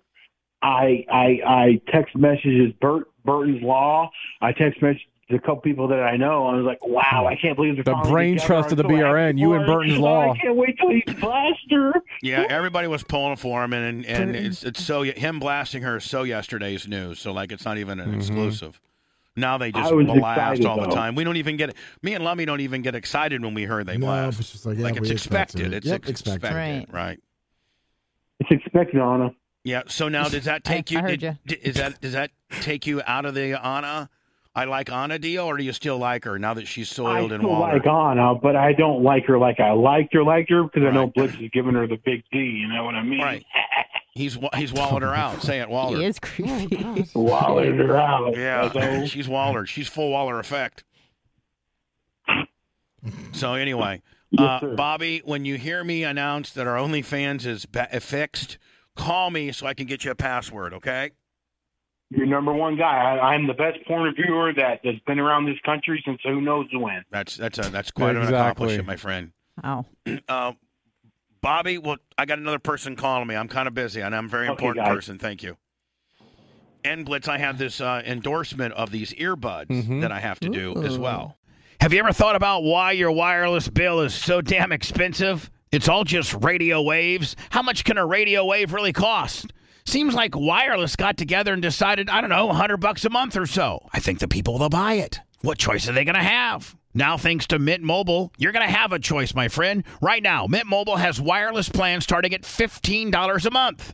[SPEAKER 8] I I I text messages Bert Burton's Law. I text messaged a couple people that I know. I was like, wow, I can't believe they're
[SPEAKER 5] The
[SPEAKER 8] finally
[SPEAKER 5] brain
[SPEAKER 8] together.
[SPEAKER 5] trust
[SPEAKER 8] I'm
[SPEAKER 5] of the
[SPEAKER 8] so happy
[SPEAKER 5] BRN, you
[SPEAKER 8] for
[SPEAKER 5] and
[SPEAKER 8] her.
[SPEAKER 5] Burton's
[SPEAKER 8] Oh,
[SPEAKER 5] Law.
[SPEAKER 8] I can't wait till he blasts her.
[SPEAKER 3] Yeah, everybody was pulling for him, and and it's, it's so him blasting her is so yesterday's news. So like, it's not even an
[SPEAKER 5] Mhm.
[SPEAKER 3] exclusive. Now they just
[SPEAKER 8] I was
[SPEAKER 3] blast
[SPEAKER 8] excited,
[SPEAKER 3] all the
[SPEAKER 8] though.
[SPEAKER 3] time. We don't even get me and Lummy don't even get excited when we heard they
[SPEAKER 2] no,
[SPEAKER 3] blast.
[SPEAKER 2] it's just like, yeah,
[SPEAKER 3] like it's
[SPEAKER 2] we
[SPEAKER 3] expected.
[SPEAKER 2] it.
[SPEAKER 3] It's
[SPEAKER 2] Yep,
[SPEAKER 3] ex-
[SPEAKER 2] expected.
[SPEAKER 3] expected, right.
[SPEAKER 4] Right.
[SPEAKER 8] It's expected, Anna.
[SPEAKER 3] Yeah. So now does that
[SPEAKER 4] I-
[SPEAKER 3] take
[SPEAKER 4] I
[SPEAKER 3] you?
[SPEAKER 4] heard
[SPEAKER 3] did- di- Is that does that take you out of the Anna? I like Anna deal, or do you still like her now that she's
[SPEAKER 8] I
[SPEAKER 3] soiled and
[SPEAKER 8] still
[SPEAKER 3] watered?
[SPEAKER 8] like Anna, but I don't like her like I liked her, liked her because I know
[SPEAKER 3] Right.
[SPEAKER 8] Blitz is giving her the big D. You know what I mean?
[SPEAKER 3] Right. He's wa- he's walled her out. Say it, Waller.
[SPEAKER 4] He is creepy.
[SPEAKER 8] Walling her out.
[SPEAKER 3] Yeah,
[SPEAKER 8] So,
[SPEAKER 3] she's Waller. She's full Waller effect. So anyway,
[SPEAKER 8] Yes,
[SPEAKER 3] uh,
[SPEAKER 8] sir.
[SPEAKER 3] Bobby, when you hear me announce that our OnlyFans is ba- fixed, call me so I can get you a password. Okay?
[SPEAKER 8] You're number one guy. I, I'm the best porn reviewer that has been around this country since who knows when.
[SPEAKER 3] That's that's a that's quite an
[SPEAKER 5] Exactly.
[SPEAKER 3] accomplishment, my friend.
[SPEAKER 4] Wow.
[SPEAKER 3] Uh, Bobby, well, I got another person calling me. I'm kind of busy, and I'm a very
[SPEAKER 8] Okay,
[SPEAKER 3] important
[SPEAKER 8] guys.
[SPEAKER 3] person. Thank you. And Blitz, I have this uh, endorsement of these earbuds
[SPEAKER 5] Mhm.
[SPEAKER 3] that I have to do as
[SPEAKER 4] Ooh.
[SPEAKER 3] well. Have you ever thought about why your wireless bill is so damn expensive? It's all just radio waves. How much can a radio wave really cost? Seems like wireless got together and decided, I don't know, 100 bucks a month or so. I think the people will buy it. What choice are they going to have? Now, thanks to Mint Mobile, you're going to have a choice, my friend. Right now, Mint Mobile has wireless plans starting at $15 a month.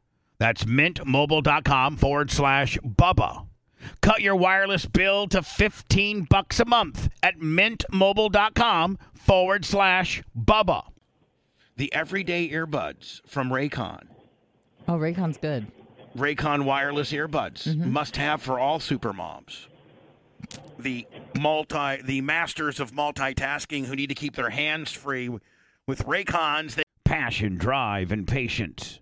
[SPEAKER 3] That's mintmobile.com forward slash Bubba.
[SPEAKER 1] Cut your wireless bill to 15 bucks a month at mintmobile.com forward slash Bubba.
[SPEAKER 3] The everyday earbuds from Raycon.
[SPEAKER 4] Oh, Raycon's good.
[SPEAKER 3] Raycon wireless earbuds must have for all supermoms. The multi the masters of multitasking who need to keep their hands free with Raycons they
[SPEAKER 1] Passion, drive, and patience.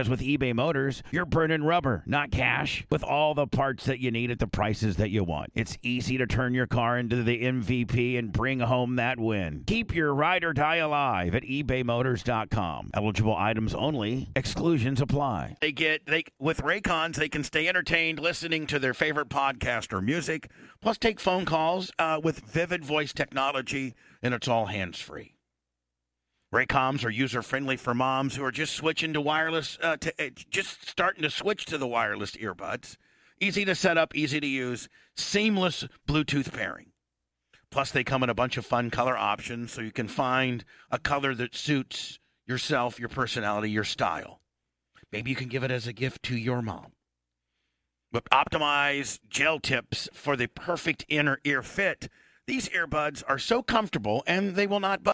[SPEAKER 1] with eBay Motors, you're burning rubber, not cash, with all the parts that you need at the prices that you want. It's easy to turn your car into the MVP and bring home that win. Keep your ride or die alive at ebaymotors.com. Eligible items only, exclusions apply.
[SPEAKER 3] they get they with Raycons they can stay entertained listening to their favorite podcast or music, plus take phone calls uh, with vivid voice technology, and it's all hands free. Raycoms are user friendly for moms who are just switching to wireless, uh, to, uh, just starting to switch to the wireless earbuds. Easy to set up, easy to use, seamless Bluetooth pairing. Plus, they come in a bunch of fun color options, so you can find a color that suits yourself, your personality, your style. Maybe you can give it as a gift to your mom. But optimize gel tips for the perfect inner ear fit. These earbuds are so comfortable and they will not bug.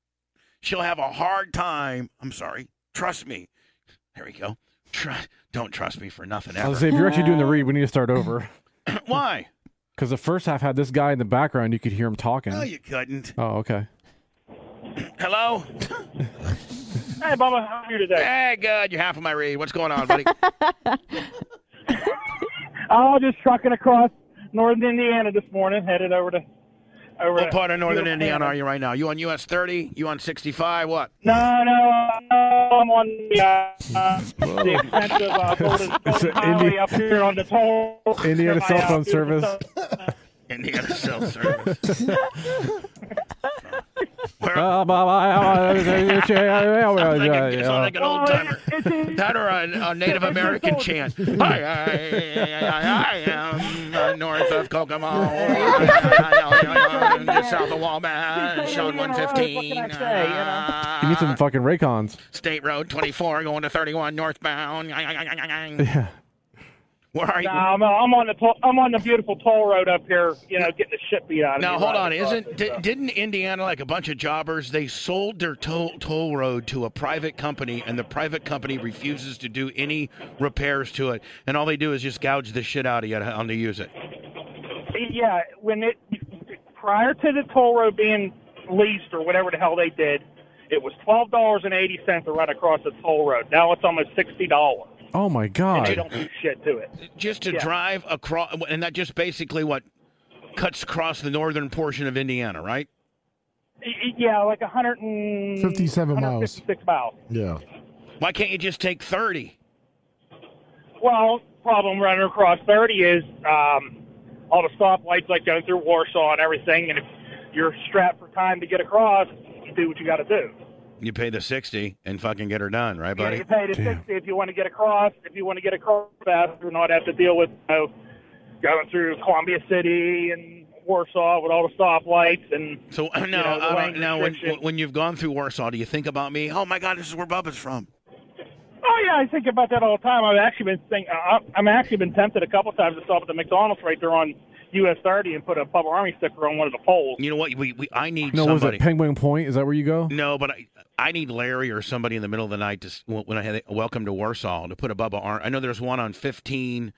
[SPEAKER 3] She'll have a hard time. I'm sorry. Trust me. There we go. Tru- don't trust me for nothing
[SPEAKER 5] I
[SPEAKER 3] ever.
[SPEAKER 5] was say, if you're actually doing the read, we need to start over
[SPEAKER 3] Why?
[SPEAKER 5] because the first half had this guy in the background. You could hear him talking.
[SPEAKER 3] No, you couldn't.
[SPEAKER 5] Oh, okay.
[SPEAKER 3] Hello?
[SPEAKER 7] Hey, Bubba, how are you today?
[SPEAKER 3] Hey, good. You're half of my read. What's going on, buddy?
[SPEAKER 7] Oh, just trucking across northern Indiana this morning, headed over to over.
[SPEAKER 3] what part of northern Indiana are you right now? You on US 30? You on 65? What?
[SPEAKER 7] No, no, no, I'm on the, uh, the expensive uh, Golden,
[SPEAKER 5] It's
[SPEAKER 7] Golden
[SPEAKER 5] a Indi-
[SPEAKER 7] Highway up here on the toll.
[SPEAKER 2] Oh.
[SPEAKER 5] Indiana
[SPEAKER 7] My,
[SPEAKER 5] cell
[SPEAKER 7] uh,
[SPEAKER 5] phone
[SPEAKER 7] beautiful
[SPEAKER 5] service.
[SPEAKER 3] Indiana Cell Service. Where,
[SPEAKER 5] Ah,
[SPEAKER 3] I'm thinking it's on like an old timer. That or a, a Native American chant. I, I, I, I am uh, north of Kokomo, I, I, I, I, I, just south of Wabash on 115.
[SPEAKER 5] You need some
[SPEAKER 3] uh,
[SPEAKER 5] fucking Raycons.
[SPEAKER 3] State Road 24 going to 31 northbound.
[SPEAKER 5] Yeah.
[SPEAKER 3] Where are you?
[SPEAKER 7] No, I'm, uh, I'm on the toll, I'm on the beautiful toll road up here. You know, getting the shit beat out of me.
[SPEAKER 3] Now hold
[SPEAKER 7] riding
[SPEAKER 3] on,
[SPEAKER 7] across
[SPEAKER 3] isn't
[SPEAKER 7] it,
[SPEAKER 3] di-
[SPEAKER 7] so.
[SPEAKER 3] didn't Indiana like a bunch of jobbers? They sold their toll toll road to a private company, and the private company refuses to do any repairs to it, and all they do is just gouge the shit out of you on to use it.
[SPEAKER 7] yeah, when it prior to the toll road being leased or whatever the hell they did, it was twelve dollars and eighty cents to run across the toll road. Now it's almost sixty dollars,
[SPEAKER 5] Oh my
[SPEAKER 7] and they
[SPEAKER 5] god.
[SPEAKER 7] don't do shit to it.
[SPEAKER 3] Just to
[SPEAKER 7] Yeah.
[SPEAKER 3] drive across, and that just basically what cuts across the northern portion of Indiana, right?
[SPEAKER 7] Y- Yeah, like a hundred and
[SPEAKER 2] 57 miles.
[SPEAKER 7] 156 miles.
[SPEAKER 2] Yeah.
[SPEAKER 3] Why can't you just take thirty?
[SPEAKER 7] Well, problem running across 30 is um, all the stoplights like going through Warsaw and everything, and if you're strapped for time to get across, you do what you got to do.
[SPEAKER 3] You pay the sixty and fucking get her done, right,
[SPEAKER 7] You know,
[SPEAKER 3] buddy?
[SPEAKER 7] you pay the
[SPEAKER 5] Damn.
[SPEAKER 7] 60 if you want to get across. If you want to get across faster, and not have to deal with you know, going through Columbia City and Warsaw with all the stoplights and
[SPEAKER 3] So now,
[SPEAKER 7] know, the
[SPEAKER 3] uh,
[SPEAKER 7] lane
[SPEAKER 3] now when,
[SPEAKER 7] restriction.
[SPEAKER 3] when you've gone through Warsaw, do you think about me? Oh my God, this is where Bubba's from.
[SPEAKER 7] Oh yeah, I think about that all the time. I've actually been think, I- I'm actually been tempted a couple times to stop at the McDonald's right there on US 30 and put a Bubba Army sticker on one of the poles.
[SPEAKER 3] You know what? We, we I need
[SPEAKER 5] No, what was
[SPEAKER 3] somebody.
[SPEAKER 5] it Penguin Point? Is that where you go?
[SPEAKER 3] No, but I, I need Larry or somebody in the middle of the night to s- when I had a welcome to Warsaw to put a Bubba Arm. I know there's one on 15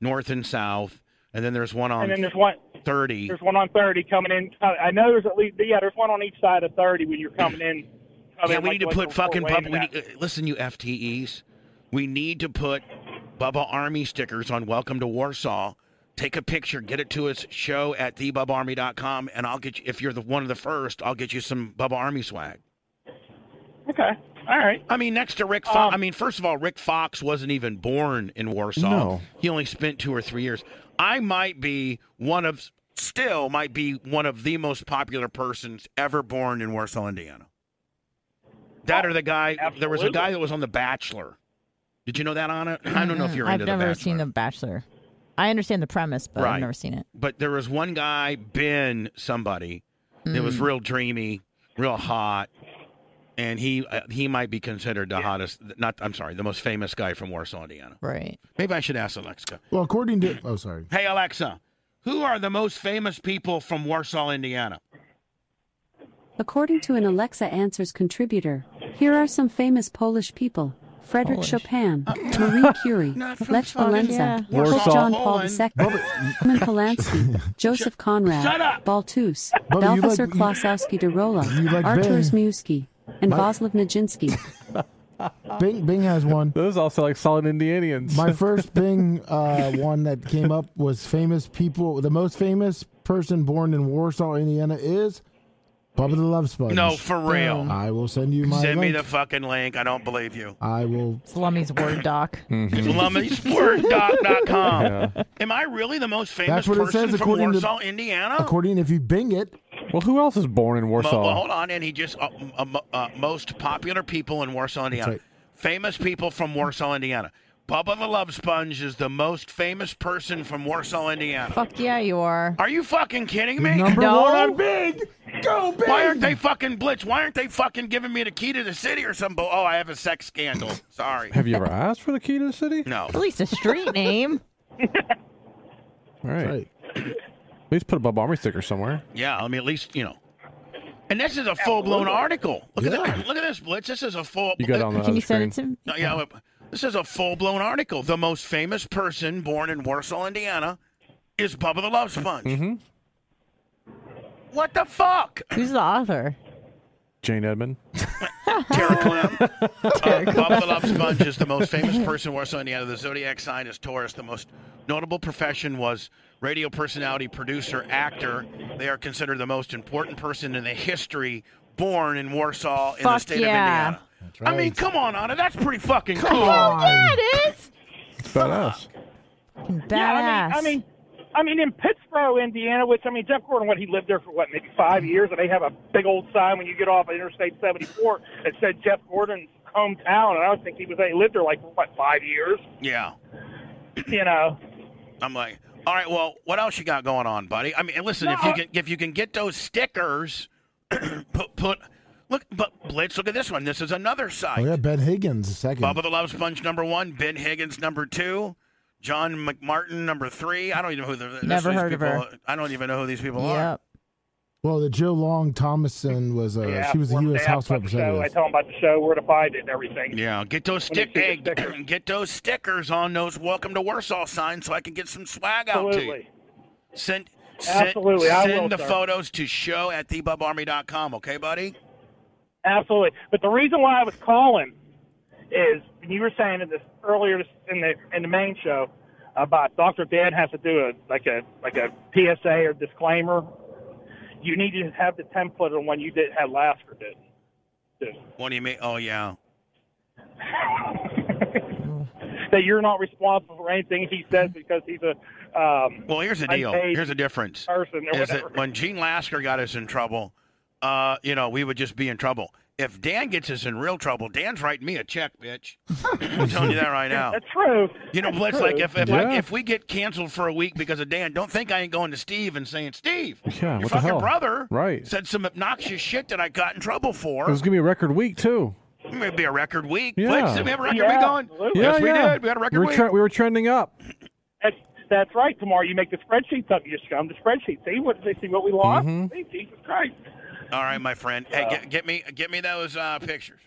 [SPEAKER 3] north and south, and then there's one on
[SPEAKER 7] And then there's one-
[SPEAKER 3] thirty.
[SPEAKER 7] There's one on 30 coming in. I I know there's at least yeah. There's one on each side of 30 when you're coming in. coming
[SPEAKER 3] yeah,
[SPEAKER 7] in
[SPEAKER 3] we
[SPEAKER 7] like-
[SPEAKER 3] need to
[SPEAKER 7] like
[SPEAKER 3] put
[SPEAKER 7] from Fort
[SPEAKER 3] fucking
[SPEAKER 7] Wayne
[SPEAKER 3] Bubba.
[SPEAKER 7] and
[SPEAKER 3] We
[SPEAKER 7] that.
[SPEAKER 3] need, uh, listen, you FTEs, we need to put Bubba Army stickers on "Welcome to Warsaw." Take a picture, get it to us. Show at thebubbaarmy.com, and I'll get you. If you're the one of the first, I'll get you some Bubba Army swag.
[SPEAKER 7] Okay. All right. Um,
[SPEAKER 3] I mean, next to Rick Fox. I mean, first of all, Rick Fox wasn't even born in Warsaw.
[SPEAKER 5] No.
[SPEAKER 3] He only spent two or three years. I might be one of, still might be one of the most popular persons ever born in Warsaw, Indiana. That or the guy, there was a guy that was on The Bachelor. Did you know that, Anna? I don't know if you're
[SPEAKER 4] I've
[SPEAKER 3] into The
[SPEAKER 4] never
[SPEAKER 3] Bachelor.
[SPEAKER 4] seen The Bachelor. I understand the premise, but
[SPEAKER 3] Right.
[SPEAKER 4] I've never seen it.
[SPEAKER 3] But there was one guy, Ben somebody, that was
[SPEAKER 4] Mm.
[SPEAKER 3] real dreamy, real hot, and he uh, he might be considered the hottest. Not I'm sorry, the most famous guy from Warsaw, Indiana.
[SPEAKER 4] Right.
[SPEAKER 3] Maybe I should ask Alexa.
[SPEAKER 2] Well, according to oh sorry,
[SPEAKER 3] Hey Alexa, who are the most famous people from Warsaw, Indiana?
[SPEAKER 9] According to an Alexa Answers contributor, here are some famous Polish people Frederick
[SPEAKER 4] Polish.
[SPEAKER 9] Chopin, Marie Curie,
[SPEAKER 3] Not from
[SPEAKER 9] Lech
[SPEAKER 3] fucking
[SPEAKER 9] Walesa, Pope
[SPEAKER 5] Warsaw.
[SPEAKER 9] John Paul
[SPEAKER 3] Poland.
[SPEAKER 9] II, Roman Polanski, Joseph
[SPEAKER 3] shut
[SPEAKER 9] Conrad,
[SPEAKER 3] up.
[SPEAKER 9] Baltus,
[SPEAKER 2] Bubba, you
[SPEAKER 9] Balthasar
[SPEAKER 2] like- you-
[SPEAKER 9] Klausowski de Rola,
[SPEAKER 2] You like
[SPEAKER 9] Artur
[SPEAKER 2] Bing.
[SPEAKER 9] Zmiewski, and
[SPEAKER 2] My-
[SPEAKER 9] Vaslav Nijinsky.
[SPEAKER 2] Bing Bing has one.
[SPEAKER 5] Those also like solid Indianians.
[SPEAKER 2] My first Bing uh, one that came up was famous people. The most famous person born in Warsaw, Indiana, is Bubba the Love Sponge.
[SPEAKER 3] No, for real.
[SPEAKER 2] I will send you my.
[SPEAKER 3] Send me the
[SPEAKER 2] link.
[SPEAKER 3] fucking link. I don't believe you.
[SPEAKER 2] I will.
[SPEAKER 4] Slummy's Word Doc.
[SPEAKER 3] Mm-hmm. Lummysportdoc.com.
[SPEAKER 5] yeah.
[SPEAKER 3] Am I really the most famous
[SPEAKER 2] That's what it
[SPEAKER 3] person
[SPEAKER 2] says
[SPEAKER 3] from
[SPEAKER 2] according to-
[SPEAKER 3] Warsaw, Indiana?
[SPEAKER 2] According, if you Bing it,
[SPEAKER 5] Well, who else is born in
[SPEAKER 3] Mo- well,
[SPEAKER 5] Warsaw?
[SPEAKER 3] hold on, and he just uh, m- uh, mo- uh, most popular people in Warsaw, Indiana,
[SPEAKER 2] right.
[SPEAKER 3] famous people from Warsaw, Indiana. Bubba the Love Sponge is the most famous person from Warsaw, Indiana.
[SPEAKER 4] Fuck yeah, you are.
[SPEAKER 3] Are you fucking kidding me?
[SPEAKER 2] number
[SPEAKER 4] No.
[SPEAKER 2] one on Bing. Go Bing.
[SPEAKER 3] Why aren't they fucking blitz? Why aren't they fucking giving me the key to the city or some? Bo- oh, I have a sex scandal. Sorry.
[SPEAKER 5] Have you ever asked for the key to the city?
[SPEAKER 3] No.
[SPEAKER 4] At least a street name.
[SPEAKER 5] All right.
[SPEAKER 2] Right.
[SPEAKER 5] At least put a Bob Army sticker somewhere.
[SPEAKER 3] Yeah. I mean, at least you know. And this is a full blown article. Look at
[SPEAKER 2] Yeah.
[SPEAKER 3] this. Look at this blitz. This is a full.
[SPEAKER 5] You got it on the
[SPEAKER 4] Can
[SPEAKER 5] other
[SPEAKER 4] you send
[SPEAKER 5] screen.
[SPEAKER 4] it to me?
[SPEAKER 3] No, yeah, well, this is a full blown article. The most famous person born in Warsaw, Indiana, is Bubba the Love Sponge.
[SPEAKER 5] Mhm.
[SPEAKER 3] What the fuck?
[SPEAKER 4] Who's the author?
[SPEAKER 5] Jane Edmond.
[SPEAKER 3] Tara Clem. Uh, Bubba the Love Sponge is the most famous person in Warsaw, Indiana. The zodiac sign is Taurus. The most notable profession was radio personality, producer, actor. They are considered the most important person in the history born in Warsaw in the
[SPEAKER 4] Fuck
[SPEAKER 3] state
[SPEAKER 4] yeah.
[SPEAKER 3] of Indiana. I mean, come on, Anna. That's pretty fucking cool.
[SPEAKER 4] Yeah, it is.
[SPEAKER 5] It's badass.
[SPEAKER 4] Fucking Badass.
[SPEAKER 7] Yeah, I mean, I mean, I mean, in Pittsburgh, Indiana, which I mean, Jeff Gordon, what he lived there for what maybe five years, and they have a big old sign when you get off of Interstate 74 that said Jeff Gordon's hometown, and I was thinking he was he lived there like for what five years,
[SPEAKER 3] Yeah.
[SPEAKER 7] you know.
[SPEAKER 3] I'm like, all right, well, what else you got going on, buddy? I mean, and listen, if you can if you can get those stickers, put put look, but Blitz, look at this one. This is another site.
[SPEAKER 2] Oh yeah, Ben Higgins second.
[SPEAKER 3] Bubba the Love Sponge number one, Ben Higgins number two, John McMartin number three. I don't even know who the that's
[SPEAKER 4] Never
[SPEAKER 3] these
[SPEAKER 4] heard of
[SPEAKER 3] people,
[SPEAKER 4] her.
[SPEAKER 3] I don't even know who these people are.
[SPEAKER 4] yep.
[SPEAKER 2] Well, the Joe Long Thomason was uh,
[SPEAKER 7] yeah,
[SPEAKER 2] she was the
[SPEAKER 7] when
[SPEAKER 2] U.S.
[SPEAKER 7] they ask
[SPEAKER 2] House
[SPEAKER 7] about the show, I
[SPEAKER 2] representative.
[SPEAKER 7] tell them about the show, where to find it, and everything.
[SPEAKER 3] Yeah, get those
[SPEAKER 7] Let me
[SPEAKER 3] stick
[SPEAKER 7] see the
[SPEAKER 3] hey,
[SPEAKER 7] sticker.
[SPEAKER 3] get those stickers on those Welcome to Warsaw signs so I can get some swag out to you.
[SPEAKER 7] Absolutely.
[SPEAKER 3] Send send,
[SPEAKER 7] Absolutely, I
[SPEAKER 3] send
[SPEAKER 7] will,
[SPEAKER 3] the
[SPEAKER 7] sir.
[SPEAKER 3] photos to show at thebubarmy.com, okay, buddy?
[SPEAKER 7] Absolutely. But the reason why I was calling is when you were saying in this earlier in the in the main show about Dr. Dan has to do a like a like a PSA or disclaimer. You need to have the template on one you did have last or did. did.
[SPEAKER 3] What do you mean? Oh yeah.
[SPEAKER 7] that you're not responsible for anything he says because he's a um,
[SPEAKER 3] Well, here's the deal.
[SPEAKER 7] Unpaid
[SPEAKER 3] Here's the difference.
[SPEAKER 7] person or
[SPEAKER 3] Is
[SPEAKER 7] whatever.
[SPEAKER 3] that when Gene Lasker got us in trouble, uh, you know, we would just be in trouble. If Dan gets us in real trouble, Dan's writing me a check, bitch. I'm telling you that right now.
[SPEAKER 7] That's true.
[SPEAKER 3] You know, Blitz, like if if, I,
[SPEAKER 5] Yeah.
[SPEAKER 3] if we get canceled for a week because of Dan, don't think I ain't going to Steve and saying, Steve,
[SPEAKER 5] Yeah,
[SPEAKER 3] your
[SPEAKER 5] what the
[SPEAKER 3] fucking
[SPEAKER 5] hell?
[SPEAKER 3] brother
[SPEAKER 5] Right.
[SPEAKER 3] said some obnoxious shit that I got in trouble for.
[SPEAKER 5] It was gonna be a record week too.
[SPEAKER 3] It may be a record week.
[SPEAKER 5] Yeah.
[SPEAKER 3] Blitz, did we have a record
[SPEAKER 7] Yeah,
[SPEAKER 3] week going?
[SPEAKER 7] absolutely.
[SPEAKER 5] Yeah,
[SPEAKER 3] Yes, we
[SPEAKER 5] yeah.
[SPEAKER 3] did. We had a record
[SPEAKER 5] we were,
[SPEAKER 3] week.
[SPEAKER 5] tre- we were trending up.
[SPEAKER 7] That's, that's right. Tomorrow you make the spreadsheets up. You scum the spreadsheets. See what they see what we lost.
[SPEAKER 3] Mm-hmm.
[SPEAKER 7] See, Jesus Christ.
[SPEAKER 3] All right, my friend. Hey, get, get me get me those uh, pictures.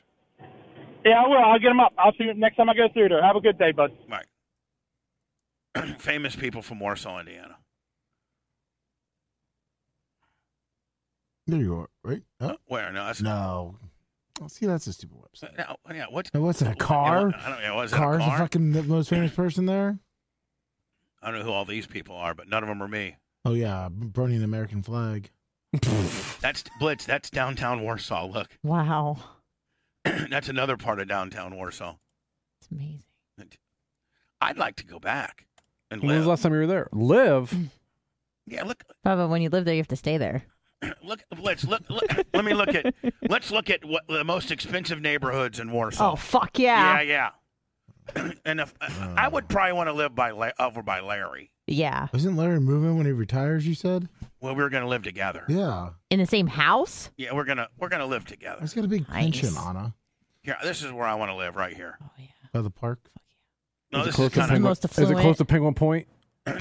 [SPEAKER 7] Yeah, I will. I'll get them up. I'll see you next time I go through there. Have a good day, bud.
[SPEAKER 3] All right. famous people from Warsaw, Indiana.
[SPEAKER 2] There you are, right? Huh?
[SPEAKER 3] Where? No, that's
[SPEAKER 2] No. Oh, See, that's a stupid website.
[SPEAKER 3] No, yeah, what?
[SPEAKER 2] Now, what's that, a
[SPEAKER 3] Yeah,
[SPEAKER 2] car?
[SPEAKER 3] I don't, yeah, what is that, a
[SPEAKER 2] Car's
[SPEAKER 3] car?
[SPEAKER 2] the fucking the most famous person there.
[SPEAKER 3] I don't know who all these people are, but none of them are me.
[SPEAKER 2] Oh yeah, burning the American flag.
[SPEAKER 3] That's Blitz. That's downtown Warsaw. Look,
[SPEAKER 4] Wow.
[SPEAKER 3] that's another part of downtown Warsaw.
[SPEAKER 4] It's amazing.
[SPEAKER 3] I'd like to go back and
[SPEAKER 5] When was
[SPEAKER 3] live.
[SPEAKER 5] the last time you were there? Live.
[SPEAKER 3] Yeah, look,
[SPEAKER 4] Bubba, when you live there, you have to stay there.
[SPEAKER 3] look. Let's look. look let me look at. Let's look at what the most expensive neighborhoods in Warsaw.
[SPEAKER 4] Oh, fuck yeah.
[SPEAKER 3] yeah, yeah. and if, uh, I would probably want to live by La- over by Larry.
[SPEAKER 4] Yeah.
[SPEAKER 2] Isn't Larry moving when he retires? You said.
[SPEAKER 3] Well, we're gonna live together.
[SPEAKER 2] Yeah,
[SPEAKER 4] In the same house?
[SPEAKER 3] Yeah, we're gonna we're gonna live together.
[SPEAKER 2] that's got a big
[SPEAKER 4] Nice.
[SPEAKER 2] pension, Anna,
[SPEAKER 3] Here, this is where I want to live, right here.
[SPEAKER 4] Oh, yeah.
[SPEAKER 2] by the park.
[SPEAKER 3] No,
[SPEAKER 5] is it
[SPEAKER 3] this
[SPEAKER 5] close
[SPEAKER 3] is
[SPEAKER 5] to
[SPEAKER 3] kind of
[SPEAKER 5] Penguin?
[SPEAKER 4] Most
[SPEAKER 5] Is it
[SPEAKER 4] affluent.
[SPEAKER 5] close to Penguin Point?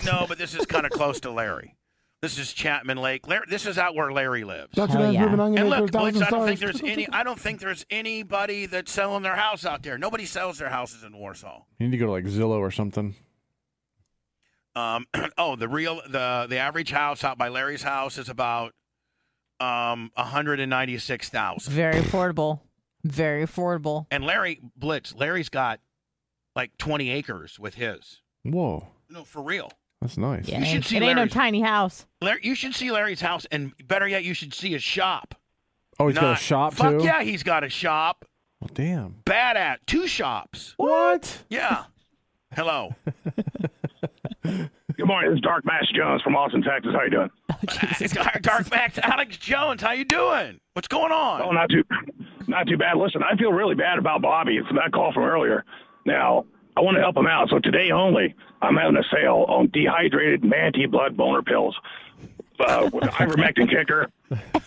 [SPEAKER 3] No, but this is kind of close to Larry. This is Chapman Lake. Larry, this is out where Larry lives.
[SPEAKER 2] Dr.
[SPEAKER 4] Hell
[SPEAKER 2] Man's
[SPEAKER 4] yeah.
[SPEAKER 2] moving onion
[SPEAKER 3] and
[SPEAKER 2] maker,
[SPEAKER 3] look, Blitz,
[SPEAKER 2] thousand
[SPEAKER 3] I don't think
[SPEAKER 2] stars.
[SPEAKER 3] there's any. I don't think there's anybody that's selling their house out there. Nobody sells their houses in Warsaw.
[SPEAKER 5] You need to go to like Zillow or something.
[SPEAKER 3] Um, oh, the real the the average house out by Larry's house is about um one hundred and ninety six thousand.
[SPEAKER 4] Very affordable. Very affordable.
[SPEAKER 3] And Larry Blitz, Larry's got like twenty acres with his.
[SPEAKER 5] Whoa,
[SPEAKER 3] No, for real.
[SPEAKER 5] that's nice.
[SPEAKER 4] Yeah,
[SPEAKER 3] You
[SPEAKER 4] it
[SPEAKER 3] should
[SPEAKER 4] ain't-
[SPEAKER 3] see
[SPEAKER 4] it ain't no
[SPEAKER 3] Larry's-
[SPEAKER 4] tiny house.
[SPEAKER 3] Larry, you should see Larry's house, and better yet, you should see his shop.
[SPEAKER 5] Oh, he's got a
[SPEAKER 3] Not-
[SPEAKER 5] shop
[SPEAKER 3] Fuck
[SPEAKER 5] too.
[SPEAKER 3] yeah, he's got a shop.
[SPEAKER 5] Well, damn.
[SPEAKER 3] Bad at two shops.
[SPEAKER 5] What?
[SPEAKER 3] Yeah. Hello.
[SPEAKER 10] Good morning. This is Dark Mass Jones from Austin, Texas. How you doing?
[SPEAKER 3] Dark, Dark Max, Alex Jones, how you doing? What's going
[SPEAKER 10] Oh,
[SPEAKER 3] on?
[SPEAKER 10] not too, not too bad. Listen, I feel really bad about Bobby from that call from earlier. Now, I want to help him out. So today only, I'm having a sale on dehydrated manti blood boner pills. Uh, with ivermectin kicker.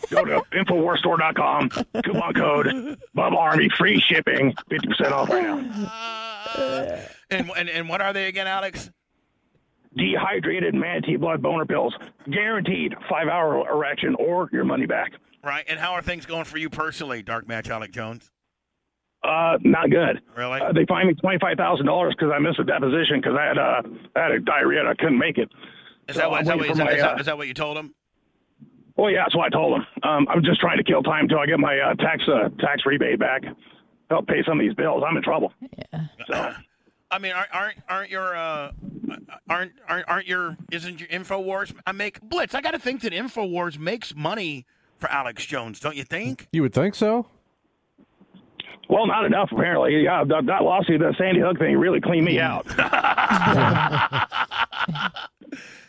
[SPEAKER 10] Go to infowarstore.com. Coupon code Bubba Army. Free shipping. Fifty percent off right now.
[SPEAKER 3] Uh, and, and and what are they again, Alex?
[SPEAKER 10] Dehydrated manti blood boner pills. Guaranteed five-hour erection or your money back.
[SPEAKER 3] Right. And how are things going for you personally, Dark Match Alex Jones?
[SPEAKER 10] Uh, not good.
[SPEAKER 3] Really?
[SPEAKER 10] Uh, they fined me twenty five thousand dollars because I missed a deposition because I had uh, I had a diarrhea and I couldn't make it.
[SPEAKER 3] Is that, what, is,
[SPEAKER 10] So
[SPEAKER 3] that
[SPEAKER 10] I'm
[SPEAKER 3] what,
[SPEAKER 10] waiting
[SPEAKER 3] is,
[SPEAKER 10] for
[SPEAKER 3] that,
[SPEAKER 10] my,
[SPEAKER 3] is, that,
[SPEAKER 10] uh,
[SPEAKER 3] is that what you told him?
[SPEAKER 10] Well, yeah, that's what I told them. Um, I'm just trying to kill time until I get my uh, tax uh, tax rebate back. Help pay some of these bills. I'm in trouble.
[SPEAKER 3] I mean, aren't aren't, aren't your uh, aren't aren't aren't your isn't your Infowars? I make Blitz. I got to think that Infowars makes money for Alex Jones, don't you think?
[SPEAKER 5] You would think so.
[SPEAKER 10] Well, not enough apparently. Yeah, that, that lawsuit, the Sandy Hook thing, really cleaned me out.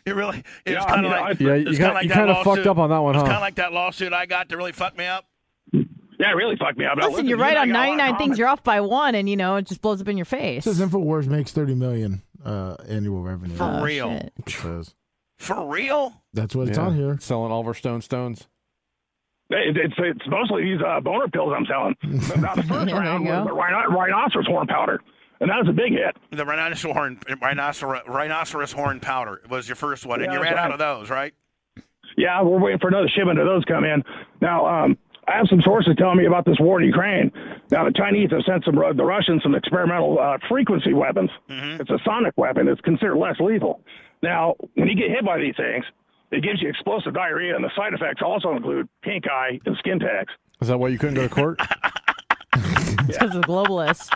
[SPEAKER 3] It really. It was
[SPEAKER 10] Yeah, I
[SPEAKER 3] kind of
[SPEAKER 10] mean,
[SPEAKER 3] like
[SPEAKER 5] Yeah,
[SPEAKER 3] it
[SPEAKER 5] you
[SPEAKER 3] was
[SPEAKER 5] kind
[SPEAKER 3] kinda like
[SPEAKER 5] you
[SPEAKER 3] that
[SPEAKER 5] kind of fucked
[SPEAKER 3] lawsuit.
[SPEAKER 5] up on that one,
[SPEAKER 3] It's
[SPEAKER 5] huh?
[SPEAKER 3] kind of like that lawsuit I got that really fucked me up.
[SPEAKER 10] Yeah, it really fucked me up. Now,
[SPEAKER 4] Listen, you're
[SPEAKER 10] you
[SPEAKER 4] right
[SPEAKER 10] and I
[SPEAKER 4] on
[SPEAKER 10] got a lot in
[SPEAKER 4] 99
[SPEAKER 10] common.
[SPEAKER 4] things. You're off by one, and you know it just blows up in your face.
[SPEAKER 2] It says Infowars makes thirty million uh, annual revenue.
[SPEAKER 3] For
[SPEAKER 4] Oh,
[SPEAKER 3] real.
[SPEAKER 4] shit.
[SPEAKER 2] It says.
[SPEAKER 3] For real?
[SPEAKER 2] That's what it's
[SPEAKER 5] Yeah.
[SPEAKER 2] on here.
[SPEAKER 5] Selling all of our stone stones.
[SPEAKER 10] It, it's it's mostly these uh, boner pills I'm selling. Now, the first
[SPEAKER 4] There
[SPEAKER 10] round
[SPEAKER 4] you go.
[SPEAKER 10] was the rhino- rhinoceros horn powder, and that was a big hit.
[SPEAKER 3] The rhinoceros horn, rhinoceros, rhinoceros horn powder was your first one, and
[SPEAKER 10] Yeah,
[SPEAKER 3] you ran out
[SPEAKER 10] that's right.
[SPEAKER 3] of those, right?
[SPEAKER 10] Yeah, we're waiting for another shipment of those come in. Now, um, I have some sources telling me about this war in Ukraine. Now, the Chinese have sent some uh, the Russians some experimental uh, frequency weapons. It's a sonic weapon. It's considered less lethal. Now, when you get hit by these things, it gives you explosive diarrhea, and the side effects also include pink eye and skin tags.
[SPEAKER 5] Is that why you couldn't go to court?
[SPEAKER 4] It's because of the globalists.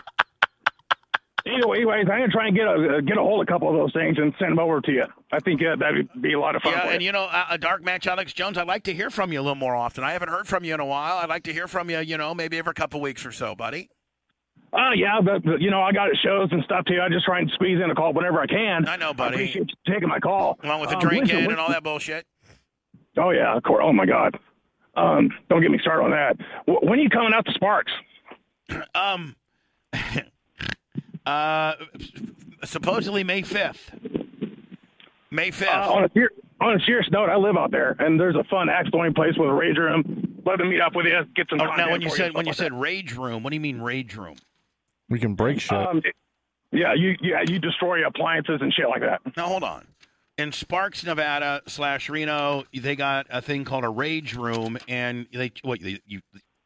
[SPEAKER 10] Anyway, anyways, I'm gonna try and get a uh, get a hold of a couple of those things and send them over to you. I think uh, that'd be a lot of fun.
[SPEAKER 3] Yeah,
[SPEAKER 10] for
[SPEAKER 3] and you know, a, a dark match, Alex Jones. I'd like to hear from you a little more often. I haven't heard from you in a while. I'd like to hear from you, you know, maybe every couple weeks or so, buddy.
[SPEAKER 10] Uh, yeah, but, but, you know, I got shows and stuff too. I just try and squeeze in a call whenever I can.
[SPEAKER 3] I know, buddy.
[SPEAKER 10] I appreciate you taking my call.
[SPEAKER 3] Along with the
[SPEAKER 10] Um,
[SPEAKER 3] drinking
[SPEAKER 10] listen,
[SPEAKER 3] and all that bullshit.
[SPEAKER 10] listen- Oh yeah, of course. Oh my God. Um, don't get me started on that. Wh- When are you coming out to Sparks?
[SPEAKER 3] Um, uh, supposedly May fifth. May fifth.
[SPEAKER 10] Uh, on a ser- on a serious note, I live out there, and there's a fun axe throwing place with a rage room. Love to meet up with you. Get some.
[SPEAKER 3] Oh,
[SPEAKER 10] content
[SPEAKER 3] now, when you
[SPEAKER 10] for
[SPEAKER 3] said
[SPEAKER 10] and
[SPEAKER 3] when you
[SPEAKER 10] stuff
[SPEAKER 3] said rage room, what do you mean rage room?
[SPEAKER 5] we can break shit.
[SPEAKER 10] like that. um, it- yeah, you yeah you destroy appliances and shit like that.
[SPEAKER 3] Now hold on. In Sparks, Nevada slash Reno, they got a thing called a rage room, and they what they, you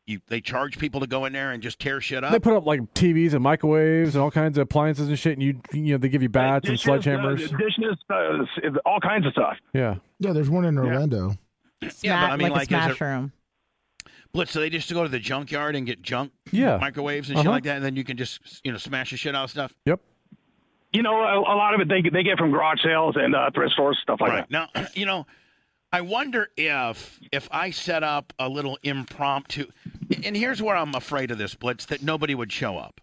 [SPEAKER 3] you they charge people to go in there and just tear shit up.
[SPEAKER 5] They put up like TVs and microwaves and all kinds of appliances and shit, and you you know they give you bats and
[SPEAKER 10] Dishes, uh,
[SPEAKER 5] sledgehammers.
[SPEAKER 10] dishes, uh, s- all kinds of stuff.
[SPEAKER 5] Yeah.
[SPEAKER 2] Yeah, there's one in Orlando.
[SPEAKER 3] yeah, but I mean, like,
[SPEAKER 4] like a
[SPEAKER 3] is
[SPEAKER 4] smash
[SPEAKER 3] there,
[SPEAKER 4] room.
[SPEAKER 3] blitz? So they just go to the junkyard and get junk,
[SPEAKER 5] Yeah.
[SPEAKER 3] microwaves and shit
[SPEAKER 5] Uh-huh.
[SPEAKER 3] like that, and then you can just you know smash the shit out of stuff.
[SPEAKER 10] You know, a, a lot of it they they get from garage sales and uh, thrift stores stuff like
[SPEAKER 3] right now, you know, I wonder if if I set up a little impromptu, and here's where I'm afraid of this blitz that nobody would show up.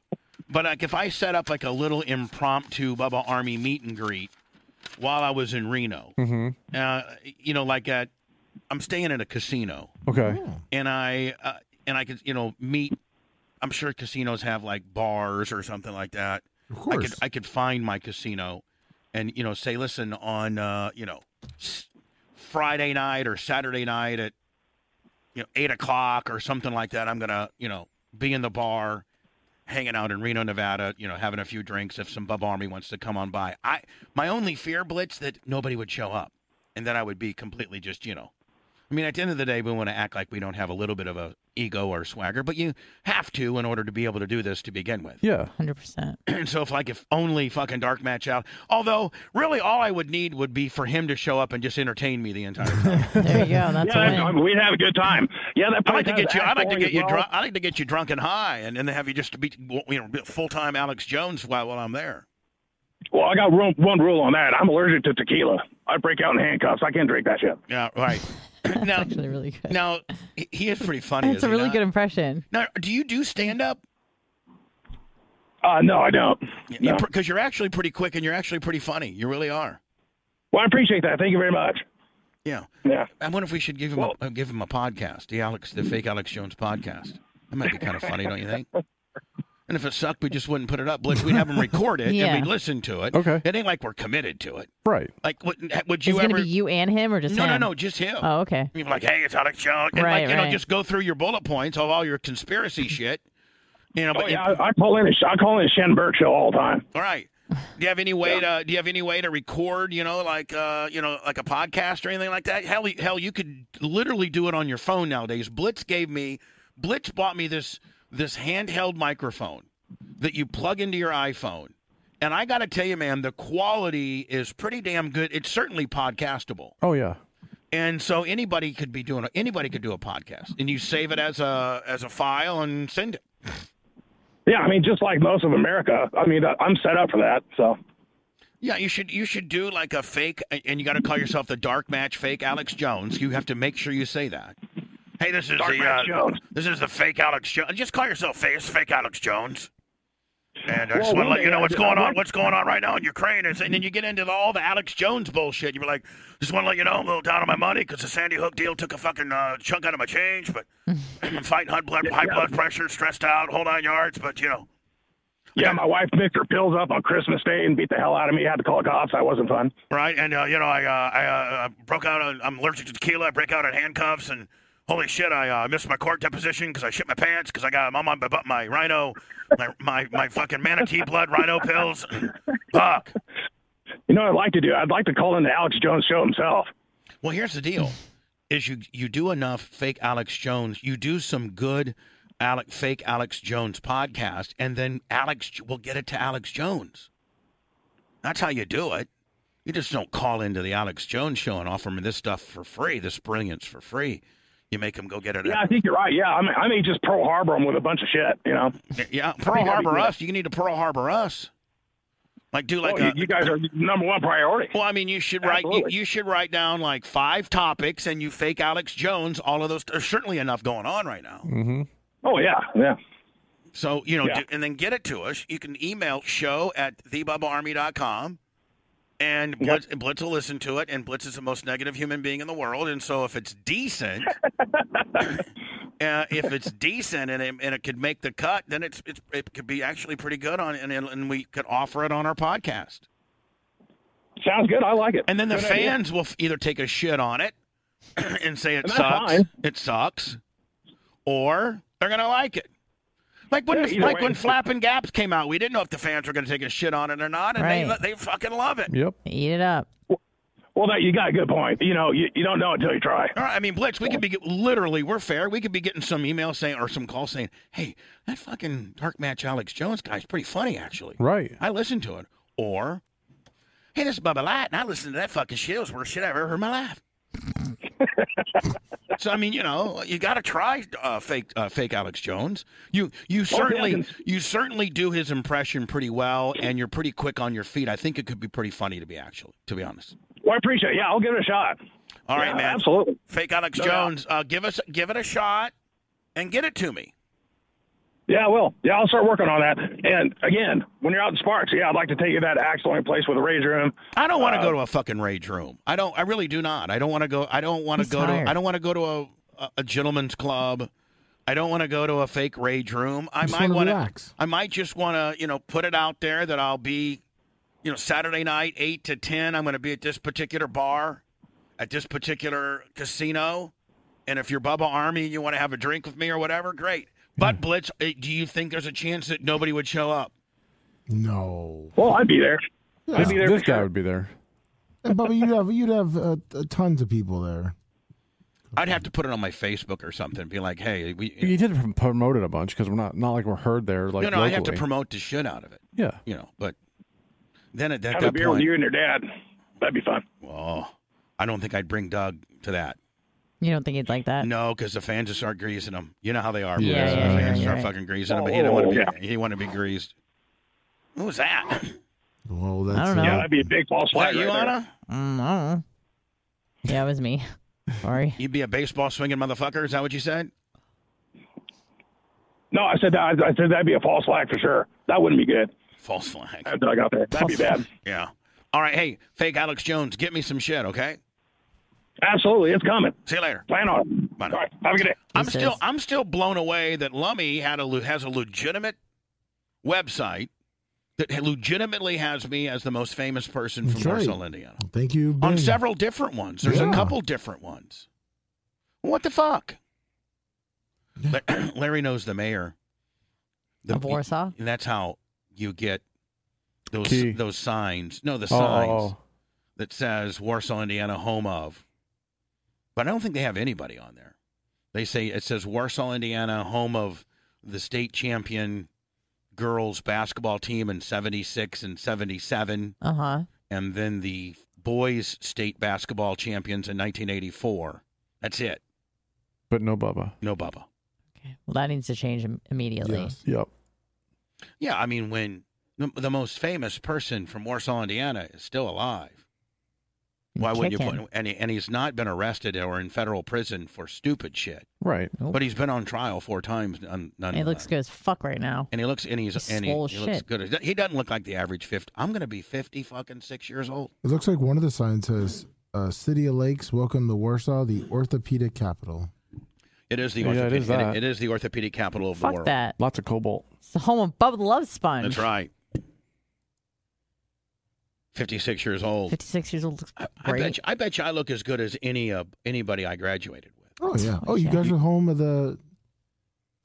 [SPEAKER 3] But like if I set up like a little impromptu Bubba Army meet and greet while I was in Reno,
[SPEAKER 5] Mm-hmm.
[SPEAKER 3] uh, you know, like at I'm staying in a casino,
[SPEAKER 5] Okay.
[SPEAKER 2] Oh. Hmm.
[SPEAKER 3] and I uh, and I could you know meet. I'm sure casinos have like bars or something like that.
[SPEAKER 2] Of
[SPEAKER 3] I
[SPEAKER 2] course.
[SPEAKER 3] could I could find my casino, and you know say listen on uh, you know s- Friday night or Saturday night at you know eight o'clock or something like that. I'm gonna you know be in the bar, hanging out in Reno, Nevada. You know having a few drinks if some Bub Army wants to come on by. I my only fear blitz that nobody would show up, and then I would be completely just you know. I mean, at the end of the day, we want to act like we don't have a little bit of a ego or swagger, but you have to in order to be able to do this to begin with.
[SPEAKER 5] Yeah.
[SPEAKER 4] 100%.
[SPEAKER 3] And so if like if only fucking dark match out. Although really all I would need would be for him to show up and just entertain me the entire time.
[SPEAKER 4] There you go.
[SPEAKER 10] that.
[SPEAKER 4] That's
[SPEAKER 10] yeah,
[SPEAKER 4] a
[SPEAKER 10] I
[SPEAKER 4] win.
[SPEAKER 10] mean, we'd have a good time. Yeah, that
[SPEAKER 3] I'd like to
[SPEAKER 10] place
[SPEAKER 3] get you.
[SPEAKER 10] has
[SPEAKER 3] I'd like to
[SPEAKER 10] axe
[SPEAKER 3] get you
[SPEAKER 10] throwing as well.
[SPEAKER 3] drunk. I'd like to get you drunk and high, and, and then have you just be you know full time Alex Jones while while I'm there.
[SPEAKER 10] Well, I got one, one rule on that. I'm allergic to tequila. I break out in handcuffs. I can't drink that shit.
[SPEAKER 3] Yeah, right.
[SPEAKER 4] That's
[SPEAKER 3] now,
[SPEAKER 4] actually really good.
[SPEAKER 3] now he- he is pretty funny.
[SPEAKER 4] That's
[SPEAKER 3] is
[SPEAKER 4] a
[SPEAKER 3] he
[SPEAKER 4] really
[SPEAKER 3] not?
[SPEAKER 4] good impression.
[SPEAKER 3] Now, Uh, do you do stand up?
[SPEAKER 10] Uh, no, I don't.
[SPEAKER 3] Because
[SPEAKER 10] No.
[SPEAKER 3] you're actually pretty quick and you're actually pretty funny. You really are.
[SPEAKER 10] Well, I appreciate that. Thank you very much.
[SPEAKER 3] Yeah.
[SPEAKER 10] Yeah.
[SPEAKER 3] I wonder if we should give him
[SPEAKER 10] Well-
[SPEAKER 3] a, uh, give him a podcast, the Alex, the fake Alex Jones podcast. That might be kind of funny, don't you think? And if it sucked, we just wouldn't put it up. Blitz, we'd have him record it
[SPEAKER 4] Yeah.
[SPEAKER 3] and we'd listen to it.
[SPEAKER 5] Okay.
[SPEAKER 3] It ain't like we're committed to it.
[SPEAKER 5] Right.
[SPEAKER 3] Like, would, would
[SPEAKER 4] Is it
[SPEAKER 3] you
[SPEAKER 4] going
[SPEAKER 3] ever?
[SPEAKER 4] to be you and him or just
[SPEAKER 3] no,
[SPEAKER 4] him?
[SPEAKER 3] no, no, just him.
[SPEAKER 4] Oh, okay.
[SPEAKER 3] You'd be like, hey, it's Alex Jones, and
[SPEAKER 4] Right,
[SPEAKER 3] like you know,
[SPEAKER 4] right.
[SPEAKER 3] just go through your bullet points of all your conspiracy shit. You know,
[SPEAKER 10] Oh,
[SPEAKER 3] but
[SPEAKER 10] yeah, I, I call in. A, I call in a Shen Burke show all the time.
[SPEAKER 3] all right. Do you have any way to? Do you have any way to record? You know, like uh, you know, like a podcast or anything like that. Hell, you- hell, you could literally do it on your phone nowadays. Blitz gave me, Blitz bought me this this handheld microphone that you plug into your iPhone, and I got to tell you, man, the quality is pretty damn good. It's certainly podcastable,
[SPEAKER 5] Oh yeah.
[SPEAKER 3] and so anybody could be doing a, anybody could do a podcast, and you save it as a as a file and send it.
[SPEAKER 10] Yeah, I mean, just like most of America, I mean, I- I'm set up for that. So,
[SPEAKER 3] Yeah, you should you should do like a fake, and you got to call yourself the dark match fake Alex Jones. You have to make sure you say that. Hey, this is
[SPEAKER 10] Dark
[SPEAKER 3] the uh,
[SPEAKER 10] Match Jones.
[SPEAKER 3] this is the fake Alex Jones. Just call yourself fake, it's fake Alex Jones. And I just
[SPEAKER 10] Well,
[SPEAKER 3] want to
[SPEAKER 10] one
[SPEAKER 3] let you
[SPEAKER 10] day
[SPEAKER 3] know
[SPEAKER 10] I
[SPEAKER 3] what's
[SPEAKER 10] did- I
[SPEAKER 3] going on,
[SPEAKER 10] worked-
[SPEAKER 3] what's going on right now in Ukraine, and then you get into the, all the Alex Jones bullshit. You're like, just want to let you know I'm a little down on my money because the Sandy Hook deal took a fucking uh, chunk out of my change, but I'm fighting high blood, high
[SPEAKER 10] yeah.
[SPEAKER 3] blood pressure, stressed out, hold on yards, but you know.
[SPEAKER 10] yeah, my wife mixed her pills up on Christmas Day and beat the hell out of me. had to call cops. That wasn't fun.
[SPEAKER 3] Right, and uh, you know, I uh, I, uh, I broke out. On, I'm allergic to tequila. I break out in handcuffs, and holy shit, I uh, missed my court deposition because I shit my pants because I got I'm on my my, my rhino, my, my my fucking manatee blood rhino pills. Fuck.
[SPEAKER 10] You know what I'd like to do? I'd like to call in the Alex Jones show himself.
[SPEAKER 3] Well, here's the deal: is you you do enough fake Alex Jones, you do some good, Alec fake Alex Jones podcast, and then Alex will get it to Alex Jones. That's how you do it. You just don't call into the Alex Jones show and offer him this stuff for free, this brilliance for free. You make him go get it.
[SPEAKER 10] Yeah, I think you're right. Yeah, I mean, I may just Pearl Harbor him with a bunch of shit. You know,
[SPEAKER 3] yeah. Pearl
[SPEAKER 10] that'd be
[SPEAKER 3] Harbor
[SPEAKER 10] good.
[SPEAKER 3] us. You need to Pearl Harbor us. Like do like
[SPEAKER 10] oh, you,
[SPEAKER 3] a,
[SPEAKER 10] you guys are number one priority.
[SPEAKER 3] Well, I mean, you should write you,
[SPEAKER 10] Absolutely.
[SPEAKER 3] you should write down like five topics, and you fake Alex Jones. All of those. There's certainly enough going on right now.
[SPEAKER 5] Mm-hmm.
[SPEAKER 10] Oh yeah, yeah.
[SPEAKER 3] So you know,
[SPEAKER 10] Yeah.
[SPEAKER 3] do, and then get it to us. You can email show at thebubblearmy.com, and Blitz, Blitz will listen to it. And Blitz is the most negative human being in the world, and so if it's decent, uh, if it's decent and it, and it could make the cut, then it's, it's it could be actually pretty good on, and, and we could offer it on our podcast.
[SPEAKER 10] Sounds good. I like it.
[SPEAKER 3] And then the
[SPEAKER 10] Good idea.
[SPEAKER 3] fans will f- either take a shit on it and say it
[SPEAKER 10] And that's
[SPEAKER 3] sucks,
[SPEAKER 10] fine.
[SPEAKER 3] it sucks, or they're gonna like it. Like when
[SPEAKER 10] Yeah,
[SPEAKER 3] the,
[SPEAKER 10] either
[SPEAKER 3] like
[SPEAKER 10] way.
[SPEAKER 3] when Flapping Gaps came out, we didn't know if the fans were gonna take a shit on it or not, and they
[SPEAKER 4] Right.
[SPEAKER 3] they fucking love it.
[SPEAKER 5] Yep.
[SPEAKER 4] Eat it up.
[SPEAKER 10] Well, that you got a good point. You know, you, you don't know until you try.
[SPEAKER 3] All right, I mean, Blitz, we could be get- literally, we're fair. We could be getting some email saying or some call saying, "Hey, that fucking dark match Alex Jones guy's pretty funny, actually."
[SPEAKER 5] Right.
[SPEAKER 3] I listened to it. Or, "Hey, this is Bubba Light, and I listened to that fucking shit. It was the worst shit I've ever heard in my life." so I mean, you know, you got to try uh, fake uh, fake Alex Jones. You you
[SPEAKER 10] Okay, I
[SPEAKER 3] certainly
[SPEAKER 10] can-
[SPEAKER 3] you certainly do his impression pretty well, and you're pretty quick on your feet. I think it could be pretty funny to be actually, to be honest.
[SPEAKER 10] Well, I appreciate it. Yeah, I'll give it a shot.
[SPEAKER 3] All right,
[SPEAKER 10] Yeah,
[SPEAKER 3] man.
[SPEAKER 10] Absolutely.
[SPEAKER 3] Fake Alex
[SPEAKER 10] No doubt.
[SPEAKER 3] Jones, uh, give us give it a shot and get it to me.
[SPEAKER 10] Yeah, I will. Yeah, I'll start working on that. And again, when you're out in Sparks, yeah, I'd like to take you to that excellent place with a rage room.
[SPEAKER 3] I don't want to
[SPEAKER 10] Uh,
[SPEAKER 3] go to a fucking rage room. I don't. I really do not. I don't want to go. I don't want to
[SPEAKER 10] He's
[SPEAKER 3] go
[SPEAKER 10] tired.
[SPEAKER 3] to. I don't want to go to a a, a gentleman's club. I don't want to go to a fake rage room. I
[SPEAKER 2] Just
[SPEAKER 3] might
[SPEAKER 2] wanna
[SPEAKER 3] want
[SPEAKER 2] relax.
[SPEAKER 3] I might just want to you know put it out there that I'll be, you know, Saturday night eight to ten. I'm going to be at this particular bar, at this particular casino, and if you're Bubba Army and you want to have a drink with me or whatever, great. But Blitz, eh, do you think there's a chance that nobody would show up?
[SPEAKER 2] No.
[SPEAKER 10] Well, I'd be there.
[SPEAKER 5] This, this guy would be there.
[SPEAKER 2] And Bubba, you'd have you'd have uh, t- tons of people there.
[SPEAKER 3] I'd have to put it on my Facebook or something. Be like, hey, we.
[SPEAKER 5] You did prom- promote it a bunch because we're not not like we're heard there. Like
[SPEAKER 3] no, no, I have to
[SPEAKER 5] locally.
[SPEAKER 3] promote the shit out of it.
[SPEAKER 5] Yeah.
[SPEAKER 3] You know, but then at that,
[SPEAKER 10] Have
[SPEAKER 3] that
[SPEAKER 10] a beer
[SPEAKER 3] point,
[SPEAKER 10] with you and your dad. That'd be fun.
[SPEAKER 3] well, I don't think I'd bring Doug to that.
[SPEAKER 4] You don't think he'd like that?
[SPEAKER 3] No, because the fans just start greasing him. You know how they are.
[SPEAKER 4] Yeah,
[SPEAKER 3] Bruce.
[SPEAKER 4] yeah,
[SPEAKER 3] the
[SPEAKER 4] yeah,
[SPEAKER 3] fans
[SPEAKER 4] yeah,
[SPEAKER 3] start
[SPEAKER 4] right.
[SPEAKER 3] fucking greasing him, but he didn't want to be.
[SPEAKER 10] Oh,
[SPEAKER 3] He didn't want to be greased. Who was that?
[SPEAKER 2] Well,
[SPEAKER 4] I
[SPEAKER 2] that's
[SPEAKER 4] don't know.
[SPEAKER 10] Yeah, that'd be a big false
[SPEAKER 3] What
[SPEAKER 10] flag.
[SPEAKER 3] you,
[SPEAKER 10] right there.
[SPEAKER 3] Anna?
[SPEAKER 4] Mm, I
[SPEAKER 5] Mm-hmm.
[SPEAKER 4] don't know. Yeah, it was me. Sorry.
[SPEAKER 3] You'd be a baseball swinging motherfucker. Is that what you said?
[SPEAKER 10] No, I said that. I I said that'd be a false flag for sure. That wouldn't be good.
[SPEAKER 3] False flag.
[SPEAKER 10] That dug out there. That'd be bad.
[SPEAKER 3] Yeah. All right. Hey, fake Alex Jones, get me some shit, okay?
[SPEAKER 10] Absolutely, it's coming.
[SPEAKER 3] See you later.
[SPEAKER 10] Plan on it.
[SPEAKER 3] Bye now.
[SPEAKER 10] All right, have a good day.
[SPEAKER 3] I'm still I'm still blown away that Lummy had a le- has a legitimate website that legitimately has me as the most famous person from
[SPEAKER 2] That's right.
[SPEAKER 3] Marshall, Indiana.
[SPEAKER 2] Thank you.
[SPEAKER 3] On
[SPEAKER 2] Bing.
[SPEAKER 3] several different ones. There's a
[SPEAKER 2] Yeah.
[SPEAKER 3] couple different ones. What the fuck? La- Larry knows the mayor.
[SPEAKER 4] Of Warsaw?
[SPEAKER 3] And that's how you get those
[SPEAKER 5] Key.
[SPEAKER 3] those signs. No, the
[SPEAKER 5] Oh, oh,
[SPEAKER 3] signs
[SPEAKER 5] oh.
[SPEAKER 3] that says Warsaw, Indiana, home of. But I don't think they have anybody on there. They say it says Warsaw, Indiana, home of the state champion girls basketball team in 76 and 77,
[SPEAKER 4] Uh huh.
[SPEAKER 3] and then the boys state basketball champions in 1984. That's it.
[SPEAKER 5] but no Bubba.
[SPEAKER 3] No Bubba.
[SPEAKER 4] Well, that needs to change im- immediately.
[SPEAKER 2] Yes.
[SPEAKER 5] Yep.
[SPEAKER 3] Yeah, I mean, when the, the most famous person from Warsaw, Indiana is still alive, why wouldn't you
[SPEAKER 4] Kicking.
[SPEAKER 3] put and, he- and he's not been arrested or in federal prison for stupid shit.
[SPEAKER 5] Right.
[SPEAKER 4] Nope.
[SPEAKER 3] But he's been on trial four times. None, none
[SPEAKER 4] It looks good as fuck right now.
[SPEAKER 3] And he looks and he's,
[SPEAKER 4] He's
[SPEAKER 3] and he,
[SPEAKER 4] swole as
[SPEAKER 3] he looks
[SPEAKER 4] shit.
[SPEAKER 3] good. as- He doesn't look like the average fifty. I'm gonna be fifty fucking six years old.
[SPEAKER 2] It looks like one of the signs says, uh, "City of Lakes, welcome to Warsaw, the orthopedic capital."
[SPEAKER 3] It is the
[SPEAKER 5] Yeah, it
[SPEAKER 3] orthopedic.
[SPEAKER 5] is that.
[SPEAKER 3] it is the orthopedic capital of the
[SPEAKER 4] Fuck
[SPEAKER 3] world.
[SPEAKER 4] that.
[SPEAKER 5] Lots of cobalt.
[SPEAKER 4] It's the home of Bubba the Love Sponge.
[SPEAKER 3] That's right. Fifty six years old.
[SPEAKER 4] 56 years old looks
[SPEAKER 3] I, I
[SPEAKER 4] great.
[SPEAKER 3] bet you, I bet you I look as good as any uh, anybody I graduated with.
[SPEAKER 2] Oh yeah. Oh, you
[SPEAKER 4] Yeah.
[SPEAKER 2] guys are home of the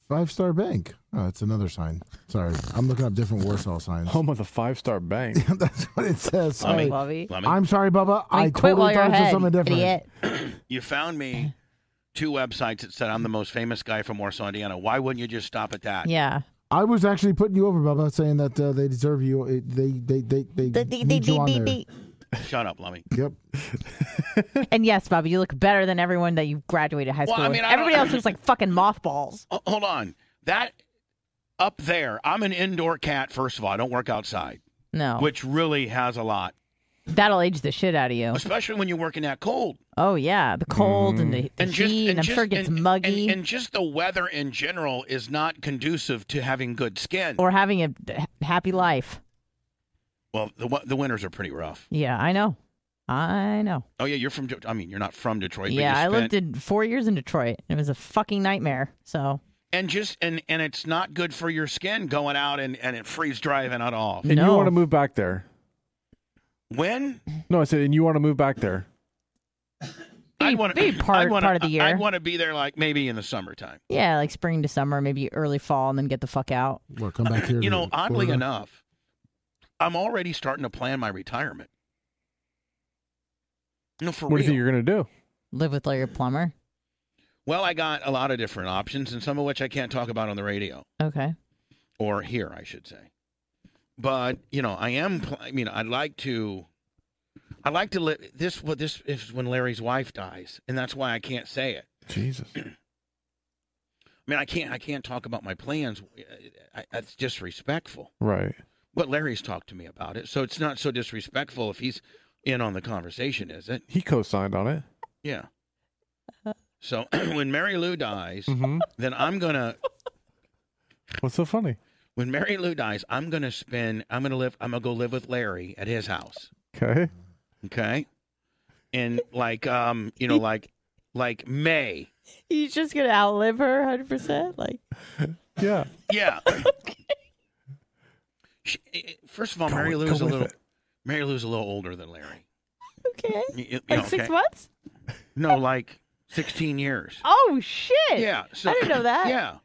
[SPEAKER 2] Five Star Bank. Oh, it's another sign. Sorry, I'm looking up different Warsaw signs.
[SPEAKER 5] Home of the five star bank.
[SPEAKER 2] That's what it says.
[SPEAKER 3] I mean-
[SPEAKER 2] Sorry.
[SPEAKER 4] Bubby.
[SPEAKER 3] Lummy,
[SPEAKER 2] I'm sorry, Bubba. I,
[SPEAKER 4] quit
[SPEAKER 2] totally
[SPEAKER 4] while
[SPEAKER 2] thought
[SPEAKER 4] you're
[SPEAKER 2] it was
[SPEAKER 4] ahead,
[SPEAKER 2] something different.
[SPEAKER 4] idiot.
[SPEAKER 3] you found me two websites that said I'm the most famous guy from Warsaw, Indiana. Why wouldn't you just stop at that?
[SPEAKER 4] Yeah.
[SPEAKER 2] I was actually putting you over, Bubba, saying that uh, they deserve you. It- They they they they,
[SPEAKER 4] The- the- the-
[SPEAKER 2] need you
[SPEAKER 4] the-
[SPEAKER 2] on
[SPEAKER 4] the-
[SPEAKER 2] there.
[SPEAKER 3] Shut up, Lummy.
[SPEAKER 2] Yep.
[SPEAKER 4] And yes, Bobby, you look better than everyone that you graduated high
[SPEAKER 3] Well,
[SPEAKER 4] school
[SPEAKER 3] I
[SPEAKER 4] with.
[SPEAKER 3] mean, I don't-
[SPEAKER 4] Everybody else looks like fucking mothballs.
[SPEAKER 3] Oh, hold on. That up there, I'm an indoor cat, first of all. I don't work outside,
[SPEAKER 4] No.
[SPEAKER 3] which really has a lot,
[SPEAKER 4] That'll age the shit out of you.
[SPEAKER 3] especially when you're working that cold.
[SPEAKER 4] Oh, yeah. The cold and the, the
[SPEAKER 3] Mm. And
[SPEAKER 4] heat,
[SPEAKER 3] just,
[SPEAKER 4] and,
[SPEAKER 3] and
[SPEAKER 4] I'm
[SPEAKER 3] just-
[SPEAKER 4] sure it gets
[SPEAKER 3] and-
[SPEAKER 4] muggy.
[SPEAKER 3] And, and just the weather in general is not conducive to having good skin.
[SPEAKER 4] or having a h- happy life.
[SPEAKER 3] well, the, wa- the winters are pretty rough.
[SPEAKER 4] Yeah, I know. I know.
[SPEAKER 3] Oh, yeah, you're from, De- I mean, you're not from Detroit. but
[SPEAKER 4] yeah,
[SPEAKER 3] you
[SPEAKER 4] I
[SPEAKER 3] spent-
[SPEAKER 4] lived in four years in Detroit. and It was a fucking nightmare. So
[SPEAKER 3] and just and and it's not good for your skin going out and and it freeze driving it off.
[SPEAKER 5] And you
[SPEAKER 4] No.
[SPEAKER 5] want to move back there.
[SPEAKER 3] When
[SPEAKER 5] No, I said, and you want to move back there.
[SPEAKER 3] I
[SPEAKER 4] Maybe-
[SPEAKER 3] want
[SPEAKER 4] maybe part- part of the
[SPEAKER 3] I
[SPEAKER 4] year.
[SPEAKER 3] want to be there like maybe in the summertime.
[SPEAKER 4] yeah, like spring to summer, maybe early fall, and then get the fuck out.
[SPEAKER 2] Well, come back here.
[SPEAKER 3] You know,
[SPEAKER 2] to
[SPEAKER 3] oddly
[SPEAKER 2] Florida.
[SPEAKER 3] enough, I'm already starting to plan my retirement. No, for
[SPEAKER 5] what do
[SPEAKER 3] real.
[SPEAKER 5] you think you're gonna do?
[SPEAKER 4] Live with like your plumber.
[SPEAKER 3] Well, I got a lot of different options, and some of which I can't talk about on the radio
[SPEAKER 4] Okay.
[SPEAKER 3] or here, I should say. But you know, I am. Pl- I mean, I'd like to. I would like to live this. What this is when Larry's wife dies, and that's why I can't say it.
[SPEAKER 5] Jesus.
[SPEAKER 3] I mean, I can't. I can't talk about my plans. I, that's disrespectful.
[SPEAKER 5] Right.
[SPEAKER 3] But Larry's talked to me about it, so it's not so disrespectful if he's in on the conversation, is it?
[SPEAKER 5] He co-signed on it.
[SPEAKER 3] Yeah. So when Mary Lou dies,
[SPEAKER 5] Mhm.
[SPEAKER 3] then I'm gonna
[SPEAKER 5] What's so funny?
[SPEAKER 3] when Mary Lou dies, I'm gonna spend I'm gonna live I'm gonna go live with Larry at his house.
[SPEAKER 5] Okay.
[SPEAKER 3] Okay. And like um, you know, like like May.
[SPEAKER 4] He's just gonna outlive her, hundred percent. Like
[SPEAKER 5] Yeah.
[SPEAKER 3] Yeah. She- First of all,
[SPEAKER 5] Go
[SPEAKER 3] Mary
[SPEAKER 5] with-
[SPEAKER 3] Lou's a
[SPEAKER 5] go with
[SPEAKER 3] little
[SPEAKER 5] it.
[SPEAKER 3] Mary Lou's a little older than Larry.
[SPEAKER 4] okay,
[SPEAKER 3] You- you
[SPEAKER 4] like
[SPEAKER 3] know,
[SPEAKER 4] six
[SPEAKER 3] okay?
[SPEAKER 4] months.
[SPEAKER 3] No, like sixteen years.
[SPEAKER 4] Oh shit!
[SPEAKER 3] Yeah. So,
[SPEAKER 4] I didn't know that.
[SPEAKER 3] Yeah.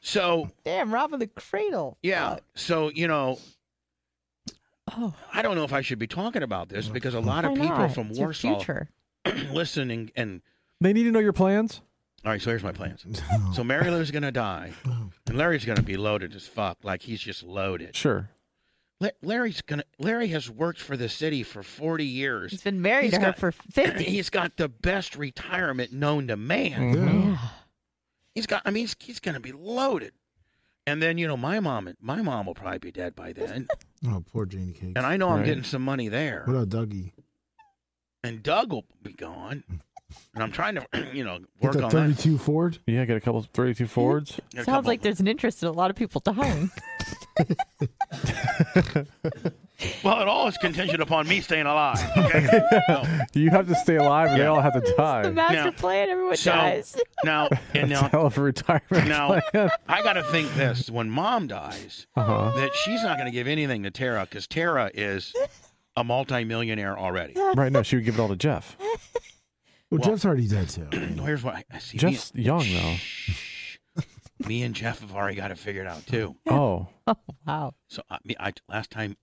[SPEAKER 3] So
[SPEAKER 4] Damn, robbing the cradle.
[SPEAKER 3] yeah. So, you know,
[SPEAKER 4] Oh,
[SPEAKER 3] I don't know if I should be talking about this because a lot of
[SPEAKER 4] why
[SPEAKER 3] people
[SPEAKER 4] not?
[SPEAKER 3] from
[SPEAKER 4] It's your
[SPEAKER 3] Warsaw
[SPEAKER 4] Future.
[SPEAKER 3] listen and, and
[SPEAKER 5] They need to know your plans.
[SPEAKER 3] all right, so here's my plans. So Mary Lou's gonna die, and Larry's gonna be loaded as fuck. Like he's just loaded.
[SPEAKER 5] Sure.
[SPEAKER 3] La- Larry's gonna. Larry has worked for the city for 40
[SPEAKER 4] He's
[SPEAKER 3] years.
[SPEAKER 4] been married
[SPEAKER 3] He's
[SPEAKER 4] to her
[SPEAKER 3] got-
[SPEAKER 4] for fifty.
[SPEAKER 3] He's got the best retirement known to man.
[SPEAKER 5] Mhm.
[SPEAKER 4] yeah.
[SPEAKER 3] He's got. I mean, he's, he's gonna be loaded. And then you know, my mom. My mom will probably be dead by then.
[SPEAKER 2] Oh, poor Janie Cakes.
[SPEAKER 3] And I know I'm
[SPEAKER 5] Right.
[SPEAKER 3] getting some money there.
[SPEAKER 2] What about Dougie?
[SPEAKER 3] And Doug will be gone. And I'm trying to, you know,
[SPEAKER 2] Get
[SPEAKER 3] work
[SPEAKER 2] that
[SPEAKER 3] on that.
[SPEAKER 2] 32 Ford.
[SPEAKER 5] Yeah. Get a couple thirty-two Fords.
[SPEAKER 3] A
[SPEAKER 4] Sounds
[SPEAKER 3] couple-
[SPEAKER 4] like there's an interest in a lot of people dying.
[SPEAKER 3] Well, it all is contingent upon me staying alive. Okay? No.
[SPEAKER 5] you have to stay alive, and they all have to
[SPEAKER 4] the
[SPEAKER 5] die.
[SPEAKER 4] master
[SPEAKER 3] Now-
[SPEAKER 4] plan. Everyone
[SPEAKER 3] so-
[SPEAKER 4] dies.
[SPEAKER 3] Now, and
[SPEAKER 5] That's
[SPEAKER 3] now,
[SPEAKER 5] a hell of a retirement
[SPEAKER 3] Now-
[SPEAKER 5] plan.
[SPEAKER 3] I got to think this when mom dies,
[SPEAKER 5] Uh-huh.
[SPEAKER 3] that she's not going to give anything to Tara because Tara is a multimillionaire already.
[SPEAKER 5] Right now, she would give it all to Jeff.
[SPEAKER 2] Well,
[SPEAKER 3] Well-
[SPEAKER 2] Jeff's already dead too.
[SPEAKER 3] No, here's what I, I see.
[SPEAKER 5] Jeff's young though.
[SPEAKER 3] Shh. me and Jeff have already got it figured out too.
[SPEAKER 5] Oh,
[SPEAKER 4] Oh wow.
[SPEAKER 3] So I, me- I last time,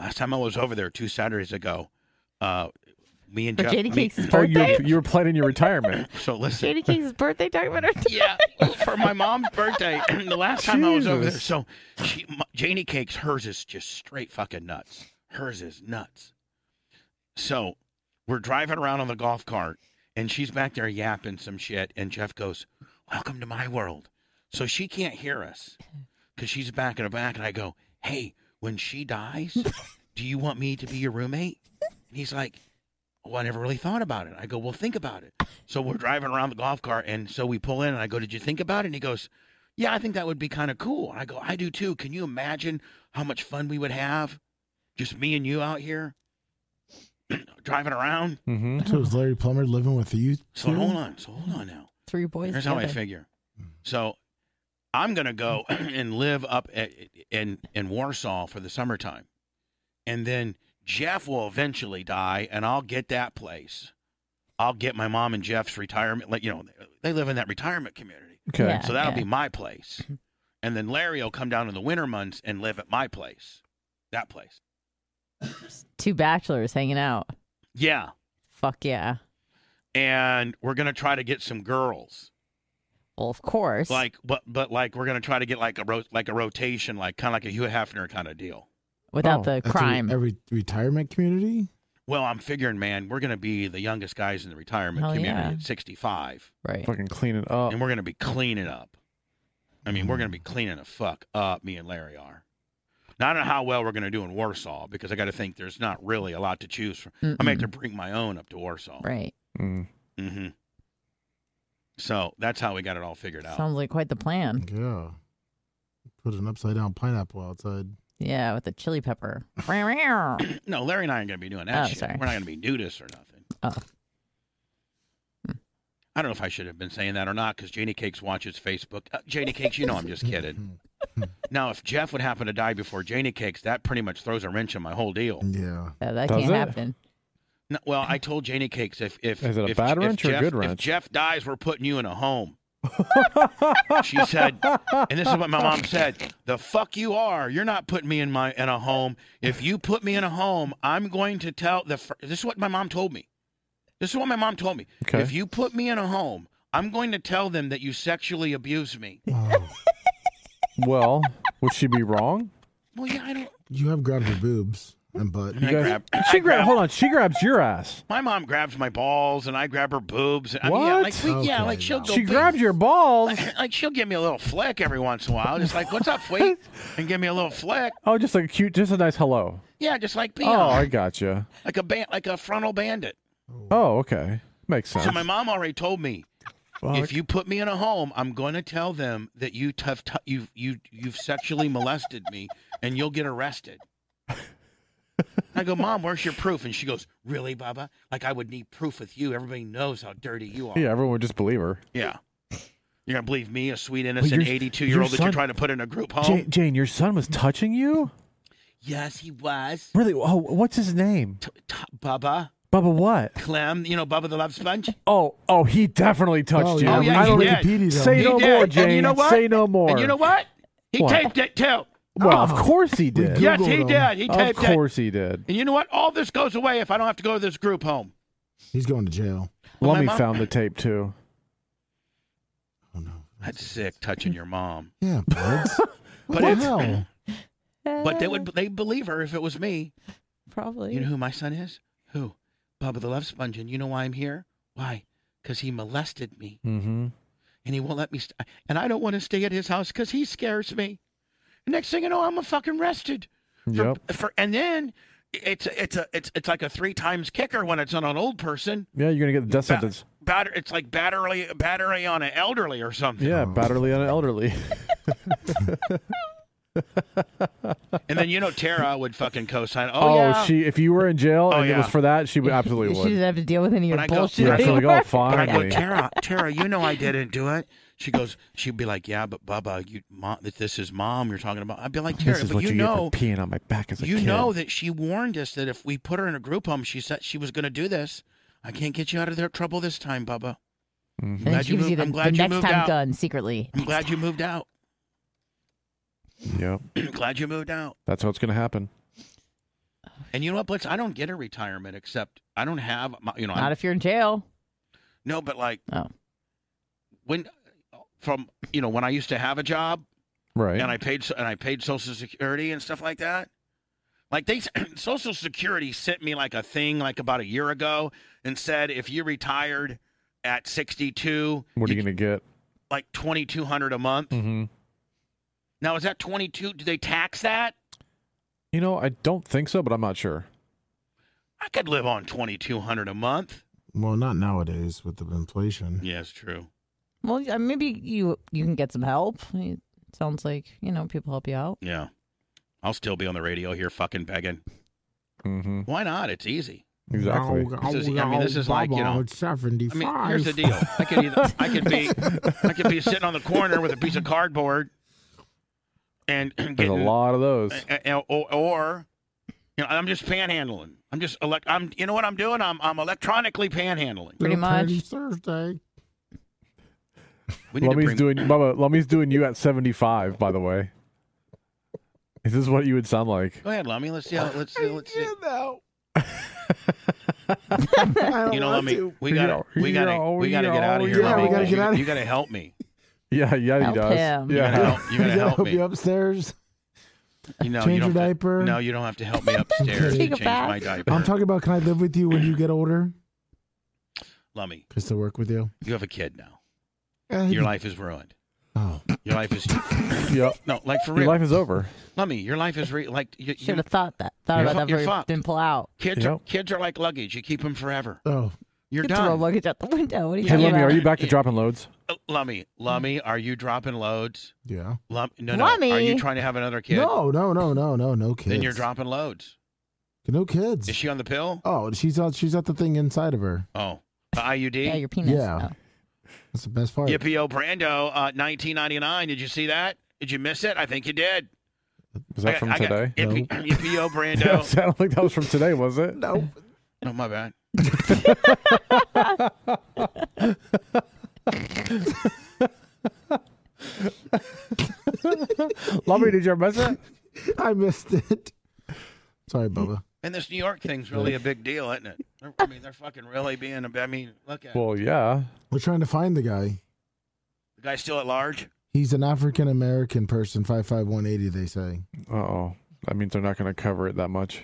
[SPEAKER 3] last time I was over there two Saturdays ago, uh, me and
[SPEAKER 4] For
[SPEAKER 3] Jeff.
[SPEAKER 4] Janie
[SPEAKER 3] me-
[SPEAKER 4] Cake's
[SPEAKER 5] oh, you
[SPEAKER 4] birthday.
[SPEAKER 5] were, you were planning your retirement.
[SPEAKER 3] so listen,
[SPEAKER 4] Janie Cake's birthday talking about her.
[SPEAKER 3] yeah, for my mom's birthday. the last time I was over there,
[SPEAKER 5] Jesus.
[SPEAKER 3] so she, m Janie Cakes, hers is just straight fucking nuts. Hers is nuts. So we're driving around on the golf cart, and she's back there yapping some shit, and Jeff goes, "Welcome to my world." So she can't hear us because she's back in the back, and I go, "Hey, when she dies, do you want me to be your roommate?" And he's like. Well, "Oh, I never really thought about it. I go, well, think about it. So we're driving around the golf cart, and so we pull in, and I go, did you think about it? And he goes, yeah, I think that would be kind of cool. And I go, I do too. Can you imagine how much fun we would have, just me and you out here driving around?
[SPEAKER 5] Mm-hmm.
[SPEAKER 2] So is Larry Plummer living with you?
[SPEAKER 3] So
[SPEAKER 2] two?
[SPEAKER 3] hold on, so hold on now.
[SPEAKER 4] Three boys.
[SPEAKER 3] Here's how I
[SPEAKER 4] together.
[SPEAKER 3] figure. So I'm gonna go and live up at, in in Warsaw for the summertime, and then Jeff will eventually die, and I'll get that place. I'll get my mom and Jeff's retirement. Like you know, they live in that retirement community,
[SPEAKER 5] Okay.
[SPEAKER 4] Yeah. Mm-hmm.
[SPEAKER 3] so that'll be my place. And then Larry will come down in the winter months and live at my place, that place.
[SPEAKER 4] Two bachelors hanging out.
[SPEAKER 3] Yeah,
[SPEAKER 4] Fuck yeah.
[SPEAKER 3] and we're gonna try to get some girls.
[SPEAKER 4] Well, of course.
[SPEAKER 3] Like, but but like we're gonna try to get like a ro- like a rotation, like kind of like a Hugh Hefner kind of deal.
[SPEAKER 4] without
[SPEAKER 5] Oh,
[SPEAKER 4] the
[SPEAKER 2] That's a-
[SPEAKER 4] crime.
[SPEAKER 2] Every retirement community.
[SPEAKER 3] Well, I'm figuring, man, we're going to be the youngest guys in the retirement
[SPEAKER 4] Hell
[SPEAKER 3] community
[SPEAKER 4] yeah.
[SPEAKER 3] at 65,
[SPEAKER 4] right.
[SPEAKER 5] Fucking clean it up.
[SPEAKER 3] and we're going to be cleaning up. I mean, we're going to
[SPEAKER 4] Mm.
[SPEAKER 3] be cleaning the fuck up, me and Larry are. Now, I don't know how well we're going to do in Warsaw because I got to think there's not really a lot to choose from. I may have
[SPEAKER 4] Mm-mm.
[SPEAKER 3] to bring my own up to Warsaw.
[SPEAKER 4] Right.
[SPEAKER 5] Mm.
[SPEAKER 3] hmm So that's how we got it all figured out.
[SPEAKER 4] Sounds like quite the plan.
[SPEAKER 2] Yeah. Put an upside down pineapple outside.
[SPEAKER 4] Yeah, with the chili pepper. oh,
[SPEAKER 3] no, Larry and I aren't going to be doing that
[SPEAKER 4] Oh,
[SPEAKER 3] shit.
[SPEAKER 4] sorry.
[SPEAKER 3] We're not going to be nudists or nothing.
[SPEAKER 4] Oh.
[SPEAKER 3] I don't know if I should have been saying that or not because Janie Cakes watches Facebook. Uh, Janie Cakes, you know I'm just kidding. Now, if Jeff would happen to die before Janie Cakes, that pretty much throws a wrench in my whole deal.
[SPEAKER 2] Yeah.
[SPEAKER 5] Does
[SPEAKER 4] that can't
[SPEAKER 5] it?
[SPEAKER 4] happen.
[SPEAKER 3] No, well, I told Janie Cakes if if
[SPEAKER 5] Is it a
[SPEAKER 3] if,
[SPEAKER 5] bad
[SPEAKER 3] if
[SPEAKER 5] wrench or a
[SPEAKER 3] Jeff,
[SPEAKER 5] good
[SPEAKER 3] If
[SPEAKER 5] wrench?
[SPEAKER 3] Jeff dies, we're putting you in a home. She said, and this is what my mom said: "The fuck you are. You're not putting me in my in a home. If you put me in a home, I'm going to tell the. fir- This is what my mom told me. This is what my mom told me.
[SPEAKER 5] Okay.
[SPEAKER 3] If you put me in a home, I'm going to tell them that you sexually abused me.
[SPEAKER 5] Well, would she be wrong?
[SPEAKER 3] Well, yeah, I don't.
[SPEAKER 2] You have grabbed her boobs and butt.
[SPEAKER 3] I grabbed-
[SPEAKER 5] she grabbed. Hold on, she grabs your ass.
[SPEAKER 3] My mom grabs my balls, and I grab her boobs. And, I mean,
[SPEAKER 5] What?
[SPEAKER 3] yeah, like we, yeah, like she'll go.
[SPEAKER 5] She
[SPEAKER 3] big.
[SPEAKER 5] grabbed your balls.
[SPEAKER 3] Like, like she'll give me a little flick every once in a while, just like "What's up, Fleet?" and give me a little flick.
[SPEAKER 5] Oh, just like a cute, just a nice hello.
[SPEAKER 3] Yeah, just like Peon,
[SPEAKER 5] Oh, I gotcha.
[SPEAKER 3] like a ban- like a frontal bandit.
[SPEAKER 5] Oh, okay, makes sense.
[SPEAKER 3] So my mom already told me,
[SPEAKER 5] Fuck.
[SPEAKER 3] if you put me in a home, I'm going to tell them that you have t- you you you've sexually molested me, and you'll get arrested. I go, Mom, where's your proof? And she goes, Really, Baba? Like I would need proof with you. Everybody knows how dirty you are.
[SPEAKER 5] Yeah, everyone would just believe her.
[SPEAKER 3] Yeah. You're gonna believe me, a sweet
[SPEAKER 5] your-
[SPEAKER 3] innocent eighty-two year
[SPEAKER 5] your
[SPEAKER 3] old that you're
[SPEAKER 5] son-
[SPEAKER 3] trying to put in a group home?
[SPEAKER 5] Jane, Jane, your son was touching you.
[SPEAKER 3] Yes, he was.
[SPEAKER 5] Really? Oh, what's his name?
[SPEAKER 3] Bubba,
[SPEAKER 5] Bubba what?
[SPEAKER 3] Clem, you know Bubba the Love Sponge.
[SPEAKER 5] Oh, oh, he definitely touched
[SPEAKER 2] Oh,
[SPEAKER 5] you.
[SPEAKER 2] yeah,
[SPEAKER 3] Oh, yeah,
[SPEAKER 5] I
[SPEAKER 3] he
[SPEAKER 5] don't
[SPEAKER 3] did.
[SPEAKER 2] Wikipedia, though.
[SPEAKER 5] Say
[SPEAKER 3] He
[SPEAKER 5] no
[SPEAKER 3] did.
[SPEAKER 5] more,
[SPEAKER 3] And you
[SPEAKER 5] Jane.
[SPEAKER 3] know what?
[SPEAKER 5] Say no more.
[SPEAKER 3] And you know what? He
[SPEAKER 5] What?
[SPEAKER 3] taped it too.
[SPEAKER 5] Well, of
[SPEAKER 2] Oh,
[SPEAKER 5] course he did.
[SPEAKER 2] Googled
[SPEAKER 3] Yes, he
[SPEAKER 2] him.
[SPEAKER 3] did. He
[SPEAKER 5] Of
[SPEAKER 3] taped it.
[SPEAKER 5] course he did.
[SPEAKER 3] And you know what? All this goes away if I don't have to go to this group home.
[SPEAKER 2] He's going to jail.
[SPEAKER 3] Well, my
[SPEAKER 5] Lummy
[SPEAKER 3] mom-
[SPEAKER 5] found the tape too.
[SPEAKER 2] Oh no.
[SPEAKER 3] That's sick, touching your mom.
[SPEAKER 2] Yeah, buds.
[SPEAKER 3] But
[SPEAKER 2] What
[SPEAKER 3] it's-
[SPEAKER 2] the hell?
[SPEAKER 3] But they would they believe her if it was me.
[SPEAKER 4] probably.
[SPEAKER 3] You know who my son is? Who? Bubba the Love Sponge. And you know why I'm here? Why? Because he molested me.
[SPEAKER 5] Mm-hmm.
[SPEAKER 3] and he won't let me. St- and I don't want to stay at his house because he scares me. Next thing you know, I'm a fucking arrested. For,
[SPEAKER 5] Yep.
[SPEAKER 3] for- and then it's it's a it's it's like a three times kicker when it's on an old person.
[SPEAKER 5] Yeah, you're gonna get the death
[SPEAKER 3] Ba-
[SPEAKER 5] sentence.
[SPEAKER 3] batter, it's like battery battery on an elderly or something.
[SPEAKER 5] Yeah, batterly on an elderly.
[SPEAKER 3] And then you know Tara would fucking co-sign. Oh,
[SPEAKER 5] Oh,
[SPEAKER 3] yeah.
[SPEAKER 5] she. If you were in jail
[SPEAKER 3] Oh,
[SPEAKER 5] and it was
[SPEAKER 3] yeah.
[SPEAKER 5] for that, she would absolutely
[SPEAKER 4] she
[SPEAKER 5] would.
[SPEAKER 4] doesn't have to deal with any
[SPEAKER 3] When
[SPEAKER 4] of
[SPEAKER 3] I
[SPEAKER 4] your
[SPEAKER 3] go-
[SPEAKER 4] bullshit.
[SPEAKER 5] Yeah, so like,
[SPEAKER 4] anymore.
[SPEAKER 5] oh,
[SPEAKER 3] And I go,
[SPEAKER 5] finally.
[SPEAKER 3] Tara, Tara, you know I didn't do it. She goes, she'd be like, yeah, but Bubba, you, mom, this is mom you're talking about. I'd be like, Tara,
[SPEAKER 5] This is
[SPEAKER 3] but
[SPEAKER 5] what
[SPEAKER 3] you
[SPEAKER 5] you, get
[SPEAKER 3] know,
[SPEAKER 5] for peeing on my back as a
[SPEAKER 3] you
[SPEAKER 5] kid.
[SPEAKER 3] know that she warned us that if we put her in a group home, she said she was going to do this. I can't get you out of their trouble this time, Bubba.
[SPEAKER 5] Mhm.
[SPEAKER 4] And
[SPEAKER 3] Glad
[SPEAKER 4] then she
[SPEAKER 3] you moved-
[SPEAKER 4] gives you the,
[SPEAKER 3] I'm
[SPEAKER 4] the
[SPEAKER 3] glad you
[SPEAKER 4] next
[SPEAKER 3] moved
[SPEAKER 4] time
[SPEAKER 3] out.
[SPEAKER 4] gun secretly.
[SPEAKER 3] I'm glad you moved out.
[SPEAKER 5] Yep.
[SPEAKER 3] glad you moved out.
[SPEAKER 5] That's what's gonna happen.
[SPEAKER 3] And you know what, Blitz? I don't get a retirement except I don't have, my, you know,
[SPEAKER 4] Not
[SPEAKER 3] I'm,
[SPEAKER 4] if you're in jail.
[SPEAKER 3] no, but like
[SPEAKER 4] Oh.
[SPEAKER 3] when from you know when I used to have a job
[SPEAKER 5] Right.
[SPEAKER 3] and I paid so- and I paid Social Security and stuff like that. Like they, Social Security sent me like a thing like about a year ago and said if you retired at 62,
[SPEAKER 5] what are
[SPEAKER 3] you
[SPEAKER 5] you gonna get?
[SPEAKER 3] like 2200 a month.
[SPEAKER 5] Mm-hmm.
[SPEAKER 3] Now is that 22 do they tax that?
[SPEAKER 5] You know, I don't think so, but I'm not sure.
[SPEAKER 3] I could live on 2200 a month.
[SPEAKER 2] well, not nowadays with the inflation.
[SPEAKER 3] Yeah, it's true.
[SPEAKER 4] Well, yeah, maybe you you can get some help. It sounds like you know people help you out.
[SPEAKER 3] Yeah. I'll still be on the radio here fucking begging.
[SPEAKER 5] Mm-hmm.
[SPEAKER 3] Why not? It's easy.
[SPEAKER 5] Exactly.
[SPEAKER 3] This is- I mean, this is like, you know-
[SPEAKER 2] seventy
[SPEAKER 3] I mean, here's the deal. I could either I could be I could be sitting on the corner with a piece of cardboard and
[SPEAKER 5] There's a
[SPEAKER 3] getting
[SPEAKER 5] lot of those.
[SPEAKER 3] Uh, uh, or, or you know, I'm just panhandling. I'm just elect. I'm you know what I'm doing? I'm I'm electronically panhandling.
[SPEAKER 4] Pretty much.
[SPEAKER 2] Thursday.
[SPEAKER 3] We need to
[SPEAKER 5] Lummy's
[SPEAKER 3] bring
[SPEAKER 5] doing Bubba, Lummy's doing you at 75, by the way. This is what you would sound like.
[SPEAKER 3] Go ahead, Lummy. Let's see. How, let's see. Let's see.
[SPEAKER 2] No.
[SPEAKER 3] You know, Lummy. We
[SPEAKER 5] You
[SPEAKER 3] gotta.
[SPEAKER 5] know,
[SPEAKER 3] We
[SPEAKER 5] you
[SPEAKER 3] gotta.
[SPEAKER 5] know,
[SPEAKER 3] We
[SPEAKER 5] you
[SPEAKER 3] gotta get
[SPEAKER 5] know,
[SPEAKER 3] out of here,
[SPEAKER 2] yeah, we
[SPEAKER 3] Lummy.
[SPEAKER 2] gotta get
[SPEAKER 3] you,
[SPEAKER 2] outta
[SPEAKER 3] you gotta help me.
[SPEAKER 5] Yeah, yeah, he
[SPEAKER 4] Help
[SPEAKER 5] does.
[SPEAKER 4] him.
[SPEAKER 3] You
[SPEAKER 5] Yeah.
[SPEAKER 3] gotta help, you gotta help
[SPEAKER 2] you
[SPEAKER 3] me.
[SPEAKER 2] upstairs.
[SPEAKER 3] You know, you
[SPEAKER 2] Change
[SPEAKER 3] don't
[SPEAKER 2] your
[SPEAKER 3] have to-
[SPEAKER 2] diaper.
[SPEAKER 3] no, you don't have to help me upstairs to
[SPEAKER 4] Take a
[SPEAKER 3] change
[SPEAKER 4] bath.
[SPEAKER 3] my diaper.
[SPEAKER 2] I'm talking about. Can I live with you when you get older?
[SPEAKER 3] Lummy,
[SPEAKER 2] Just to work with you.
[SPEAKER 3] you have a kid now.
[SPEAKER 2] Eh,
[SPEAKER 3] Your life is ruined.
[SPEAKER 2] Oh,
[SPEAKER 3] Your life is
[SPEAKER 5] Yep.
[SPEAKER 3] no, like for
[SPEAKER 5] Your
[SPEAKER 3] real.
[SPEAKER 5] life is over.
[SPEAKER 3] Lummy, your life is re- like you,
[SPEAKER 4] Should
[SPEAKER 3] you,
[SPEAKER 4] have thought that. Thought
[SPEAKER 5] You're
[SPEAKER 4] about
[SPEAKER 3] fu-
[SPEAKER 4] that
[SPEAKER 3] you're
[SPEAKER 4] before you
[SPEAKER 3] fucked.
[SPEAKER 4] dimple out.
[SPEAKER 3] kids. Are,
[SPEAKER 5] Yep.
[SPEAKER 3] kids are like luggage. You keep them forever.
[SPEAKER 2] oh,
[SPEAKER 3] You're
[SPEAKER 4] you
[SPEAKER 3] done.
[SPEAKER 4] throw luggage out the window. What are you
[SPEAKER 5] Hey,
[SPEAKER 4] talking
[SPEAKER 5] Lummy,
[SPEAKER 4] about?
[SPEAKER 5] are you back to
[SPEAKER 3] Yeah.
[SPEAKER 5] dropping loads?
[SPEAKER 3] Uh, Lummy, Lummy, are you dropping loads?
[SPEAKER 2] yeah.
[SPEAKER 3] Lum- no, no. Are
[SPEAKER 4] Lummy.
[SPEAKER 3] you trying to have another kid?
[SPEAKER 2] No, no, no, no, no, no kids.
[SPEAKER 3] Then you're dropping loads.
[SPEAKER 2] No kids.
[SPEAKER 3] Is she on the pill?
[SPEAKER 2] oh, she's at she's at the thing inside of her.
[SPEAKER 3] Oh, the IUD.
[SPEAKER 4] Yeah, your penis.
[SPEAKER 2] Yeah. That's the best part.
[SPEAKER 3] Yippee O Brando, uh, 1999. Did you see that? Did you miss it? I think you did.
[SPEAKER 5] Is that from today?
[SPEAKER 3] Yippee, Yippee O
[SPEAKER 5] Yeah,
[SPEAKER 3] Brando.
[SPEAKER 5] I don't think that was from today, was it?
[SPEAKER 2] No.
[SPEAKER 3] oh, my bad.
[SPEAKER 5] Lovey, did you ever miss it?
[SPEAKER 2] I missed it. Sorry, Bubba.
[SPEAKER 3] And this New York thing's really a big deal, isn't it? They're- I mean, they're fucking really being. a- I mean, look at it.
[SPEAKER 5] Well, yeah.
[SPEAKER 2] We're trying to find the guy.
[SPEAKER 3] the guy's still at large.
[SPEAKER 2] He's an African American person, five five one eighty. They say.
[SPEAKER 5] Uh oh. That means they're not going to cover it that much.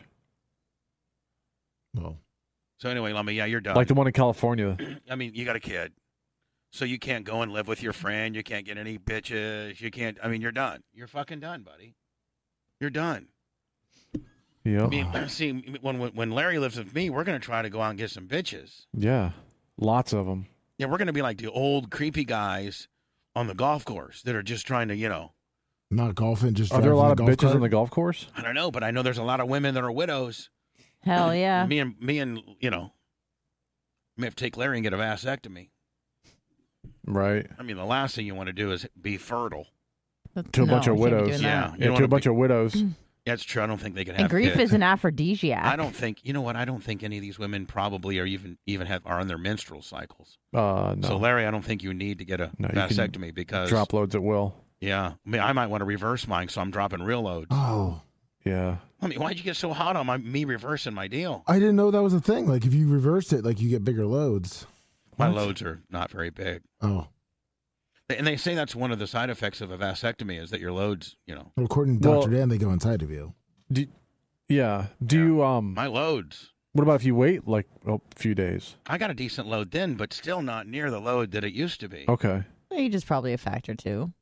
[SPEAKER 2] Well,
[SPEAKER 3] So anyway, Lummy, yeah, you're done.
[SPEAKER 5] like the one in California.
[SPEAKER 3] I mean, you got a kid, so you can't go and live with your friend. You can't get any bitches. You can't. I mean, you're done. You're fucking done, buddy. You're done.
[SPEAKER 5] Yeah.
[SPEAKER 3] I mean, see, when when- when Larry lives with me, we're gonna try to go out and get some bitches.
[SPEAKER 5] yeah. Lots of them.
[SPEAKER 3] Yeah, we're gonna be like the old creepy guys on the golf course that are just trying to, you know,
[SPEAKER 2] not golfing. Just
[SPEAKER 5] Are there a
[SPEAKER 2] driving
[SPEAKER 5] lot
[SPEAKER 2] the
[SPEAKER 5] of
[SPEAKER 2] golf
[SPEAKER 5] bitches
[SPEAKER 2] cart?
[SPEAKER 5] on the golf course?
[SPEAKER 3] I don't know, but I know there's a lot of women that are widows.
[SPEAKER 4] Hell yeah.
[SPEAKER 3] Me and me and you know, may have to take Larry and get a vasectomy.
[SPEAKER 5] Right.
[SPEAKER 3] I mean, the last thing you want to do is be fertile.
[SPEAKER 4] That's-
[SPEAKER 5] To a
[SPEAKER 4] no,
[SPEAKER 5] bunch of
[SPEAKER 4] I can't be Mm.
[SPEAKER 5] widows.
[SPEAKER 4] doing
[SPEAKER 3] Yeah.
[SPEAKER 4] that.
[SPEAKER 3] You don't
[SPEAKER 5] Yeah. To
[SPEAKER 3] wanna
[SPEAKER 5] a bunch of widows.
[SPEAKER 3] That's true. I don't think they could have
[SPEAKER 4] And grief
[SPEAKER 3] kids.
[SPEAKER 4] is an aphrodisiac.
[SPEAKER 3] I don't think you know what. I don't think any of these women probably are even even have are on their menstrual cycles.
[SPEAKER 5] Uh, no.
[SPEAKER 3] So Larry, I don't think you need to get a
[SPEAKER 5] No, you can
[SPEAKER 3] vasectomy because
[SPEAKER 5] Drop loads at will.
[SPEAKER 3] yeah, I mean, I might want to reverse mine, so I'm dropping real load.
[SPEAKER 2] Oh,
[SPEAKER 5] Yeah.
[SPEAKER 3] I mean, why'd you get so hot on my me reversing my deal?
[SPEAKER 2] I didn't know that was a thing. Like if you reversed it, like you get bigger loads.
[SPEAKER 3] My
[SPEAKER 2] What?
[SPEAKER 3] loads are not very big,
[SPEAKER 2] Oh,
[SPEAKER 3] and they say that's one of the side effects of a vasectomy is that your loads, you know,
[SPEAKER 2] Well, according to
[SPEAKER 5] Well-
[SPEAKER 2] Doctor Dan, they go inside of you.
[SPEAKER 5] Do, yeah. Do you, um,
[SPEAKER 3] my loads.
[SPEAKER 5] what about if you wait like oh, a few days?
[SPEAKER 3] I got a decent load then, but still not near the load that it used to be.
[SPEAKER 5] Okay.
[SPEAKER 4] Age is probably a factor too.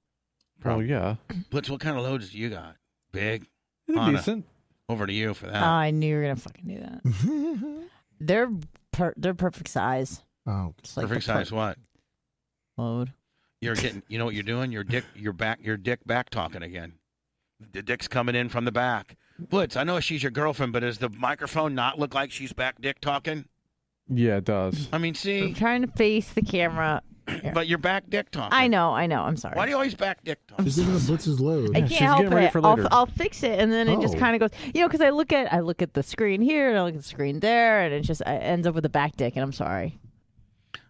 [SPEAKER 5] Well, yeah.
[SPEAKER 3] Blitz, what kind of loads do you got? Big.
[SPEAKER 5] They're
[SPEAKER 3] Anna.
[SPEAKER 5] decent.
[SPEAKER 3] Over to you for that.
[SPEAKER 4] Oh, I knew you were gonna fucking do that. They're per- they're perfect size.
[SPEAKER 2] oh,
[SPEAKER 4] It's like the
[SPEAKER 3] Perfect size.
[SPEAKER 4] per-
[SPEAKER 3] What?
[SPEAKER 4] load.
[SPEAKER 3] You're getting. You know what you're doing. Your dick. Your back. Your dick back talking again. The dick's coming in from the back. Blitz, I know she's your girlfriend, but does the microphone not look like she's back dick talking?
[SPEAKER 5] Yeah, it does.
[SPEAKER 3] I mean,
[SPEAKER 4] I'm
[SPEAKER 3] see,
[SPEAKER 4] trying to face the camera.
[SPEAKER 3] but you're back dick talking.
[SPEAKER 4] I know, I know. I'm sorry.
[SPEAKER 3] Why do you always back dick talk?
[SPEAKER 2] Just giving the blitzes load.
[SPEAKER 5] Yeah,
[SPEAKER 4] I can't
[SPEAKER 5] she's
[SPEAKER 4] help
[SPEAKER 5] getting ready
[SPEAKER 4] it.
[SPEAKER 5] for
[SPEAKER 4] I'll,
[SPEAKER 5] later.
[SPEAKER 4] I'll fix it, and then it just
[SPEAKER 2] Oh.
[SPEAKER 4] kind of goes, you know, because I look at I look at the screen here, and I look at the screen there, and it just it ends up with a back dick, and I'm sorry.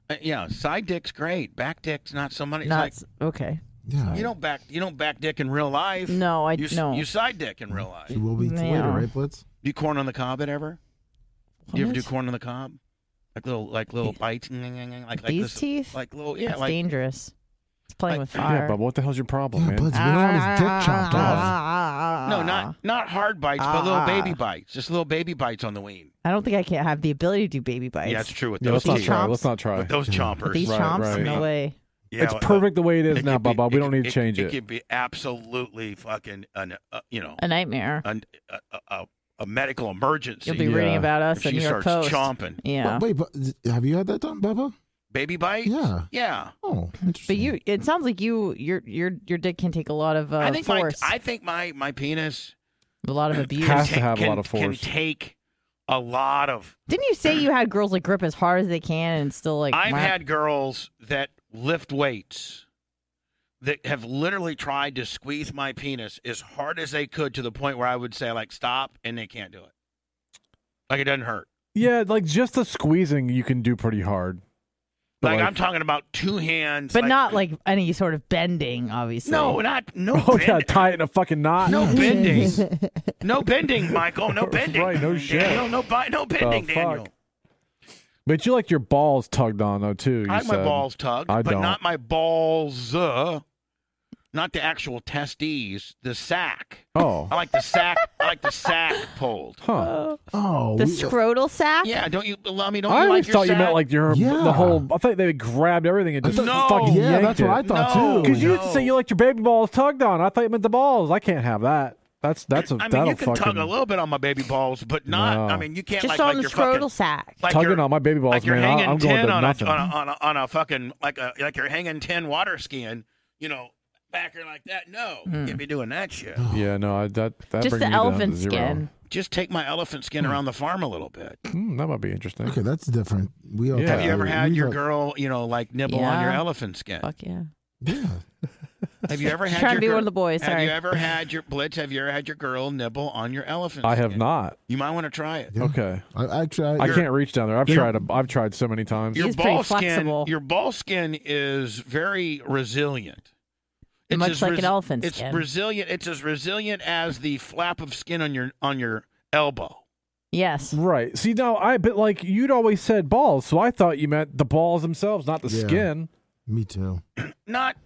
[SPEAKER 3] Uh, yeah, side dick's great. Back dick's not so much. It's
[SPEAKER 4] Not okay.
[SPEAKER 2] yeah,
[SPEAKER 3] like you don't back. You don't back dick in real life.
[SPEAKER 4] No, I
[SPEAKER 3] you, s-
[SPEAKER 4] no.
[SPEAKER 3] You side dick in real life.
[SPEAKER 2] she will be
[SPEAKER 4] Yeah.
[SPEAKER 2] later, right, Blitz?
[SPEAKER 3] Do you corn on the cob it ever? Do you ever do
[SPEAKER 4] What?
[SPEAKER 3] corn on the cob? Like little, like little bites, like like
[SPEAKER 4] These
[SPEAKER 3] this,
[SPEAKER 4] teeth?
[SPEAKER 3] like little, yeah,
[SPEAKER 4] That's
[SPEAKER 3] like
[SPEAKER 4] dangerous. It's playing
[SPEAKER 3] Like-
[SPEAKER 4] with
[SPEAKER 5] Yeah,
[SPEAKER 4] fire. Ah.
[SPEAKER 5] but what the hell's your problem,
[SPEAKER 2] yeah,
[SPEAKER 5] man?
[SPEAKER 2] Blitz, we don't want his dick chopped off.
[SPEAKER 3] No, not not hard bites, but little
[SPEAKER 4] Ah.
[SPEAKER 3] baby bites. Just little baby bites on the wing.
[SPEAKER 4] I don't think I can have the ability to do baby bites.
[SPEAKER 3] Yeah, it's true with
[SPEAKER 5] Yeah,
[SPEAKER 3] those
[SPEAKER 5] let's not
[SPEAKER 3] teeth.
[SPEAKER 5] try.
[SPEAKER 4] Chomps.
[SPEAKER 5] Let's not try.
[SPEAKER 3] With those
[SPEAKER 4] With
[SPEAKER 3] chompers.
[SPEAKER 4] these
[SPEAKER 5] Right,
[SPEAKER 4] chomps,
[SPEAKER 5] right.
[SPEAKER 4] no way.
[SPEAKER 3] Yeah,
[SPEAKER 5] it's
[SPEAKER 3] uh,
[SPEAKER 5] perfect the way it is
[SPEAKER 3] it
[SPEAKER 5] now,
[SPEAKER 3] could be-
[SPEAKER 5] Bubba.
[SPEAKER 3] it
[SPEAKER 5] We don't
[SPEAKER 3] could-
[SPEAKER 5] need to change
[SPEAKER 3] It
[SPEAKER 5] it.
[SPEAKER 3] could be absolutely fucking an, uh, you know,
[SPEAKER 4] A nightmare.
[SPEAKER 3] an, a, a, a, a medical emergency.
[SPEAKER 4] You'll be
[SPEAKER 5] Yeah.
[SPEAKER 4] reading about
[SPEAKER 3] if
[SPEAKER 4] us in
[SPEAKER 3] she
[SPEAKER 4] New York
[SPEAKER 3] starts
[SPEAKER 4] Post.
[SPEAKER 3] chomping.
[SPEAKER 4] Yeah,
[SPEAKER 2] Wait, but have you had that done, Bubba?
[SPEAKER 3] Baby bites.
[SPEAKER 2] Yeah.
[SPEAKER 3] Yeah.
[SPEAKER 2] Oh, interesting.
[SPEAKER 4] but you. It sounds like you. Your your your dick can take a lot of uh,
[SPEAKER 3] I think
[SPEAKER 4] force.
[SPEAKER 3] my I think my my penis
[SPEAKER 4] a lot of abuse.
[SPEAKER 5] Has to
[SPEAKER 3] can-
[SPEAKER 5] have a
[SPEAKER 3] can-
[SPEAKER 5] lot of
[SPEAKER 3] Can
[SPEAKER 5] force.
[SPEAKER 3] take a lot of
[SPEAKER 4] Didn't you say you had girls like grip as hard as they can and still like?
[SPEAKER 3] I've
[SPEAKER 4] wha-
[SPEAKER 3] had girls that lift weights that have literally tried to squeeze my penis as hard as they could to the point where I would say like stop and they can't do it. Like it doesn't hurt.
[SPEAKER 5] yeah, like just the squeezing you can do pretty hard. But,
[SPEAKER 3] Like, I'm talking about two hands,
[SPEAKER 4] but not like any sort of bending, obviously.
[SPEAKER 3] no, not no
[SPEAKER 5] Oh yeah,
[SPEAKER 3] bend-
[SPEAKER 5] tie it in a fucking knot.
[SPEAKER 3] no bending, no bending, Michael, no bending,
[SPEAKER 5] Right, no shit.
[SPEAKER 3] Daniel, no, bi- no bending,
[SPEAKER 5] fuck?
[SPEAKER 3] Daniel.
[SPEAKER 5] But you like your balls tugged on though too. You
[SPEAKER 3] I have my
[SPEAKER 5] said.
[SPEAKER 3] balls tugged,
[SPEAKER 5] I
[SPEAKER 3] but
[SPEAKER 5] don't.
[SPEAKER 3] not my balls, uh, not the actual testes, the sack.
[SPEAKER 5] Oh,
[SPEAKER 3] I like the sack. I like the sack pulled.
[SPEAKER 5] huh.
[SPEAKER 2] oh,
[SPEAKER 4] the
[SPEAKER 2] we-
[SPEAKER 4] scrotal sack.
[SPEAKER 3] Yeah, don't you, Lummy? Don't
[SPEAKER 5] I
[SPEAKER 3] you like
[SPEAKER 5] always
[SPEAKER 3] your
[SPEAKER 5] thought you
[SPEAKER 3] sack?
[SPEAKER 5] meant like your
[SPEAKER 2] Yeah.
[SPEAKER 5] the whole. I thought they grabbed everything and
[SPEAKER 2] I
[SPEAKER 5] just
[SPEAKER 3] thought-
[SPEAKER 5] fucking
[SPEAKER 2] yeah,
[SPEAKER 5] yanked
[SPEAKER 2] that's what I
[SPEAKER 5] it.
[SPEAKER 2] thought
[SPEAKER 3] No.
[SPEAKER 2] too.
[SPEAKER 5] Because you used to say you liked your baby balls tugged on. I thought you meant the balls. I can't have that. That's that's a
[SPEAKER 3] I mean,
[SPEAKER 5] that'll
[SPEAKER 3] you can
[SPEAKER 5] fucking
[SPEAKER 3] tug a little bit on my baby balls, but not.
[SPEAKER 5] No.
[SPEAKER 3] I mean, you can't
[SPEAKER 4] Just
[SPEAKER 3] like like
[SPEAKER 4] on the
[SPEAKER 3] your
[SPEAKER 4] scrotal
[SPEAKER 3] fucking
[SPEAKER 4] sack.
[SPEAKER 3] like
[SPEAKER 5] tugging
[SPEAKER 3] you're-
[SPEAKER 5] on my baby balls,
[SPEAKER 3] like you're
[SPEAKER 5] man. I,
[SPEAKER 3] hanging
[SPEAKER 5] I'm going
[SPEAKER 3] ten on
[SPEAKER 5] to
[SPEAKER 3] a, on
[SPEAKER 5] nothing.
[SPEAKER 3] a on a on a fucking like a like you're hanging ten water skiing. You know, back here like that. No, you can't be doing that shit.
[SPEAKER 5] yeah, no, I, that that
[SPEAKER 4] Hmm.
[SPEAKER 5] brings
[SPEAKER 4] Just the
[SPEAKER 5] me down to
[SPEAKER 4] elephant
[SPEAKER 5] zero.
[SPEAKER 4] skin.
[SPEAKER 3] Just take my elephant skin around the farm a little bit.
[SPEAKER 5] Hmm, that might be interesting.
[SPEAKER 2] Okay, that's different. We all
[SPEAKER 5] Yeah.
[SPEAKER 3] Have you ever
[SPEAKER 2] we
[SPEAKER 3] had your
[SPEAKER 2] got-
[SPEAKER 3] girl, you know, like nibble on your
[SPEAKER 4] Yeah.
[SPEAKER 3] elephant skin?
[SPEAKER 4] Fuck yeah.
[SPEAKER 2] Yeah.
[SPEAKER 3] Have you ever had
[SPEAKER 4] trying
[SPEAKER 3] your
[SPEAKER 4] to be
[SPEAKER 3] girl,
[SPEAKER 4] one of the boys,
[SPEAKER 3] Have
[SPEAKER 4] sorry.
[SPEAKER 3] you ever had your blitz? Have you ever had your girl nibble on your elephant?
[SPEAKER 5] I have
[SPEAKER 3] skin?
[SPEAKER 5] not.
[SPEAKER 3] You might want to try it.
[SPEAKER 2] Yeah.
[SPEAKER 5] Okay,
[SPEAKER 2] I actually, I,
[SPEAKER 5] I can't reach down there. I've tried. A, I've tried so many times.
[SPEAKER 3] Your
[SPEAKER 4] It's pretty
[SPEAKER 3] ball skin,
[SPEAKER 4] flexible.
[SPEAKER 3] your ball skin is very resilient. It's
[SPEAKER 4] much
[SPEAKER 3] as
[SPEAKER 4] like
[SPEAKER 3] res-
[SPEAKER 4] an elephant
[SPEAKER 3] It's
[SPEAKER 4] skin.
[SPEAKER 3] resilient. It's as resilient as the flap of skin on your on your elbow.
[SPEAKER 4] Yes.
[SPEAKER 5] Right. See, now I but like you'd always said balls, so I thought you meant the balls themselves, not the
[SPEAKER 2] Yeah.
[SPEAKER 3] Uh,
[SPEAKER 5] skin.
[SPEAKER 2] Me too.
[SPEAKER 3] Not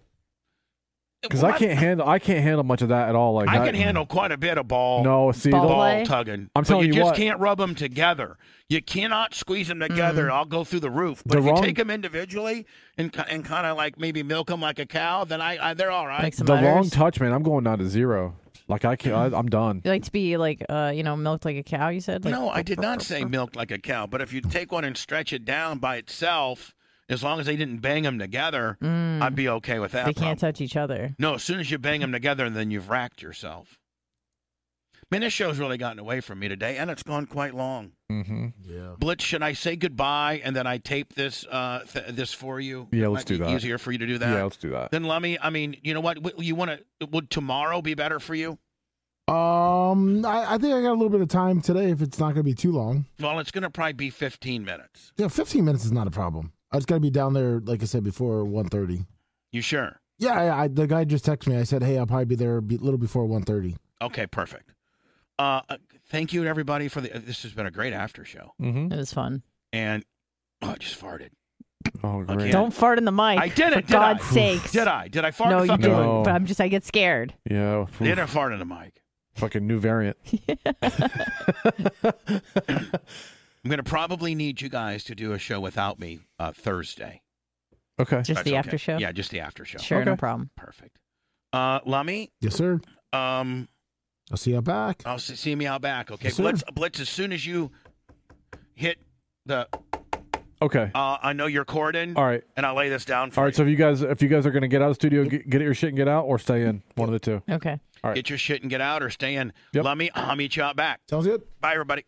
[SPEAKER 5] Because
[SPEAKER 3] Well,
[SPEAKER 5] I can't handle I can't handle much of that at all. Like
[SPEAKER 3] I
[SPEAKER 5] that.
[SPEAKER 3] can handle quite a bit of ball.
[SPEAKER 5] No, see,
[SPEAKER 3] ball,
[SPEAKER 5] the- Play?
[SPEAKER 3] tugging.
[SPEAKER 5] I'm
[SPEAKER 3] but
[SPEAKER 5] telling
[SPEAKER 3] you,
[SPEAKER 5] you
[SPEAKER 3] just
[SPEAKER 5] what.
[SPEAKER 3] can't rub them together. You cannot squeeze them together. I'll go through the roof. But
[SPEAKER 5] Mm. The
[SPEAKER 3] if
[SPEAKER 5] wrong-
[SPEAKER 3] you take them individually and ki- and kind of like maybe milk them like a cow, then I, I they're all right.
[SPEAKER 5] the long touch, man. I'm going down to zero. Like I can't.
[SPEAKER 3] Mm.
[SPEAKER 5] I, I'm done.
[SPEAKER 4] You like to be like, uh, you know, milked like a cow. You said. Like,
[SPEAKER 3] no, I did not say milk like a cow. But if you take one and stretch it down by itself, as long as they didn't bang them together,
[SPEAKER 4] Mm.
[SPEAKER 3] I'd be okay with that.
[SPEAKER 4] They
[SPEAKER 3] problem.
[SPEAKER 4] can't touch each other.
[SPEAKER 3] No, as soon as you bang them together, then you've racked yourself. Man, this show's really gotten away from me today, and it's gone quite long.
[SPEAKER 5] Mm-hmm.
[SPEAKER 2] Yeah.
[SPEAKER 3] Blitz, should I say goodbye and then I tape this uh, th- this for you?
[SPEAKER 5] Yeah,
[SPEAKER 3] It
[SPEAKER 5] let's
[SPEAKER 3] might
[SPEAKER 5] do
[SPEAKER 3] be
[SPEAKER 5] that.
[SPEAKER 3] Easier for you to do that.
[SPEAKER 5] Yeah, let's do that.
[SPEAKER 3] Then Lummy, I mean, you know what? W- You want to? Would tomorrow be better for you?
[SPEAKER 2] Um, I, I think I got a little bit of time today if it's not going to be too long.
[SPEAKER 3] Well, it's going to probably be 15 minutes.
[SPEAKER 2] Yeah, 15 minutes is not a problem. I just got to be down there, like I said before, 1.30.
[SPEAKER 3] You sure?
[SPEAKER 2] Yeah, I, I, the guy just texted me. I said, hey, I'll probably be there a be- little before 1.30.
[SPEAKER 3] Okay, perfect. Uh, uh, thank you to everybody for the. uh, This has been a great after show,
[SPEAKER 5] Mm-hmm.
[SPEAKER 4] It was fun.
[SPEAKER 3] and oh, I just farted.
[SPEAKER 5] Oh, great.
[SPEAKER 3] Again.
[SPEAKER 4] Don't fart in the mic.
[SPEAKER 3] I did
[SPEAKER 4] For
[SPEAKER 3] it. Did
[SPEAKER 4] God's
[SPEAKER 3] I?
[SPEAKER 4] sakes.
[SPEAKER 3] Did I? Did I fart?
[SPEAKER 4] No,
[SPEAKER 3] in
[SPEAKER 4] you
[SPEAKER 3] something?
[SPEAKER 4] didn't.
[SPEAKER 5] No.
[SPEAKER 4] But I'm just. I get scared.
[SPEAKER 5] Yeah. oof.
[SPEAKER 3] Did I fart in the mic?
[SPEAKER 5] Fucking new variant.
[SPEAKER 3] I'm going to probably need you guys to do a show without me uh, Thursday.
[SPEAKER 5] Okay.
[SPEAKER 4] Just
[SPEAKER 3] That's
[SPEAKER 4] the
[SPEAKER 3] okay.
[SPEAKER 4] after show.
[SPEAKER 3] Yeah, just the after show.
[SPEAKER 4] Sure. No
[SPEAKER 5] Okay.
[SPEAKER 4] problem.
[SPEAKER 3] Perfect. Uh, Lummy,
[SPEAKER 2] Yes, sir.
[SPEAKER 3] um,
[SPEAKER 2] I'll see you back.
[SPEAKER 3] I'll see, see me out back. Okay,
[SPEAKER 2] Yes, sir.
[SPEAKER 3] Blitz, Blitz. As soon as you hit the,
[SPEAKER 5] Okay.
[SPEAKER 3] uh, I know your cordon,
[SPEAKER 5] All right.
[SPEAKER 3] and I'll lay this down for
[SPEAKER 5] All
[SPEAKER 3] you.
[SPEAKER 5] right. So if you guys if you guys are gonna get out of the studio, get, get your shit and get out, or stay in. One of the two.
[SPEAKER 4] Okay.
[SPEAKER 5] all right.
[SPEAKER 3] Get your shit and get out, or stay in.
[SPEAKER 5] Yep.
[SPEAKER 3] Lummy, I'll meet you out back.
[SPEAKER 2] Sounds good?
[SPEAKER 3] Bye, everybody.